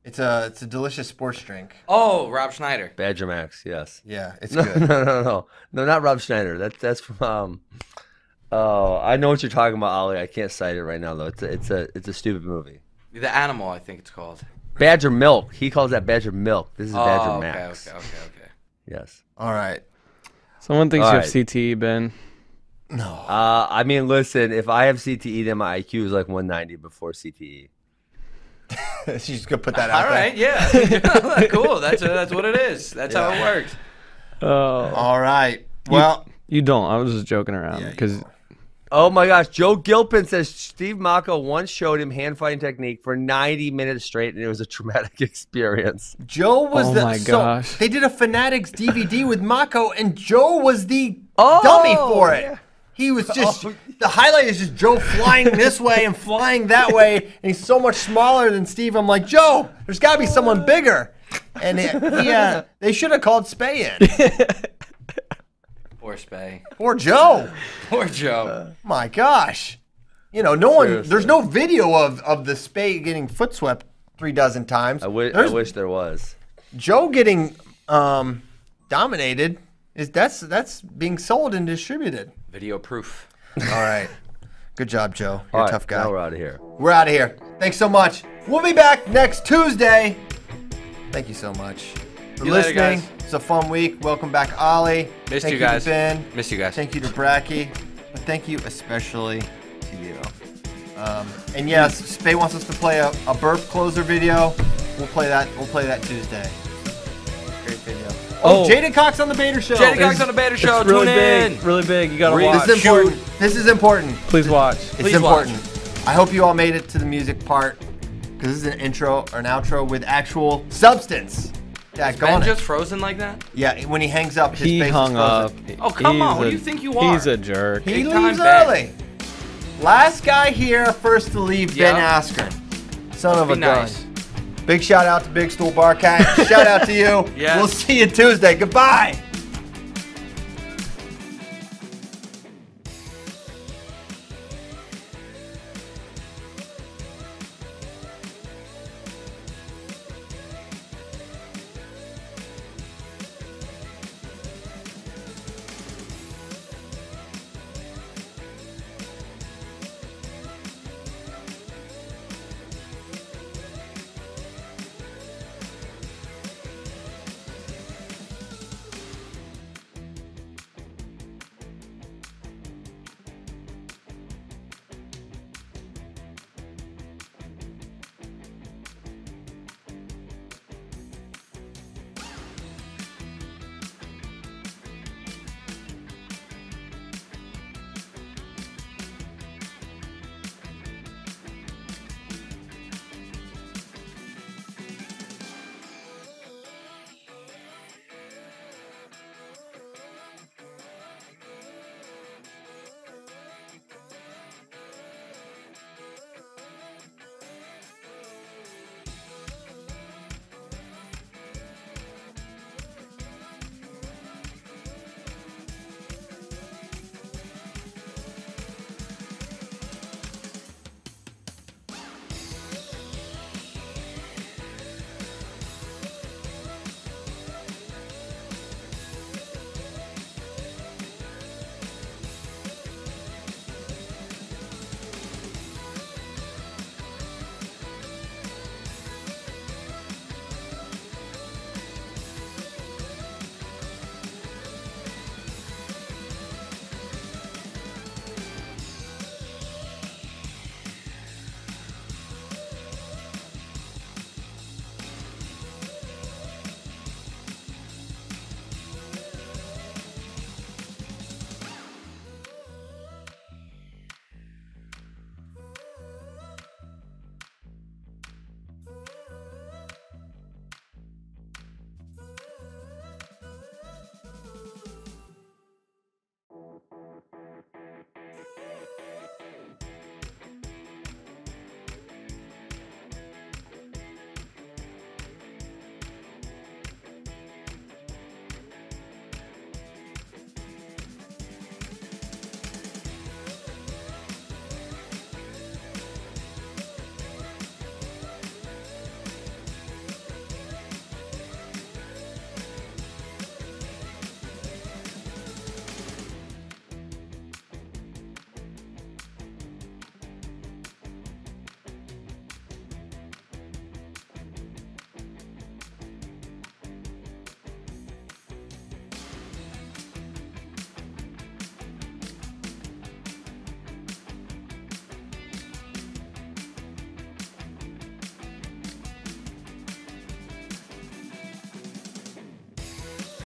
Speaker 1: It's a it's a delicious sports drink.
Speaker 2: Oh, Rob Schneider.
Speaker 3: Badger Max, yes.
Speaker 1: Yeah, it's
Speaker 3: No, no,
Speaker 1: good.
Speaker 3: no, no, no, not Rob Schneider. That's that's from. Um, oh, I know what you're talking about, Ollie. I can't cite it right now though. It's a, it's a it's a stupid movie.
Speaker 2: The animal, I think it's called.
Speaker 3: Badger milk. He calls that Badger milk. This is Badger
Speaker 2: oh,
Speaker 3: Max.
Speaker 2: Okay, okay, okay, okay.
Speaker 3: Yes.
Speaker 1: All right.
Speaker 4: someone thinks
Speaker 3: All
Speaker 4: you
Speaker 3: right.
Speaker 4: have CTE, Ben.
Speaker 1: No.
Speaker 3: Uh, I mean, listen. If I have CTE, then my IQ is like 190 before E. CTE.
Speaker 1: She's gonna put that out
Speaker 2: All
Speaker 1: there.
Speaker 2: right, yeah. cool. That's uh, that's what it is. That's how it works.
Speaker 4: Oh,
Speaker 1: All right. Well,
Speaker 4: you don't. I was just joking around
Speaker 1: Yeah, you
Speaker 4: because
Speaker 3: Oh my gosh. Joe Gilpin says Steve Mako once showed him hand fighting technique for 90 minutes straight, and it was a traumatic experience.
Speaker 1: Joe was
Speaker 4: Oh
Speaker 1: the
Speaker 4: my
Speaker 1: so
Speaker 4: gosh.
Speaker 1: they did a Fanatics DVD with Mako, and Joe was the
Speaker 3: Oh,
Speaker 1: dummy for it.
Speaker 3: yeah. Oh,
Speaker 1: He was just the highlight is just Joe flying this way and flying that way, and he's so much smaller than Steve. I'm like, Joe, there's got to be someone bigger. And he, he, uh, they should have called Spay in.
Speaker 2: Poor Spay.
Speaker 1: Poor Joe.
Speaker 2: Poor Joe.
Speaker 1: My gosh. You know, no one. There's no video of of the Spay getting foot swept three dozen times.
Speaker 3: I, wi- I
Speaker 1: There's
Speaker 3: wish there was.
Speaker 1: Joe getting um, dominated. Is that's that's being sold and distributed.
Speaker 2: Video proof.
Speaker 1: All right. Good job, Joe. You're
Speaker 3: All
Speaker 1: a
Speaker 3: right,
Speaker 1: tough guy.
Speaker 3: Now we're out of here.
Speaker 1: We're out of here. Thanks so much. We'll be back next Tuesday. Thank you so much for
Speaker 2: See you later,
Speaker 1: listening.
Speaker 2: guys.
Speaker 1: It's a fun week. Welcome back, Ollie.
Speaker 2: Missed
Speaker 1: thank
Speaker 2: you guys.
Speaker 1: to Ben.
Speaker 2: Missed you guys.
Speaker 1: Thank you to Bracky. But thank you especially to you. Um, and yes, Spay wants us to play a, a burp closer video. We'll play that. We'll play that Tuesday. Great video. Oh,
Speaker 4: Oh.
Speaker 1: Jaden Cox on the Bader Show.
Speaker 2: Jaden Cox
Speaker 4: It's-
Speaker 2: on the Bader
Speaker 4: it's
Speaker 2: Show.
Speaker 4: Really
Speaker 2: Tune
Speaker 4: big.
Speaker 2: in.
Speaker 4: Really big. You gotta
Speaker 2: Read-
Speaker 1: This
Speaker 4: watch.
Speaker 1: is important. This is important.
Speaker 4: Please watch.
Speaker 1: It's
Speaker 2: Please watch.
Speaker 1: important. I hope you all made it to the music part because this is an intro or an outro with actual substance. Yeah, go
Speaker 2: Ben
Speaker 1: on. it.
Speaker 2: just frozen like that?
Speaker 1: Yeah, when he hangs up, his
Speaker 4: He
Speaker 1: face is
Speaker 4: hung up.
Speaker 1: frozen.
Speaker 2: Oh, come on, what do you think you are?
Speaker 4: He's a jerk.
Speaker 1: He
Speaker 2: Big time
Speaker 1: leaves
Speaker 2: Ben.
Speaker 1: early. Last guy here, first to leave, Ben
Speaker 2: Yeah.
Speaker 1: Askren. Son of
Speaker 2: Be
Speaker 1: a
Speaker 2: nice.
Speaker 1: gun. Big shout out to Big Stool Barcat. shout out to you.
Speaker 2: Yes.
Speaker 1: We'll see you Tuesday. Goodbye.